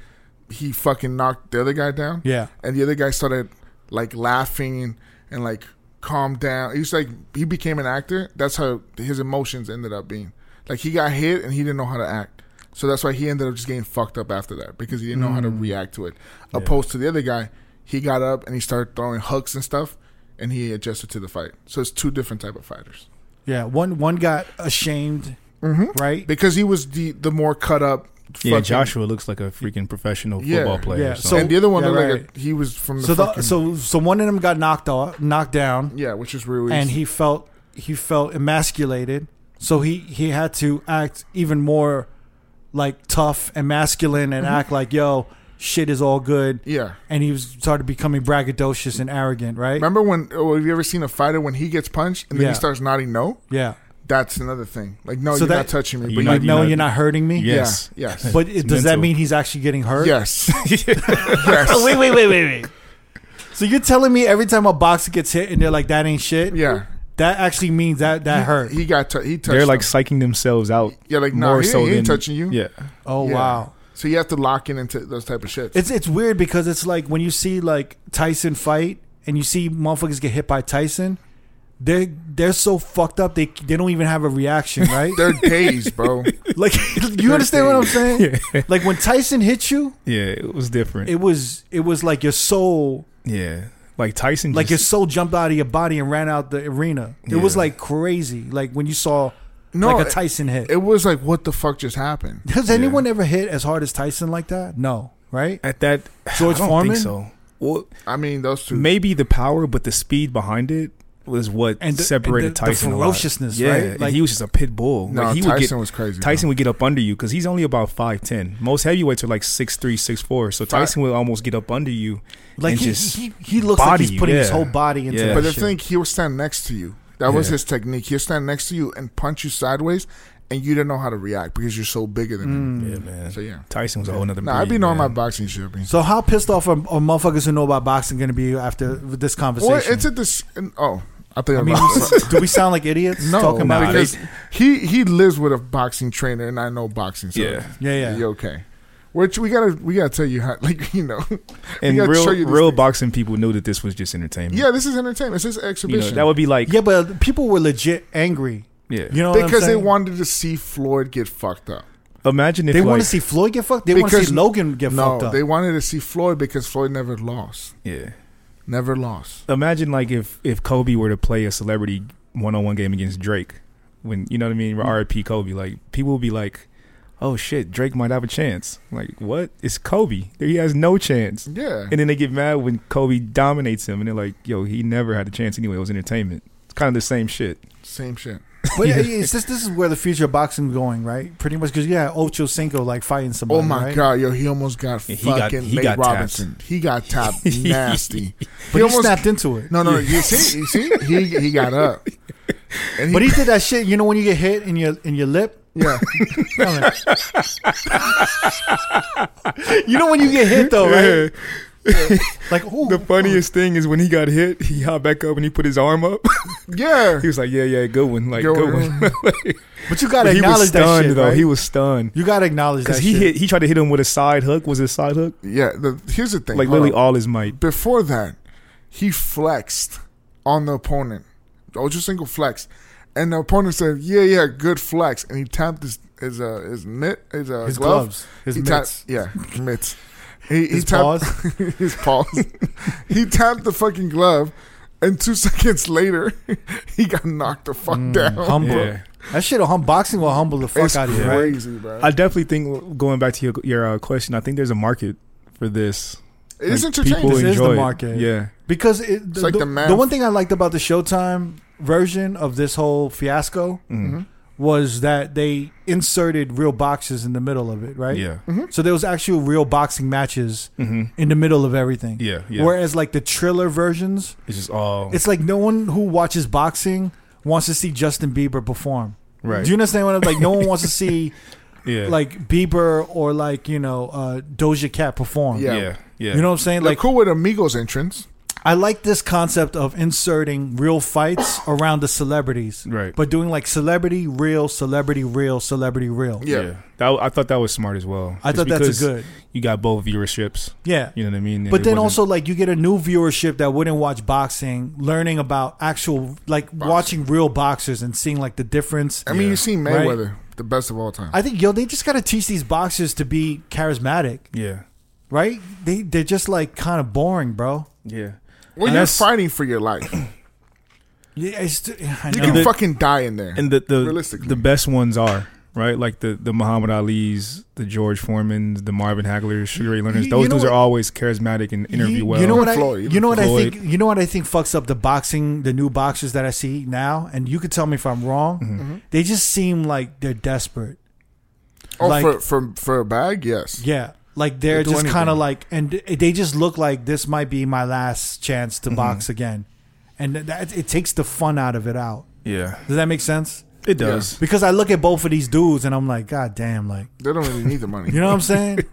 Speaker 3: he fucking knocked the other guy down.
Speaker 1: Yeah.
Speaker 3: and the other guy started like laughing and, and like calm down. He was like he became an actor. That's how his emotions ended up being. Like he got hit and he didn't know how to act. So that's why he ended up just getting fucked up after that because he didn't know how
Speaker 1: Mm.
Speaker 3: to react to it. Opposed to the other guy, he got up and he started throwing hooks and stuff, and he adjusted to the fight. So it's two different type of fighters
Speaker 1: Yeah. One one got ashamed. Right.
Speaker 3: Mm-hmm. because he was the the more cut up
Speaker 2: Yeah,
Speaker 3: fucking-
Speaker 2: Joshua looks like a freaking professional
Speaker 3: Yeah.
Speaker 2: football player.
Speaker 1: Yeah,
Speaker 2: or
Speaker 1: so-
Speaker 2: something.
Speaker 3: and the other one
Speaker 1: Yeah,
Speaker 3: looked like
Speaker 1: right.
Speaker 3: a, he was from the
Speaker 1: So the,
Speaker 3: fucking-
Speaker 1: so so one of them got knocked off, knocked down,
Speaker 3: yeah, which is Ruiz.
Speaker 1: and he felt he felt emasculated. So he he had to act even more like tough and masculine and act like yo shit is all good.
Speaker 3: Mm-hmm. yeah.
Speaker 1: And he was started becoming braggadocious and arrogant, right?
Speaker 3: Remember when? Oh, have you ever seen a fighter when he gets punched and then
Speaker 1: Yeah.
Speaker 3: he starts nodding no?
Speaker 1: Yeah.
Speaker 3: That's another thing. Like no,
Speaker 1: So
Speaker 3: you're
Speaker 1: that-
Speaker 3: not touching me.
Speaker 2: You
Speaker 3: But
Speaker 2: know-
Speaker 1: Like,
Speaker 3: you,
Speaker 1: no,
Speaker 2: not-
Speaker 1: you're not hurting me.
Speaker 3: yeah,
Speaker 2: yes.
Speaker 3: yes,
Speaker 1: But it,
Speaker 2: It's
Speaker 1: does that
Speaker 2: mental.
Speaker 1: mean he's actually getting hurt?
Speaker 3: yes,
Speaker 1: Oh,
Speaker 3: yes,
Speaker 1: wait, wait, wait, wait, wait. So you're telling me every time a boxer gets hit and they're like, "That ain't shit."
Speaker 3: yeah.
Speaker 1: That actually means that that hurt.
Speaker 3: He got tou- he touched.
Speaker 2: They're like
Speaker 3: him.
Speaker 2: psyching themselves out.
Speaker 3: Yeah, like, nah,
Speaker 2: more
Speaker 3: he-
Speaker 2: so
Speaker 3: he ain't
Speaker 2: than-
Speaker 3: touching you.
Speaker 2: Yeah,
Speaker 1: oh
Speaker 3: Yeah.
Speaker 1: wow.
Speaker 3: so you have to lock in into those type of shits.
Speaker 1: It's it's weird because it's like when you see like Tyson fight and you see motherfuckers get hit by Tyson, they they're so fucked up they they don't even have a reaction, right?
Speaker 3: They're dazed, bro.
Speaker 1: like you understand what I'm saying? Like when Tyson hit you,
Speaker 2: yeah, it was different.
Speaker 1: it was it was like your soul
Speaker 2: yeah, like Tyson.
Speaker 1: like your
Speaker 2: just,
Speaker 1: soul jumped out of your body and ran out the arena. It was
Speaker 2: Yeah.
Speaker 1: like crazy. Like when you saw
Speaker 3: No,
Speaker 1: like a
Speaker 3: it-
Speaker 1: Tyson hit.
Speaker 3: It was like, what the fuck just happened?
Speaker 1: Has anyone ever hit as hard as Tyson like that? No, right?
Speaker 2: at that
Speaker 1: George
Speaker 2: I don't
Speaker 1: Foreman?
Speaker 2: Think so well,
Speaker 3: I mean, those two.
Speaker 2: maybe the power, but the speed behind it was what
Speaker 1: And the-
Speaker 2: separated
Speaker 1: and the- the
Speaker 2: Tyson. a lot.
Speaker 1: ferociousness,
Speaker 2: yeah,
Speaker 1: right?
Speaker 2: and
Speaker 1: Like-
Speaker 2: he was just a pit bull.
Speaker 3: No,
Speaker 2: like, he would
Speaker 3: Tyson
Speaker 2: get,
Speaker 3: was crazy,
Speaker 2: Tyson would get up under you because he's only about five ten. Most heavyweights are like six three, six four. So Tyson would almost get up under you,
Speaker 1: Like
Speaker 2: and
Speaker 1: he,
Speaker 2: just
Speaker 1: he, he looks like
Speaker 2: body
Speaker 1: he's
Speaker 2: you,
Speaker 1: putting his
Speaker 2: yeah.
Speaker 1: whole body into
Speaker 2: Yeah.
Speaker 1: that
Speaker 3: But the
Speaker 1: shit.
Speaker 3: thing, he would stand next to you. That was
Speaker 2: Yeah.
Speaker 3: his technique. He'll stand next to you and punch you sideways, and you didn't know how to react because you're so bigger than
Speaker 1: Mm.
Speaker 3: him.
Speaker 2: yeah, man.
Speaker 3: So yeah.
Speaker 2: Tyson was a whole another.
Speaker 3: Nah, I've
Speaker 2: breed,
Speaker 3: been on my
Speaker 2: man.
Speaker 3: boxing shit. man.
Speaker 1: So how pissed off are, are motherfuckers who know about boxing going to be after this conversation?
Speaker 3: Or it's a dis- oh, I think
Speaker 1: I
Speaker 3: I
Speaker 1: mean,
Speaker 3: lost-
Speaker 1: do we sound like idiots
Speaker 3: no,
Speaker 1: talking about
Speaker 2: nah,
Speaker 1: this?
Speaker 3: because he he lives with a boxing trainer, and I know boxing. So
Speaker 2: Yeah.
Speaker 1: Yeah, yeah.
Speaker 3: you okay. Which we gotta we gotta tell you how like you know we
Speaker 2: and
Speaker 3: gotta
Speaker 2: real
Speaker 3: show you these
Speaker 2: real
Speaker 3: things.
Speaker 2: boxing people knew that this was just entertainment.
Speaker 3: yeah this is entertainment this is
Speaker 2: you
Speaker 3: exhibition
Speaker 2: know, that would be like
Speaker 1: Yeah, but people were legit angry.
Speaker 2: Yeah.
Speaker 1: You know what I'm
Speaker 3: because they
Speaker 1: saying?
Speaker 3: wanted to see Floyd get fucked up
Speaker 2: Imagine if
Speaker 1: they
Speaker 2: like,
Speaker 1: want to see Floyd get fucked. They want to see Logan get
Speaker 3: no
Speaker 1: fucked up.
Speaker 3: they wanted to see Floyd because Floyd never lost
Speaker 2: Yeah.
Speaker 3: never lost
Speaker 2: Imagine like if if Kobe were to play a celebrity one on one game against Drake, when you know what I mean, R.I.P. Kobe. Like people would be like, "Oh shit, Drake might have a chance." Like what? It's Kobe. He has no chance.
Speaker 3: yeah
Speaker 2: And then they get mad when Kobe dominates him, and they're like, "Yo, he never had a chance anyway. It was entertainment. It's kind of the same shit."
Speaker 3: same shit
Speaker 1: but it's just, this is where the future of boxing going, right? Pretty much because you had Ocho Cinco like fighting somebody.
Speaker 3: oh my
Speaker 1: right?
Speaker 3: god yo he almost got
Speaker 2: Yeah, he got-
Speaker 3: fucking
Speaker 2: he
Speaker 3: Nate
Speaker 2: got tapped.
Speaker 3: Robinson he got tapped nasty
Speaker 1: But he, snapped into it.
Speaker 3: no no you see you see he he got up and he,
Speaker 1: But he did that shit. You know when you get hit in your in your lip.
Speaker 3: yeah
Speaker 1: You know when you get hit though, right? Like oh,
Speaker 2: The funniest thing is when he got hit, he hopped back up and he put his arm up.
Speaker 3: yeah
Speaker 2: he was like, "Yeah, yeah, good one, like
Speaker 3: Good
Speaker 2: good
Speaker 3: one.
Speaker 2: one."
Speaker 1: but you gotta
Speaker 2: he was
Speaker 1: acknowledge that
Speaker 2: stunned
Speaker 1: shit,
Speaker 2: though.
Speaker 1: right?
Speaker 2: He was stunned.
Speaker 1: you gotta acknowledge that
Speaker 2: Because he
Speaker 1: shit.
Speaker 2: hit, he tried to hit him with a side hook. Was it a side hook?
Speaker 3: yeah the, here's the thing
Speaker 2: Like
Speaker 3: hold
Speaker 2: literally
Speaker 3: on.
Speaker 2: all his might.
Speaker 3: before that, he flexed on the opponent. Ocho Cinco flexed. And the opponent said, Yeah, yeah, good flex. And he tapped his his uh his mitt his uh
Speaker 1: His
Speaker 3: glove.
Speaker 1: gloves. His
Speaker 3: he
Speaker 1: mitts.
Speaker 3: tapped, yeah, mitts. He,
Speaker 1: His
Speaker 3: he tapped
Speaker 1: paws.
Speaker 3: his paws. he tapped the fucking glove and two seconds later he got knocked the fuck down.
Speaker 1: Mm, humble.
Speaker 2: Yeah.
Speaker 1: That shit, a hum- boxing will humble the fuck
Speaker 3: It's
Speaker 1: out of you, right?
Speaker 3: crazy, bro.
Speaker 2: I definitely think going back to your your uh, question, I think there's a market for this.
Speaker 3: it is
Speaker 2: Like,
Speaker 3: entertaining.
Speaker 2: people
Speaker 1: This is the
Speaker 2: enjoy it.
Speaker 1: market.
Speaker 2: Yeah,
Speaker 1: Because it, the,
Speaker 3: like
Speaker 1: the,
Speaker 3: the man-
Speaker 1: the one thing I liked about the Showtime version of this whole fiasco
Speaker 2: Mm-hmm.
Speaker 1: was that they inserted real boxes in the middle of it, right?
Speaker 2: yeah, Mm-hmm.
Speaker 1: So there was actual real boxing matches in the middle of everything.
Speaker 2: Yeah, yeah. Oh.
Speaker 1: Whereas like the Triller versions,
Speaker 2: it's just all
Speaker 1: it's like no one who watches boxing wants to see Justin Bieber perform.
Speaker 2: Right.
Speaker 1: Do you understand what I'm like? No one wants to see
Speaker 2: yeah,
Speaker 1: like Bieber or like you know uh, Doja Cat perform.
Speaker 3: Yeah.
Speaker 2: yeah, yeah.
Speaker 1: You know what I'm saying?
Speaker 3: like
Speaker 1: Like
Speaker 3: cool with Amigos entrance.
Speaker 1: I like this concept of inserting real fights around the celebrities,
Speaker 2: Right.
Speaker 1: But doing like celebrity real, celebrity real, celebrity real.
Speaker 3: Yeah.
Speaker 2: That, I thought that was smart as well.
Speaker 1: I
Speaker 2: Just
Speaker 1: thought that's a
Speaker 2: because
Speaker 1: good-
Speaker 2: You got both viewerships.
Speaker 1: Yeah.
Speaker 2: you know what I mean. And
Speaker 1: But
Speaker 2: it
Speaker 1: then
Speaker 2: wasn't-
Speaker 1: also like you get a new viewership that wouldn't watch boxing, learning about actual like watching real boxers and seeing like the difference.
Speaker 3: I mean you see
Speaker 1: Right.
Speaker 3: Mayweather, the best of all time.
Speaker 1: I think yo, they just gotta teach these boxers to be charismatic,
Speaker 2: yeah,
Speaker 1: right? They they're just like kind of boring, bro.
Speaker 2: yeah.
Speaker 3: well,
Speaker 2: And
Speaker 3: you're
Speaker 2: that's-
Speaker 3: fighting for your life.
Speaker 1: Yeah, it's, I
Speaker 3: You
Speaker 1: know.
Speaker 3: can
Speaker 2: the-
Speaker 3: fucking die in there.
Speaker 2: and the the
Speaker 3: Realistically.
Speaker 2: the best ones are right? Like the the Muhammad Ali's, the George Foremans, the Marvin Hagler's, Sugar Ray Leonard's.
Speaker 1: You-
Speaker 2: Those
Speaker 1: you know
Speaker 2: dudes are
Speaker 1: what-
Speaker 2: always charismatic and interview
Speaker 1: you,
Speaker 2: well.
Speaker 1: You know what
Speaker 3: Floyd.
Speaker 1: I? You know what I
Speaker 2: Floyd.
Speaker 1: think? You know what I think fucks up the boxing, the new boxers that I see now. And you could tell me if I'm wrong.
Speaker 3: Mm-hmm.
Speaker 2: Mm-hmm.
Speaker 1: They just seem like they're desperate.
Speaker 3: Oh,
Speaker 1: Like-
Speaker 3: for, for for a bag, yes.
Speaker 1: Yeah, like they're
Speaker 3: do
Speaker 1: just kind of
Speaker 3: anything.
Speaker 1: like, and they just look like this might be my last chance
Speaker 3: Mm-hmm.
Speaker 1: to box again, and that it takes the fun out of it out.
Speaker 2: Yeah,
Speaker 1: Does that make sense?
Speaker 2: it does.
Speaker 1: Because I look at both of these dudes and I'm like, God damn, like,
Speaker 3: They don't really need the money.
Speaker 1: you know what I'm saying?
Speaker 2: It's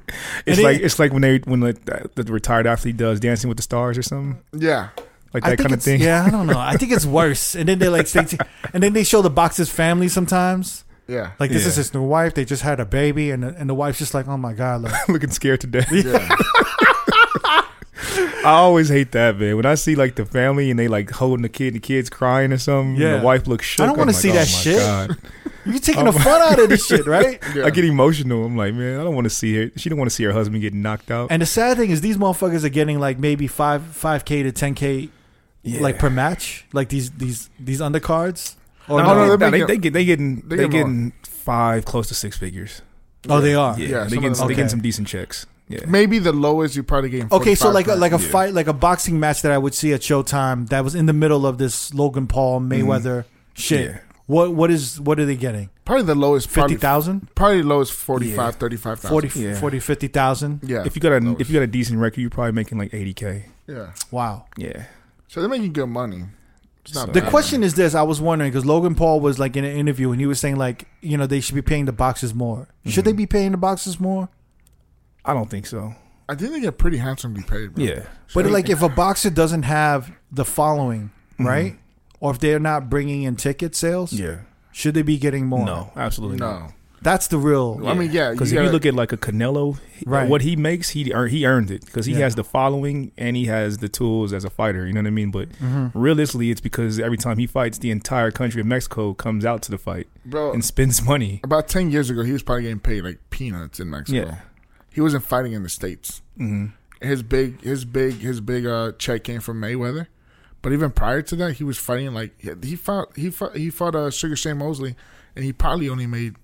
Speaker 1: And it-
Speaker 2: like it's like when they when like that- the retired athlete does Dancing with the Stars or something
Speaker 3: yeah.
Speaker 2: like
Speaker 1: I
Speaker 2: that
Speaker 1: think
Speaker 2: kind of
Speaker 1: it's-
Speaker 2: thing.
Speaker 1: Yeah, I don't know. I think it's worse. And then they like, say, and then they show the boxer's family sometimes.
Speaker 3: Yeah.
Speaker 1: Like this is
Speaker 2: Yeah.
Speaker 1: his new wife. They just had a baby, and the, and the wife's just like, oh my god, like,
Speaker 2: looking scared to death.
Speaker 3: yeah.
Speaker 2: I always hate that man. When I see like the family and they like holding the kid, the kids crying or something. Yeah,
Speaker 1: Yeah.
Speaker 2: the wife looks shook.
Speaker 1: I don't wanna
Speaker 2: I'm like,
Speaker 1: see
Speaker 2: "Oh
Speaker 1: that
Speaker 2: my
Speaker 1: shit."
Speaker 2: God."
Speaker 1: you're taking
Speaker 2: Oh
Speaker 1: the fun out of this shit, right?
Speaker 3: Yeah.
Speaker 2: I get emotional. I'm like, man, I don't want to see her. She don't want to see her husband getting knocked out.
Speaker 1: And the sad thing is, these motherfuckers are getting like maybe five five k to ten k, like per match. Like these these these undercards. Oh
Speaker 2: no,
Speaker 3: no,
Speaker 2: no,
Speaker 3: they
Speaker 2: no, they,
Speaker 3: make it-
Speaker 2: they get they getting
Speaker 3: they
Speaker 2: they,
Speaker 3: get more.
Speaker 2: getting five close to six figures.
Speaker 1: oh, they are.
Speaker 2: Yeah,
Speaker 3: Yeah,
Speaker 2: they
Speaker 3: some
Speaker 2: getting
Speaker 3: of them
Speaker 2: they
Speaker 1: are.
Speaker 2: getting some decent checks. Yeah,
Speaker 3: Maybe the lowest you probably getting.
Speaker 1: Okay, so like a,
Speaker 3: 45
Speaker 1: like a
Speaker 3: grand.
Speaker 1: fight, like a boxing match that I would see at Showtime that was in the middle of this Logan Paul Mayweather shit.
Speaker 2: Mm-hmm. Yeah.
Speaker 1: What what is what are they getting?
Speaker 3: probably the lowest
Speaker 1: Fifty
Speaker 3: probably,
Speaker 1: thousand,
Speaker 3: probably the lowest 45 35,000.
Speaker 1: 40,
Speaker 2: Yeah.
Speaker 1: 40 50,000?
Speaker 3: Yeah.
Speaker 2: if you got a
Speaker 3: Lowest.
Speaker 2: if you got a decent record, you're probably making like eighty k.
Speaker 3: yeah.
Speaker 1: Wow.
Speaker 2: Yeah,
Speaker 3: So they're making good money. It's not
Speaker 2: So-
Speaker 1: The
Speaker 3: bad.
Speaker 1: question is this: I was wondering because Logan Paul was like in an interview and he was saying like you know they should be paying the boxers more. Should they be paying the boxers more?
Speaker 2: I don't think so.
Speaker 3: I think they get pretty handsomely paid. Bro.
Speaker 2: Yeah,
Speaker 1: But like, if a boxer doesn't have the following, right, or if they're not bringing in ticket sales,
Speaker 2: yeah.
Speaker 1: should they be getting more?
Speaker 2: No, absolutely not.
Speaker 3: No.
Speaker 1: that's the real.
Speaker 3: I mean, yeah.
Speaker 2: Because if
Speaker 3: gotta-
Speaker 2: you look at like a Canelo, he- uh,
Speaker 1: Right.
Speaker 2: what he makes, he earned, he earned it because he
Speaker 1: Yeah.
Speaker 2: has the following and he has the tools as a fighter. You know what I mean? But realistically, it's because every time he fights, the entire country of Mexico comes out to the fight
Speaker 3: Bro.
Speaker 2: and spends money.
Speaker 3: about 10 years ago, he was probably getting paid like peanuts in Mexico.
Speaker 2: Yeah.
Speaker 3: He wasn't fighting in the States. Mm-hmm. His big, his big, his big uh, check came from Mayweather. But even prior to that, he was fighting like he- he fought, he fought, he fought uh, Sugar Shane Mosley, and he probably only made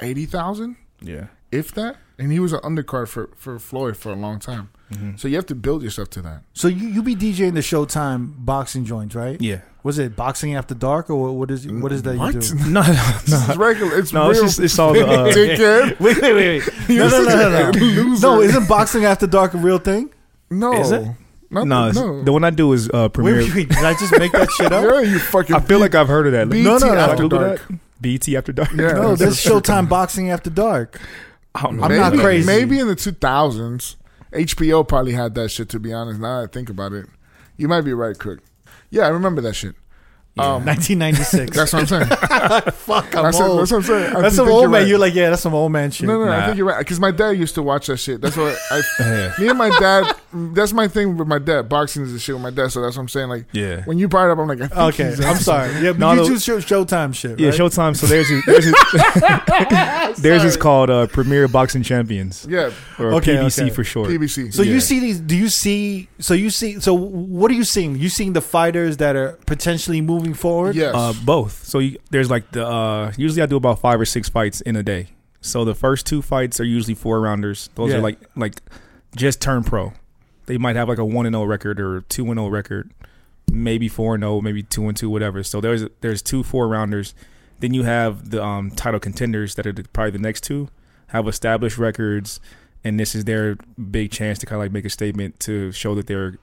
Speaker 3: 80,000
Speaker 2: Yeah,
Speaker 3: if that. And he was an undercard for, for Floyd for a long time.
Speaker 2: Mm-hmm.
Speaker 3: So you have to build yourself to that.
Speaker 1: So you, you be DJing the Showtime boxing joints, right?
Speaker 2: yeah.
Speaker 1: Was it boxing after dark or what- what is what is that you do?
Speaker 2: No, no,
Speaker 3: It's regular. It's
Speaker 2: no.
Speaker 3: real.
Speaker 2: It's just it's all the uh,
Speaker 3: dickhead.
Speaker 1: Wait, wait, wait, wait. no, no, no, no, no.
Speaker 3: Loser.
Speaker 1: no, isn't boxing after dark a real thing?
Speaker 3: No.
Speaker 2: Is it?
Speaker 3: Not
Speaker 2: no,
Speaker 3: the-
Speaker 2: it's-
Speaker 3: no.
Speaker 2: The one I do is uh,
Speaker 1: Wait,
Speaker 2: Premier.
Speaker 1: wait, wait, did I just make that shit up?
Speaker 3: yeah, you fucking.
Speaker 2: I feel like I've heard of that.
Speaker 3: BT
Speaker 2: no, no, no.
Speaker 3: After
Speaker 2: Google
Speaker 3: Dark.
Speaker 2: that. BT after dark.
Speaker 3: Yeah.
Speaker 1: No, that's Showtime boxing after dark.
Speaker 2: I don't know.
Speaker 1: I'm not
Speaker 3: Maybe-
Speaker 1: crazy.
Speaker 3: Maybe in the 2000s, HBO probably had that shit. To be honest, now that I think about it, you might be right, Crook. Yeah, I remember that shit. Um,
Speaker 1: 1996.
Speaker 3: that's what I'm saying.
Speaker 1: Fuck, I'm
Speaker 3: that's,
Speaker 1: old.
Speaker 3: what, that's what I'm saying. I
Speaker 1: That's
Speaker 3: think
Speaker 1: some old
Speaker 3: you're
Speaker 1: man.
Speaker 3: right.
Speaker 1: You're like, yeah, that's some old man shit.
Speaker 3: No, no, no, I
Speaker 2: Nah.
Speaker 3: think you're right. Because my dad used to watch that shit. That's what I.
Speaker 2: Yeah.
Speaker 3: Me and my dad. That's my thing with my dad. Boxing is the shit with my dad. So that's what I'm saying. Like,
Speaker 2: Yeah.
Speaker 3: When you brought it up, I'm like, I think
Speaker 1: Okay,
Speaker 3: he's-
Speaker 1: I'm sorry. Yeah, but
Speaker 2: No,
Speaker 1: you
Speaker 2: no.
Speaker 1: do show, Showtime shit. Right?
Speaker 2: Yeah, Showtime. So there's his, there's his, there's his called uh, Premier Boxing Champions
Speaker 3: Yeah,
Speaker 2: or
Speaker 1: Okay,
Speaker 2: PBC
Speaker 1: okay.
Speaker 2: for short.
Speaker 3: PBC.
Speaker 1: So
Speaker 2: Yeah.
Speaker 1: you see these? Do you see? So you see? So what are you seeing? You seeing the fighters that are potentially moving forward?
Speaker 3: yes.
Speaker 2: Uh, both. So you, there's like the uh, usually I do about five or six fights in a day. So the first two fights are usually four rounders. Those
Speaker 1: Yeah.
Speaker 2: are like like just turn pro. They might have like a one and zero record or two and zero record, maybe four and zero, maybe two and two, whatever. So there's there's two four rounders. Then you have the um, title contenders that are the, probably the next two have established records, and this is their big chance to kind of like make a statement to show that they're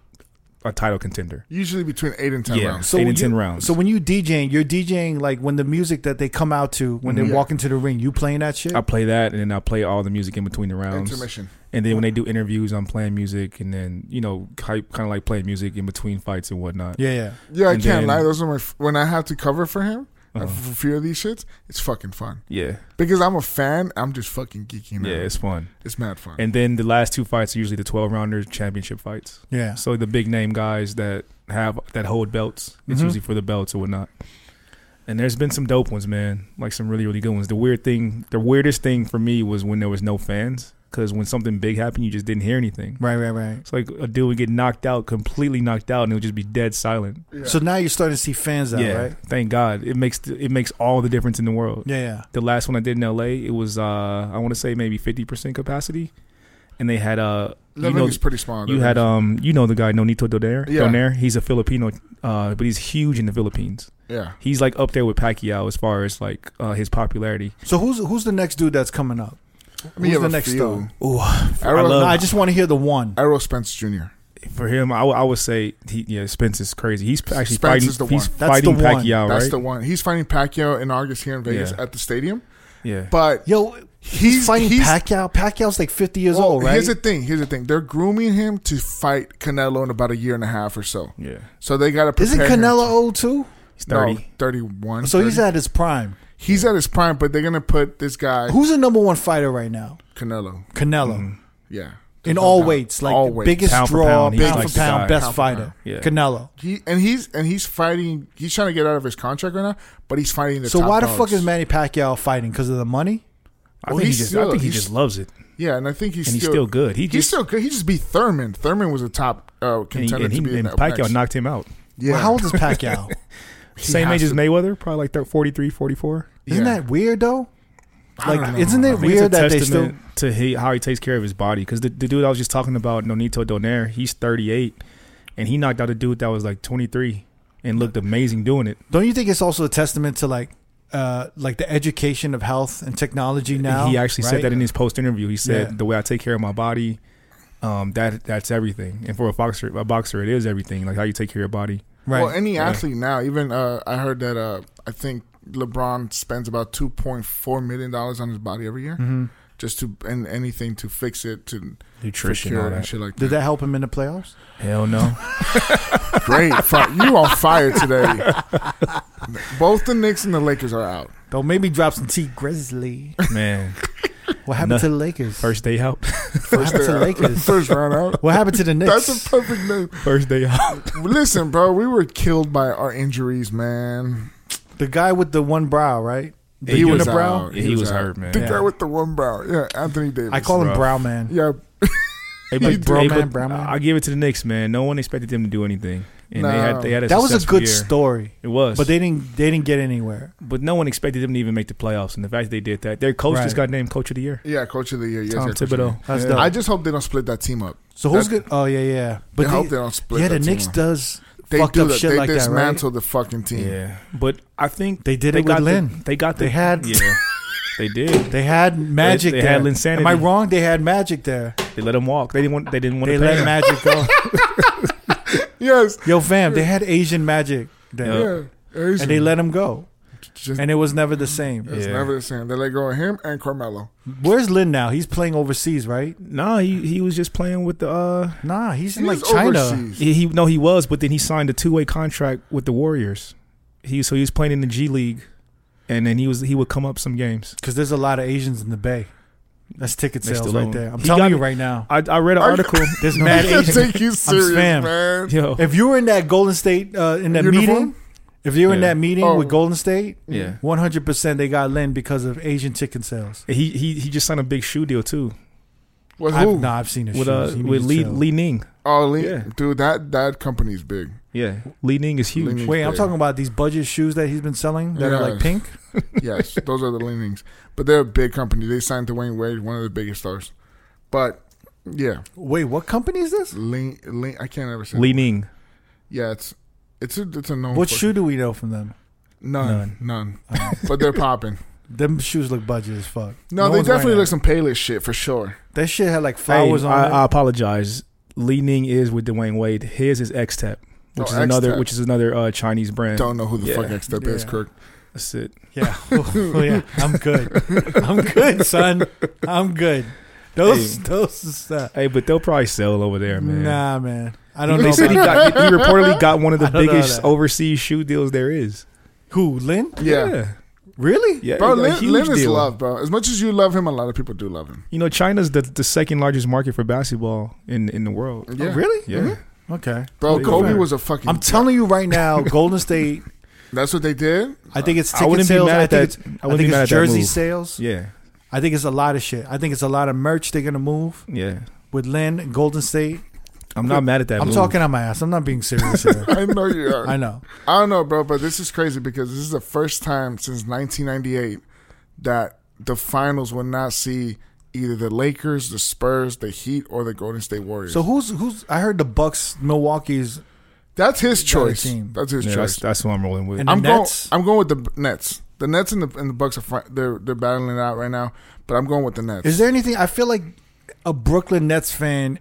Speaker 2: a title contender.
Speaker 3: Usually between eight and ten
Speaker 2: Yeah.
Speaker 3: rounds.
Speaker 1: So
Speaker 2: Eight
Speaker 1: when
Speaker 2: and
Speaker 1: you-
Speaker 2: 10 rounds.
Speaker 1: So when you DJing, you're DJing like when the music that they come out to when they walk into the ring, you playing that shit.
Speaker 2: I play that, and then I play all the music in between the rounds.
Speaker 3: Intermission.
Speaker 2: And then when they do interviews, I'm playing music, and then you know, kind of like playing music in between fights and whatnot.
Speaker 1: yeah, yeah.
Speaker 3: Yeah, I
Speaker 2: And then-
Speaker 3: can't lie. Those are my f- when I have to cover for him uh for fear of these shits. It's fucking fun
Speaker 2: yeah,
Speaker 3: because I'm a fan. I'm just fucking geeking out.
Speaker 2: yeah.
Speaker 3: it's,
Speaker 2: It's fun.
Speaker 3: mad fun.
Speaker 2: And then the last two fights are usually the 12 rounder championship fights.
Speaker 1: Yeah.
Speaker 2: So the big name guys that have that hold belts, it's
Speaker 1: Mm-hmm.
Speaker 2: usually for the belts or whatnot. And there's been some dope ones, man. Like some really really good ones. The weird thing, the weirdest thing for me was when there was no fans. because when something big happened, you just didn't hear anything.
Speaker 1: Right, right, right.
Speaker 2: It's like a dude would get knocked out, completely knocked out, and it would just be dead silent.
Speaker 1: So now you're starting to see fans out,
Speaker 2: yeah,
Speaker 1: right?
Speaker 2: thank God. It makes th- it makes all the difference in the world.
Speaker 1: Yeah, yeah.
Speaker 2: The last one I did in L.A., it was uh, I want to say maybe fifty percent capacity, and they had uh, you
Speaker 3: That
Speaker 2: know,
Speaker 3: venue's pretty small.
Speaker 2: you
Speaker 1: uh,
Speaker 2: had um, you know the guy Nonito Donaire.
Speaker 3: Yeah.
Speaker 2: Donaire. He's a Filipino, uh, but he's huge in the Philippines.
Speaker 3: yeah.
Speaker 2: He's like up there with Pacquiao as far as like uh, his popularity.
Speaker 1: So who's who's the next dude that's coming up?
Speaker 3: I mean,
Speaker 1: Who's
Speaker 3: you
Speaker 1: the
Speaker 3: have a
Speaker 1: next
Speaker 3: few.
Speaker 1: star?
Speaker 3: Arrow,
Speaker 1: No, I just want to hear the one.
Speaker 3: Arrow Spence Jr.
Speaker 2: For him, I, w- I would say he, yeah, Spence is crazy. He's actually
Speaker 3: Spence
Speaker 2: fighting.
Speaker 3: is the
Speaker 2: he's
Speaker 3: one.
Speaker 1: That's the
Speaker 2: fighting
Speaker 1: one.
Speaker 2: Pacquiao,
Speaker 3: That's
Speaker 2: right?
Speaker 3: the one. He's fighting Pacquiao in August here in Vegas
Speaker 2: Yeah.
Speaker 3: at the stadium.
Speaker 2: yeah,
Speaker 3: But
Speaker 1: Yo, he's,
Speaker 3: He's-
Speaker 1: fighting
Speaker 3: he's-
Speaker 1: Pacquiao. Pacquiao's like 50 years
Speaker 3: well,
Speaker 1: old, right?
Speaker 3: here's the thing. Here's the thing. They're grooming him to fight Canelo in about a year and a half or so.
Speaker 2: yeah.
Speaker 3: So they got to prepare.
Speaker 1: Isn't
Speaker 3: him.
Speaker 1: Canelo old too?
Speaker 2: He's
Speaker 3: No,
Speaker 2: thirty.
Speaker 3: 31.
Speaker 1: So he's
Speaker 3: 30.
Speaker 1: at his prime.
Speaker 3: he's at his prime, but they're gonna put this guy
Speaker 1: Who's the number one fighter right now?
Speaker 3: Canelo.
Speaker 1: Canelo.
Speaker 3: Yeah,
Speaker 1: In all
Speaker 3: Mm-hmm. doubt.
Speaker 1: weights, like
Speaker 3: All
Speaker 1: the
Speaker 3: weights.
Speaker 1: biggest
Speaker 2: Pound for
Speaker 1: draw,
Speaker 2: pound, he's
Speaker 1: pound
Speaker 2: like
Speaker 1: for
Speaker 2: the
Speaker 1: pound,
Speaker 2: guy.
Speaker 1: best
Speaker 3: Pound for
Speaker 1: fighter,
Speaker 2: pound. Yeah.
Speaker 1: Canelo.
Speaker 3: He and he's and he's fighting. He's trying to get out of his contract right now, but he's fighting the.
Speaker 1: So
Speaker 3: top
Speaker 1: why the
Speaker 3: dogs.
Speaker 1: fuck is Manny Pacquiao fighting? Because of the money?
Speaker 2: I
Speaker 3: Well,
Speaker 2: think he
Speaker 3: he's
Speaker 2: just. I
Speaker 3: still-
Speaker 2: think he
Speaker 3: he's-
Speaker 2: just loves it,
Speaker 3: Yeah, and I think he's
Speaker 2: and he's
Speaker 3: still,
Speaker 2: still good. He
Speaker 3: He's
Speaker 2: just
Speaker 3: still good. He just beat Thurman. Thurman was a top uh,
Speaker 2: and, he,
Speaker 3: contender
Speaker 2: and, he,
Speaker 3: to be in
Speaker 2: and
Speaker 3: that
Speaker 2: Pacquiao
Speaker 3: next.
Speaker 2: knocked him out.
Speaker 3: Yeah,
Speaker 1: Well, how old is Pacquiao?
Speaker 2: Same
Speaker 3: has
Speaker 2: age as
Speaker 3: to-
Speaker 2: Mayweather, probably like thir- 43, 44.
Speaker 1: Isn't
Speaker 3: Yeah.
Speaker 1: that weird though? Like,
Speaker 3: don't know.
Speaker 1: isn't
Speaker 2: I
Speaker 1: it
Speaker 2: think it's a
Speaker 1: weird that they still?
Speaker 2: testament to he, how he takes care of his body. Because the, the dude I was just talking about, Nonito Donaire, he's 38, and he knocked out a dude that was like 23 and looked amazing doing it.
Speaker 1: Don't you think it's also a testament to like, uh, like the education of health and technology now?
Speaker 2: he actually
Speaker 1: right?
Speaker 2: said that in his post interview. He said,
Speaker 1: Yeah.
Speaker 2: "The way I take care of my body, um, that that's everything. And for a boxer, a boxer, it is everything. Like how you take care of your body.
Speaker 1: Right.
Speaker 3: Well, any athlete now, even uh, I heard that uh, I think LeBron spends about two point four million dollars on his body every year,
Speaker 2: Mm-hmm.
Speaker 3: just to and anything to fix it to
Speaker 2: Nutrition,
Speaker 3: cure
Speaker 2: all
Speaker 3: it and
Speaker 2: that.
Speaker 3: shit like
Speaker 1: Did
Speaker 3: that.
Speaker 1: that help him in the playoffs?
Speaker 2: Hell no.
Speaker 3: Great, Fuck, you on fire today. Both the Knicks and the Lakers are out.
Speaker 1: Don't make me drop some T Grizzly.
Speaker 2: Man,
Speaker 1: What happened
Speaker 2: No.
Speaker 1: to the Lakers?
Speaker 2: first day out.
Speaker 1: what happened to the Lakers?
Speaker 3: First round out.
Speaker 1: What happened to the Knicks?
Speaker 3: That's a perfect name.
Speaker 2: First day out.
Speaker 3: Listen, bro, we were killed by our injuries, man.
Speaker 1: the guy with the one brow, right? The
Speaker 2: He was
Speaker 1: unibrow?
Speaker 3: out.
Speaker 2: Yeah, he was hurt, man.
Speaker 3: The
Speaker 1: Yeah.
Speaker 3: guy with the one brow. Yeah, Anthony Davis.
Speaker 1: I call him
Speaker 2: rough.
Speaker 1: Brow Man.
Speaker 3: Yeah,
Speaker 2: Hey, but-
Speaker 1: bro
Speaker 2: hey,
Speaker 1: man,
Speaker 2: but
Speaker 1: bro man.
Speaker 2: I give it to the Knicks, man. No one expected them to do anything, and they
Speaker 3: No.
Speaker 2: had they had a
Speaker 1: That was a
Speaker 2: successful
Speaker 1: good
Speaker 2: year.
Speaker 1: story,
Speaker 2: It was,
Speaker 1: but they didn't they didn't get anywhere.
Speaker 2: but no one expected them to even make the playoffs, and the fact that they did that, their coach
Speaker 1: Right.
Speaker 2: just got named coach of the year,
Speaker 3: yeah, coach of the year. Yes,
Speaker 2: Tom
Speaker 3: yeah, coach of the
Speaker 2: Thibodeau.
Speaker 3: year.
Speaker 1: That's
Speaker 2: Yeah.
Speaker 1: dope.
Speaker 3: I just hope they don't split that team up.
Speaker 1: So who's good?
Speaker 3: That-
Speaker 1: Oh yeah, yeah. But
Speaker 3: I
Speaker 1: they,
Speaker 3: hope they don't split
Speaker 1: Yeah, the
Speaker 3: that team
Speaker 1: Knicks
Speaker 3: up.
Speaker 1: does
Speaker 3: They
Speaker 1: fucked
Speaker 3: do
Speaker 1: up
Speaker 3: that.
Speaker 1: shit
Speaker 3: they
Speaker 1: like that, right?
Speaker 3: dismantle the fucking team.
Speaker 2: Yeah, but I think
Speaker 1: They did it with
Speaker 2: got
Speaker 1: Lin.
Speaker 2: The, they got the,
Speaker 1: They had-
Speaker 2: yeah, they did.
Speaker 1: They had Magic.
Speaker 2: they
Speaker 1: there.
Speaker 2: had Linsanity.
Speaker 1: Am I wrong? They had Magic there.
Speaker 2: They let him walk. They didn't want. They didn't want
Speaker 1: They
Speaker 2: to pay
Speaker 1: let
Speaker 2: him.
Speaker 1: Magic go.
Speaker 3: Yes.
Speaker 1: Yo, fam, they had Asian Magic there,
Speaker 2: Yeah.
Speaker 3: Yeah. Asian.
Speaker 1: Uh, and they let him go,
Speaker 3: Just-
Speaker 1: and it was never the same.
Speaker 3: it's
Speaker 2: Yeah.
Speaker 3: never the same. They let go of him and Carmelo.
Speaker 1: Where's Lin now? He's playing overseas, right?
Speaker 2: No, he he was just playing with the. uh
Speaker 1: Nah, he's in
Speaker 3: He's
Speaker 1: like China.
Speaker 3: overseas.
Speaker 2: he, he no he was, but then he signed a two way contract with the Warriors. He so he was playing in the G League, and then he was he would come up some games.
Speaker 1: Because there's a lot of Asians in the Bay. That's ticket
Speaker 2: They
Speaker 1: sales
Speaker 2: still
Speaker 1: right
Speaker 2: own.
Speaker 1: there. I'm
Speaker 2: He
Speaker 1: telling
Speaker 2: got
Speaker 1: you
Speaker 2: me-
Speaker 1: right now.
Speaker 3: Uh,
Speaker 2: I, I read an article.
Speaker 1: There's mad
Speaker 3: I
Speaker 1: Asians.
Speaker 3: take you serious,
Speaker 1: spam.
Speaker 3: man.
Speaker 2: Yo,
Speaker 1: If you were in that Golden State uh, in that
Speaker 3: Uniform?
Speaker 1: meeting, if you were in
Speaker 2: Yeah.
Speaker 1: that meeting
Speaker 3: Oh.
Speaker 1: with Golden State,
Speaker 2: Yeah.
Speaker 1: 100% they got Lin because of Asian chicken sales.
Speaker 2: he he he just signed a big shoe deal too
Speaker 3: With
Speaker 1: I've,
Speaker 3: who?
Speaker 1: nah, I've seen it.
Speaker 2: with uh with Lee Lee Ning.
Speaker 3: Oh, Lee.
Speaker 2: Yeah.
Speaker 3: Dude, that that company's big.
Speaker 2: Yeah, Lee Ning is
Speaker 3: Lee
Speaker 2: huge.
Speaker 3: Ning.
Speaker 1: Wait, I'm
Speaker 3: Yeah.
Speaker 1: talking about these budget shoes that he's been selling that are like
Speaker 3: Yes.
Speaker 1: pink.
Speaker 3: Yes, those are the leanings. But they're a big company. They signed Dwayne Wade, one of the biggest stars. But yeah,
Speaker 1: Wait, what company is this?
Speaker 3: lean, lean. I can't ever say.
Speaker 2: Lee Ning.
Speaker 3: Yeah, it's it's a it's a known.
Speaker 1: What
Speaker 3: fucking-
Speaker 1: shoe do we know from them?
Speaker 3: None, none. but they're popping.
Speaker 1: Them shoes look budget as fuck.
Speaker 3: No, they
Speaker 1: one's wearing
Speaker 3: definitely
Speaker 1: that.
Speaker 3: look some Payless shit for sure.
Speaker 1: That shit had like
Speaker 2: Hey,
Speaker 1: flowers on
Speaker 2: I,
Speaker 1: it.
Speaker 2: I apologize. Lee Ning is with Dwayne Wade. His is X Tap, which
Speaker 3: Oh,
Speaker 2: is another
Speaker 3: X-Tep.
Speaker 2: which is another uh, Chinese brand.
Speaker 3: Don't know who the
Speaker 2: Yeah.
Speaker 3: fuck X Step is,
Speaker 1: Yeah.
Speaker 3: Kirk.
Speaker 2: That's it.
Speaker 1: Yeah. Oh, yeah. I'm good. I'm good, son. I'm good. Those
Speaker 2: Hey.
Speaker 1: those is, uh,
Speaker 2: Hey, but they'll probably sell over there, man.
Speaker 1: Nah, man. I
Speaker 2: He-
Speaker 1: don't
Speaker 2: they
Speaker 1: know.
Speaker 2: said he,
Speaker 1: about that.
Speaker 2: got, he reportedly got one of the
Speaker 1: I don't know
Speaker 2: biggest
Speaker 1: that.
Speaker 2: overseas shoe deals there is.
Speaker 1: Who? Lynn?
Speaker 3: Yeah.
Speaker 1: Really?
Speaker 2: yeah.
Speaker 3: Bro,
Speaker 2: he got a
Speaker 3: Lin,
Speaker 2: huge
Speaker 3: Lin is
Speaker 2: deal.
Speaker 3: love, bro. As much as you love him, a lot of people do love him.
Speaker 2: You know, China's the, the second largest market for basketball in, in the world.
Speaker 3: Yeah.
Speaker 1: Oh, really?
Speaker 2: Yeah,
Speaker 1: Okay.
Speaker 3: Bro,
Speaker 2: Look at
Speaker 3: Kobe
Speaker 2: that.
Speaker 3: was a fucking.
Speaker 1: I'm telling you right now, Golden State.
Speaker 3: That's what they did.
Speaker 1: I think it's
Speaker 2: I
Speaker 1: ticket
Speaker 2: wouldn't be
Speaker 1: sales.
Speaker 2: mad
Speaker 1: I
Speaker 2: at
Speaker 1: think
Speaker 2: that-
Speaker 1: it's
Speaker 2: I wouldn't
Speaker 1: think
Speaker 2: be mad
Speaker 1: it's
Speaker 2: at that
Speaker 1: jersey
Speaker 2: move.
Speaker 1: sales.
Speaker 2: yeah.
Speaker 1: I think it's a lot of shit. I think it's a lot of merch they're gonna move
Speaker 2: Yeah,
Speaker 1: with Lynn and Golden State.
Speaker 2: I'm not mad at that.
Speaker 1: I'm
Speaker 2: move.
Speaker 1: talking on my ass. I'm not being serious. here.
Speaker 3: I know you are.
Speaker 1: I know.
Speaker 3: I don't know, bro, but this is crazy because this is the first time since 1998 that the finals will not see either the Lakers, the Spurs, the Heat, or the Golden State Warriors.
Speaker 1: So who's who's? I heard the Bucks, Milwaukee's.
Speaker 3: that's his choice.
Speaker 1: team.
Speaker 3: That's his
Speaker 2: Yeah,
Speaker 3: choice.
Speaker 2: that's, that's who I'm rolling with.
Speaker 1: And-
Speaker 3: I'm
Speaker 1: Nets?
Speaker 3: going. I'm going with the Nets. The Nets and the and the Bucks are fri- they're they're battling it out right now. But I'm going with the Nets.
Speaker 1: Is there anything? I feel like a Brooklyn Nets fan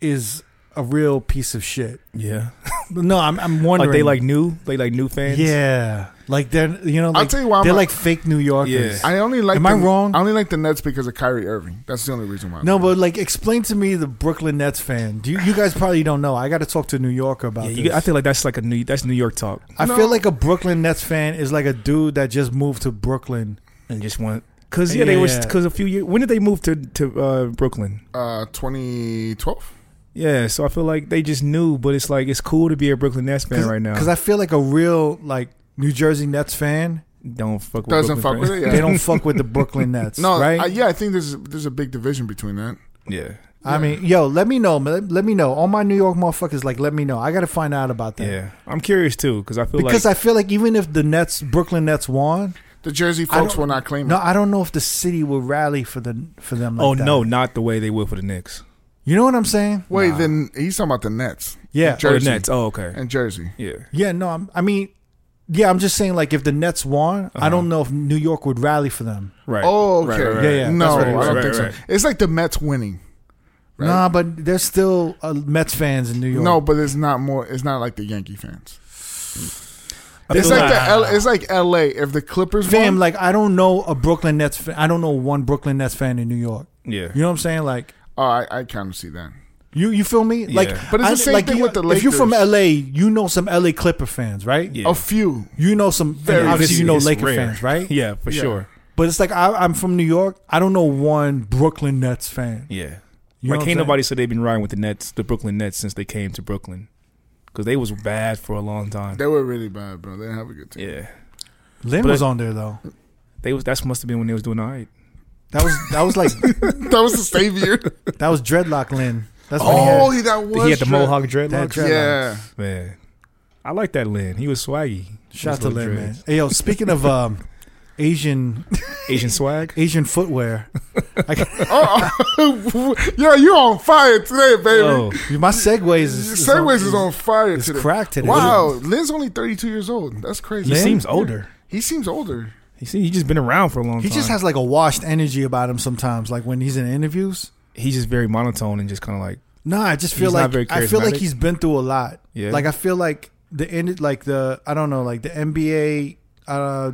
Speaker 1: is a real piece of shit.
Speaker 2: yeah,
Speaker 1: No, I'm I'm wondering.
Speaker 2: like they like new, they like new fans.
Speaker 1: yeah, like they're you know. Like,
Speaker 3: tell you why I'm
Speaker 1: they're
Speaker 3: a-
Speaker 1: like fake New Yorkers.
Speaker 2: Yeah.
Speaker 3: I only like.
Speaker 1: Am
Speaker 3: the,
Speaker 1: I wrong?
Speaker 3: I only like the Nets because of Kyrie Irving. That's the only reason why. I'm
Speaker 1: No,
Speaker 3: going.
Speaker 1: but like, explain to me the Brooklyn Nets fan. Do you, you guys probably don't know? I got to talk to a New Yorker about
Speaker 2: Yeah,
Speaker 1: this.
Speaker 2: you, I feel like that's like a new that's New York talk,
Speaker 1: I feel like a Brooklyn Nets fan is like a dude that just moved to Brooklyn.
Speaker 2: and just want because yeah, they was
Speaker 1: Yeah.
Speaker 2: because a few years when did they move to to uh, Brooklyn?
Speaker 3: uh, 2012.
Speaker 2: Yeah, so I feel like they just knew, but it's like it's cool to be a Brooklyn Nets fan right now.
Speaker 1: Because I feel like a real like New Jersey Nets fan,
Speaker 2: don't fuck with
Speaker 3: Doesn't
Speaker 2: Brooklyn
Speaker 3: fuck with
Speaker 2: fans.
Speaker 3: it. Yeah.
Speaker 1: they don't fuck with the Brooklyn Nets.
Speaker 3: No,
Speaker 1: right?
Speaker 3: I, yeah, I think there's there's a big division between that.
Speaker 2: Yeah,
Speaker 1: I mean, yo, let me know. Let, let me know. All my New York motherfuckers, like, let me know. I got to find out about that.
Speaker 2: yeah. I'm curious too because I feel
Speaker 1: Because
Speaker 2: like
Speaker 1: I feel like even if the Nets, Brooklyn Nets won,
Speaker 3: The Jersey
Speaker 1: I
Speaker 3: folks
Speaker 1: don't-
Speaker 3: will not claim
Speaker 1: no,
Speaker 3: it.
Speaker 1: I don't know if the city will rally for the for them. Like
Speaker 2: oh
Speaker 1: that.
Speaker 2: no, not the way they will for the Knicks.
Speaker 1: you know what I'm saying?
Speaker 3: Wait, then he's talking about the Nets.
Speaker 1: Yeah.
Speaker 3: And
Speaker 2: Oh,
Speaker 3: Jersey
Speaker 2: the Nets. Oh, okay.
Speaker 3: and Jersey.
Speaker 2: yeah,
Speaker 1: Yeah, no, I'm, I mean, yeah, I'm just saying, like, if the Nets won,
Speaker 2: Uh-huh.
Speaker 1: I don't know if New York would rally for them.
Speaker 2: right.
Speaker 3: Oh, okay.
Speaker 1: right. Yeah, yeah,
Speaker 3: No,
Speaker 1: that's right,
Speaker 3: I don't
Speaker 2: right,
Speaker 3: think so.
Speaker 2: right.
Speaker 3: It's like the Mets winning. Right.
Speaker 1: Nah, but there's still uh, Mets fans in New York.
Speaker 3: No, but it's not more. It's not like the Yankee fans. It's
Speaker 2: feel
Speaker 3: like the L, it's like L.A. If the Clippers
Speaker 1: fam,
Speaker 3: won,
Speaker 1: like, I don't know a Brooklyn Nets fan. I don't know one Brooklyn Nets fan in New York.
Speaker 2: Yeah.
Speaker 1: You know what I'm saying? Like,
Speaker 3: oh, I, I kind of see that.
Speaker 1: you you feel me? Like,
Speaker 3: But it's the
Speaker 1: I-
Speaker 3: same
Speaker 1: like,
Speaker 3: thing
Speaker 1: you-
Speaker 3: with the
Speaker 1: If you're from
Speaker 3: Lakers.
Speaker 1: LA, you know some LA Clipper fans, right?
Speaker 2: Yeah.
Speaker 3: A few.
Speaker 1: You know some, and obviously
Speaker 2: It's-
Speaker 1: you know
Speaker 2: it's
Speaker 1: Laker
Speaker 2: rare.
Speaker 1: fans, right?
Speaker 2: Yeah, for sure.
Speaker 1: But it's like I, I'm from New York. I don't know one Brooklyn Nets fan.
Speaker 2: Yeah.
Speaker 1: You know what
Speaker 2: like,
Speaker 1: I'm
Speaker 2: can't
Speaker 1: saying?
Speaker 2: nobody say they've been riding with the Nets, the Brooklyn Nets, since they came to Brooklyn, because they was bad for a long time.
Speaker 3: They were really bad, bro. They didn't have a good team.
Speaker 2: Yeah,
Speaker 1: Lynn
Speaker 2: But-
Speaker 1: was on there though.
Speaker 2: they was. That must have been when they was doing all right.
Speaker 1: That was that was like
Speaker 3: that was the same year.
Speaker 1: That was dreadlock Lynn. That's what
Speaker 3: oh,
Speaker 1: he
Speaker 3: he, that was
Speaker 2: he had the
Speaker 3: Dre-
Speaker 2: Mohawk
Speaker 1: That
Speaker 2: dreadlocks.
Speaker 1: dreadlocks.
Speaker 3: Yeah,
Speaker 2: Man, I like that Lin. He was swaggy.
Speaker 1: had. Shout out
Speaker 2: Those
Speaker 1: to
Speaker 2: little
Speaker 1: Lynn, man.
Speaker 2: dreads.
Speaker 1: Hey, yo, speaking of um, Asian
Speaker 2: Asian swag.
Speaker 1: Asian footwear, I,
Speaker 3: yeah. Oh, You on fire today, baby.
Speaker 2: Oh,
Speaker 1: my segues is, is
Speaker 3: Segways is on fire
Speaker 1: is
Speaker 3: today.
Speaker 1: cracked today.
Speaker 3: Wow, Lynn's only 32 years old. That's crazy.
Speaker 2: he seems older.
Speaker 3: He seems older.
Speaker 2: He seems, he just been around for a long
Speaker 1: He
Speaker 2: time.
Speaker 1: just has like a washed energy about him sometimes. Like when he's in interviews,
Speaker 2: he's just very monotone and just kind of like
Speaker 1: no, I just feel
Speaker 2: He's not very
Speaker 1: like I feel like
Speaker 2: charismatic.
Speaker 1: he's been through a lot.
Speaker 2: Yeah.
Speaker 1: like I feel like the end, like the I don't know, like the NBA. Uh,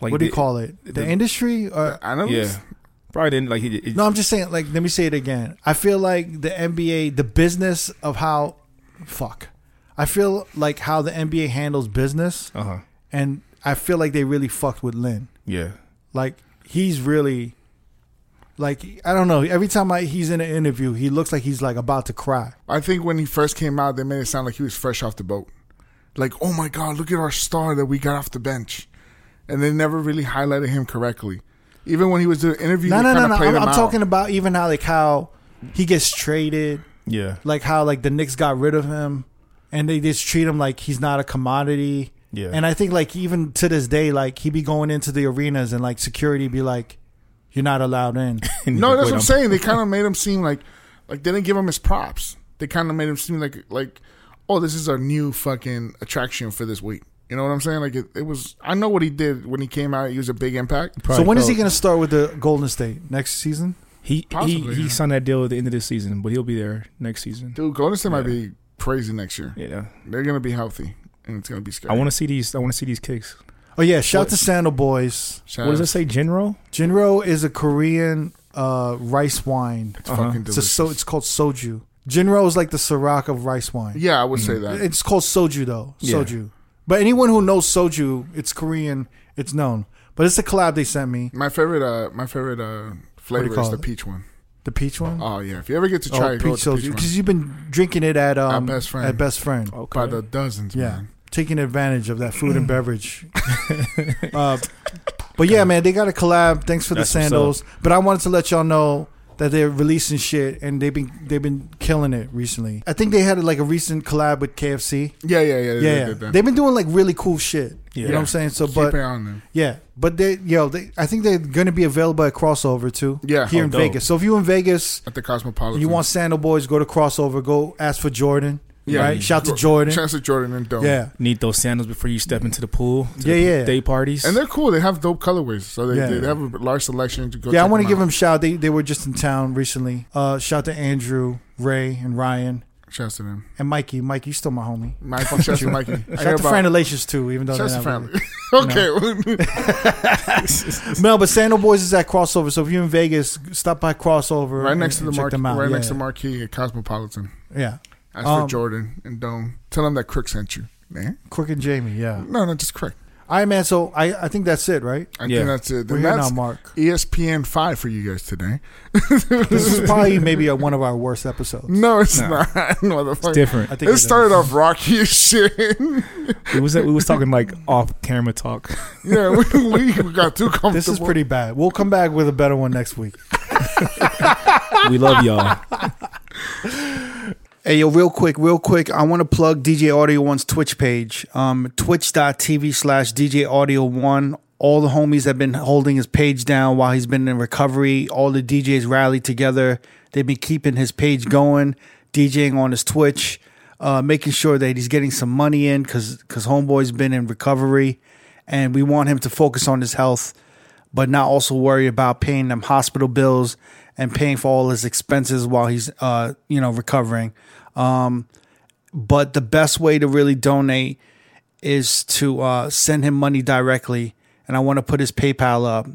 Speaker 2: like
Speaker 1: what do you
Speaker 2: the-
Speaker 1: call it? The,
Speaker 2: the-
Speaker 1: industry? Or,
Speaker 3: I know.
Speaker 2: Yeah, probably didn't like he. It,
Speaker 1: No, I'm just saying. Like, let me say it again. I feel like the NBA, the business of how, fuck, I feel like how the NBA handles business,
Speaker 2: Uh huh.
Speaker 1: and I feel like they really fucked with Lynn.
Speaker 2: Yeah.
Speaker 1: Like, he's really, like, I don't know. Every time I, he's in an interview, he looks like he's like about to cry.
Speaker 3: I think when he first came out, they made it sound like he was fresh off the boat. Like, oh my God, look at our star that we got off the bench. And they never really highlighted him correctly. Even when he was doing interviews,
Speaker 1: No, no,
Speaker 3: they kind
Speaker 1: no,
Speaker 3: of
Speaker 1: no.
Speaker 3: played
Speaker 1: I'm,
Speaker 3: him
Speaker 1: I'm
Speaker 3: out.
Speaker 1: talking about even how like how he gets traded,
Speaker 2: Yeah.
Speaker 1: like how like the Knicks got rid of him, and they just treat him like he's not a commodity.
Speaker 2: Yeah.
Speaker 1: And I think like even to this day, like he be going into the arenas and like security be like, "You're not allowed in."
Speaker 3: no, that's
Speaker 2: Wait,
Speaker 3: what I'm
Speaker 2: I'm-
Speaker 3: saying. They kind of made him seem like, like they didn't give him his props. They kind of made him seem like, like, oh, this is our new fucking attraction for this week. You know what I'm saying? Like it, it was. I know what he did when he came out. He was a big impact.
Speaker 1: so when is
Speaker 2: Oh.
Speaker 1: he going to start with the Golden State next season?
Speaker 2: He
Speaker 3: Possibly,
Speaker 2: he,
Speaker 3: yeah.
Speaker 2: he signed that deal at the end of this season, but he'll be there next season.
Speaker 3: Dude, Golden State might be crazy next year.
Speaker 2: Yeah.
Speaker 3: They're gonna be healthy, and it's gonna be scary.
Speaker 2: I want to see these. I want to see these kicks.
Speaker 1: Oh yeah, shout to Sandal Boys.
Speaker 3: Shout
Speaker 2: What does
Speaker 3: out.
Speaker 2: it say? General.
Speaker 1: Jinro is a Korean uh, rice wine.
Speaker 3: It's fucking
Speaker 1: Uh-huh. It's a
Speaker 3: delicious.
Speaker 1: so it's called soju. Jinro is like the Ciroc of rice wine.
Speaker 3: yeah, I would say that.
Speaker 1: It's called soju though.
Speaker 2: Yeah.
Speaker 1: Soju. But anyone who knows soju, it's Korean, it's known. But it's a collab they sent me.
Speaker 3: My favorite, uh, my favorite uh,
Speaker 1: What do
Speaker 3: flavor
Speaker 1: you
Speaker 3: is
Speaker 1: call
Speaker 3: the
Speaker 1: it?
Speaker 3: peach one.
Speaker 1: The peach one.
Speaker 3: Oh yeah, if you ever get to
Speaker 1: Oh,
Speaker 3: try it, go
Speaker 1: peach
Speaker 3: with the
Speaker 1: soju.
Speaker 3: peach
Speaker 1: Because
Speaker 3: one.
Speaker 1: you've been drinking it at um
Speaker 3: Best Friend.
Speaker 1: At best friend.
Speaker 3: by the dozens,
Speaker 1: yeah.
Speaker 3: man.
Speaker 1: Taking advantage of that food and beverage. uh, But yeah, man, they got a collab. Thanks for
Speaker 9: That's
Speaker 1: the
Speaker 9: what's
Speaker 1: sandals. But I wanted to let y'all know that they're releasing shit and they've been they've been killing it recently. I think they had like a recent collab with KFC.
Speaker 3: Yeah, yeah, yeah.
Speaker 1: Yeah,
Speaker 3: did that.
Speaker 1: they've been doing like really cool shit. You know
Speaker 2: Yeah.
Speaker 1: what I'm saying? So,
Speaker 3: Keep
Speaker 1: but
Speaker 3: an eye on them.
Speaker 1: yeah, but they yo, they, I think they're gonna be available at Crossover too.
Speaker 3: Yeah.
Speaker 1: here
Speaker 3: Oh,
Speaker 1: in
Speaker 2: dope.
Speaker 1: Vegas. So if you in Vegas,
Speaker 3: at the Cosmopolitan.
Speaker 1: you want Sandal Boys, go to Crossover. Go ask for Jordan.
Speaker 3: Yeah.
Speaker 1: right? Shout to
Speaker 3: Go-
Speaker 1: Jordan.
Speaker 3: Shout out to Jordan and Dome.
Speaker 1: yeah,
Speaker 2: Need those sandals before you step into the pool. to
Speaker 1: Yeah,
Speaker 2: the
Speaker 1: yeah.
Speaker 2: Day parties.
Speaker 3: And they're cool. They have dope colorways, so they,
Speaker 1: Yeah.
Speaker 3: they have a large selection. To go
Speaker 1: yeah. I
Speaker 3: check
Speaker 1: want to
Speaker 3: out.
Speaker 1: give them shout. They they were just in town recently. Uh, shout to Andrew, Ray, and Ryan.
Speaker 3: Shouts to them.
Speaker 1: And Mikey, Mikey, you still my homie.
Speaker 3: Mike, shouts to Mikey. I
Speaker 1: Shout
Speaker 3: hear
Speaker 1: out to
Speaker 3: about-
Speaker 1: Fran Delicious too, even though
Speaker 3: Shouts
Speaker 1: they're
Speaker 3: to
Speaker 1: not
Speaker 3: family. okay.
Speaker 1: really- No, but Sandal Boys is at Crossover. So if you're in Vegas, stop by Crossover.
Speaker 3: right
Speaker 1: and-
Speaker 3: next to the
Speaker 1: and check
Speaker 3: marquee.
Speaker 1: them out.
Speaker 3: Right
Speaker 1: yeah.
Speaker 3: next to the marquee at Cosmopolitan.
Speaker 1: Yeah,
Speaker 3: Ask
Speaker 1: Um,
Speaker 3: for Jordan and Dome. Tell them that Crick sent you. Man.
Speaker 1: Quick and Jamie. Yeah.
Speaker 3: No, no, just Crick.
Speaker 1: All right, man. So I I think that's it, right?
Speaker 3: I
Speaker 2: Yeah.
Speaker 3: think that's it. E
Speaker 1: We're
Speaker 3: And
Speaker 1: here
Speaker 3: that's
Speaker 1: now, Mark.
Speaker 3: ESPN five for you guys today.
Speaker 1: This is probably maybe a, one of our worst episodes.
Speaker 3: No, it's not, motherfucker.
Speaker 2: different.
Speaker 1: I think
Speaker 3: It
Speaker 1: is.
Speaker 3: started off rocky as shit.
Speaker 2: It was we was talking like off camera talk.
Speaker 3: yeah, we, we got too comfortable.
Speaker 1: This is pretty bad. We'll come back with a better one next week.
Speaker 2: We love y'all.
Speaker 1: Hey, yo, real quick, real quick. I want to plug DJ Audio One's Twitch page, um, twitch.tv slash DJ Audio One. All the homies have been holding his page down while he's been in recovery. All the DJs rallied together. They've been keeping his page going, DJing on his Twitch, uh, making sure that he's getting some money in because Homeboy's been in recovery. And we want him to focus on his health but not also worry about paying them hospital bills and paying for all his expenses while he's uh you know recovering um but the best way to really donate is to uh send him money directly and i want to put his paypal up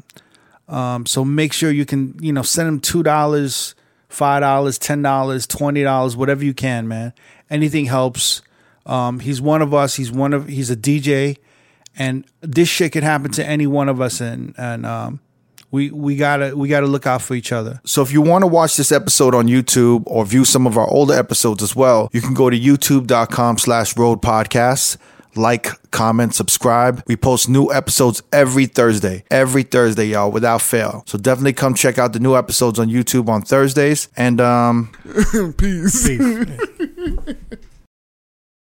Speaker 1: um so make sure you can you know send him two dollars five dollars ten dollars twenty dollars whatever you can man anything helps um he's one of us he's one of he's a dj and this shit could happen to any one of us and and um we we gotta we gotta look out for each other
Speaker 9: So if you want to watch this episode on YouTube or view some of our older episodes as well, you can go to youtube.com slash road podcasts. Like, comment, subscribe. We post new episodes every Thursday. Every Thursday, y'all, without fail. So definitely come check out the new episodes on YouTube on Thursdays. And um
Speaker 3: Peace.
Speaker 1: Peace.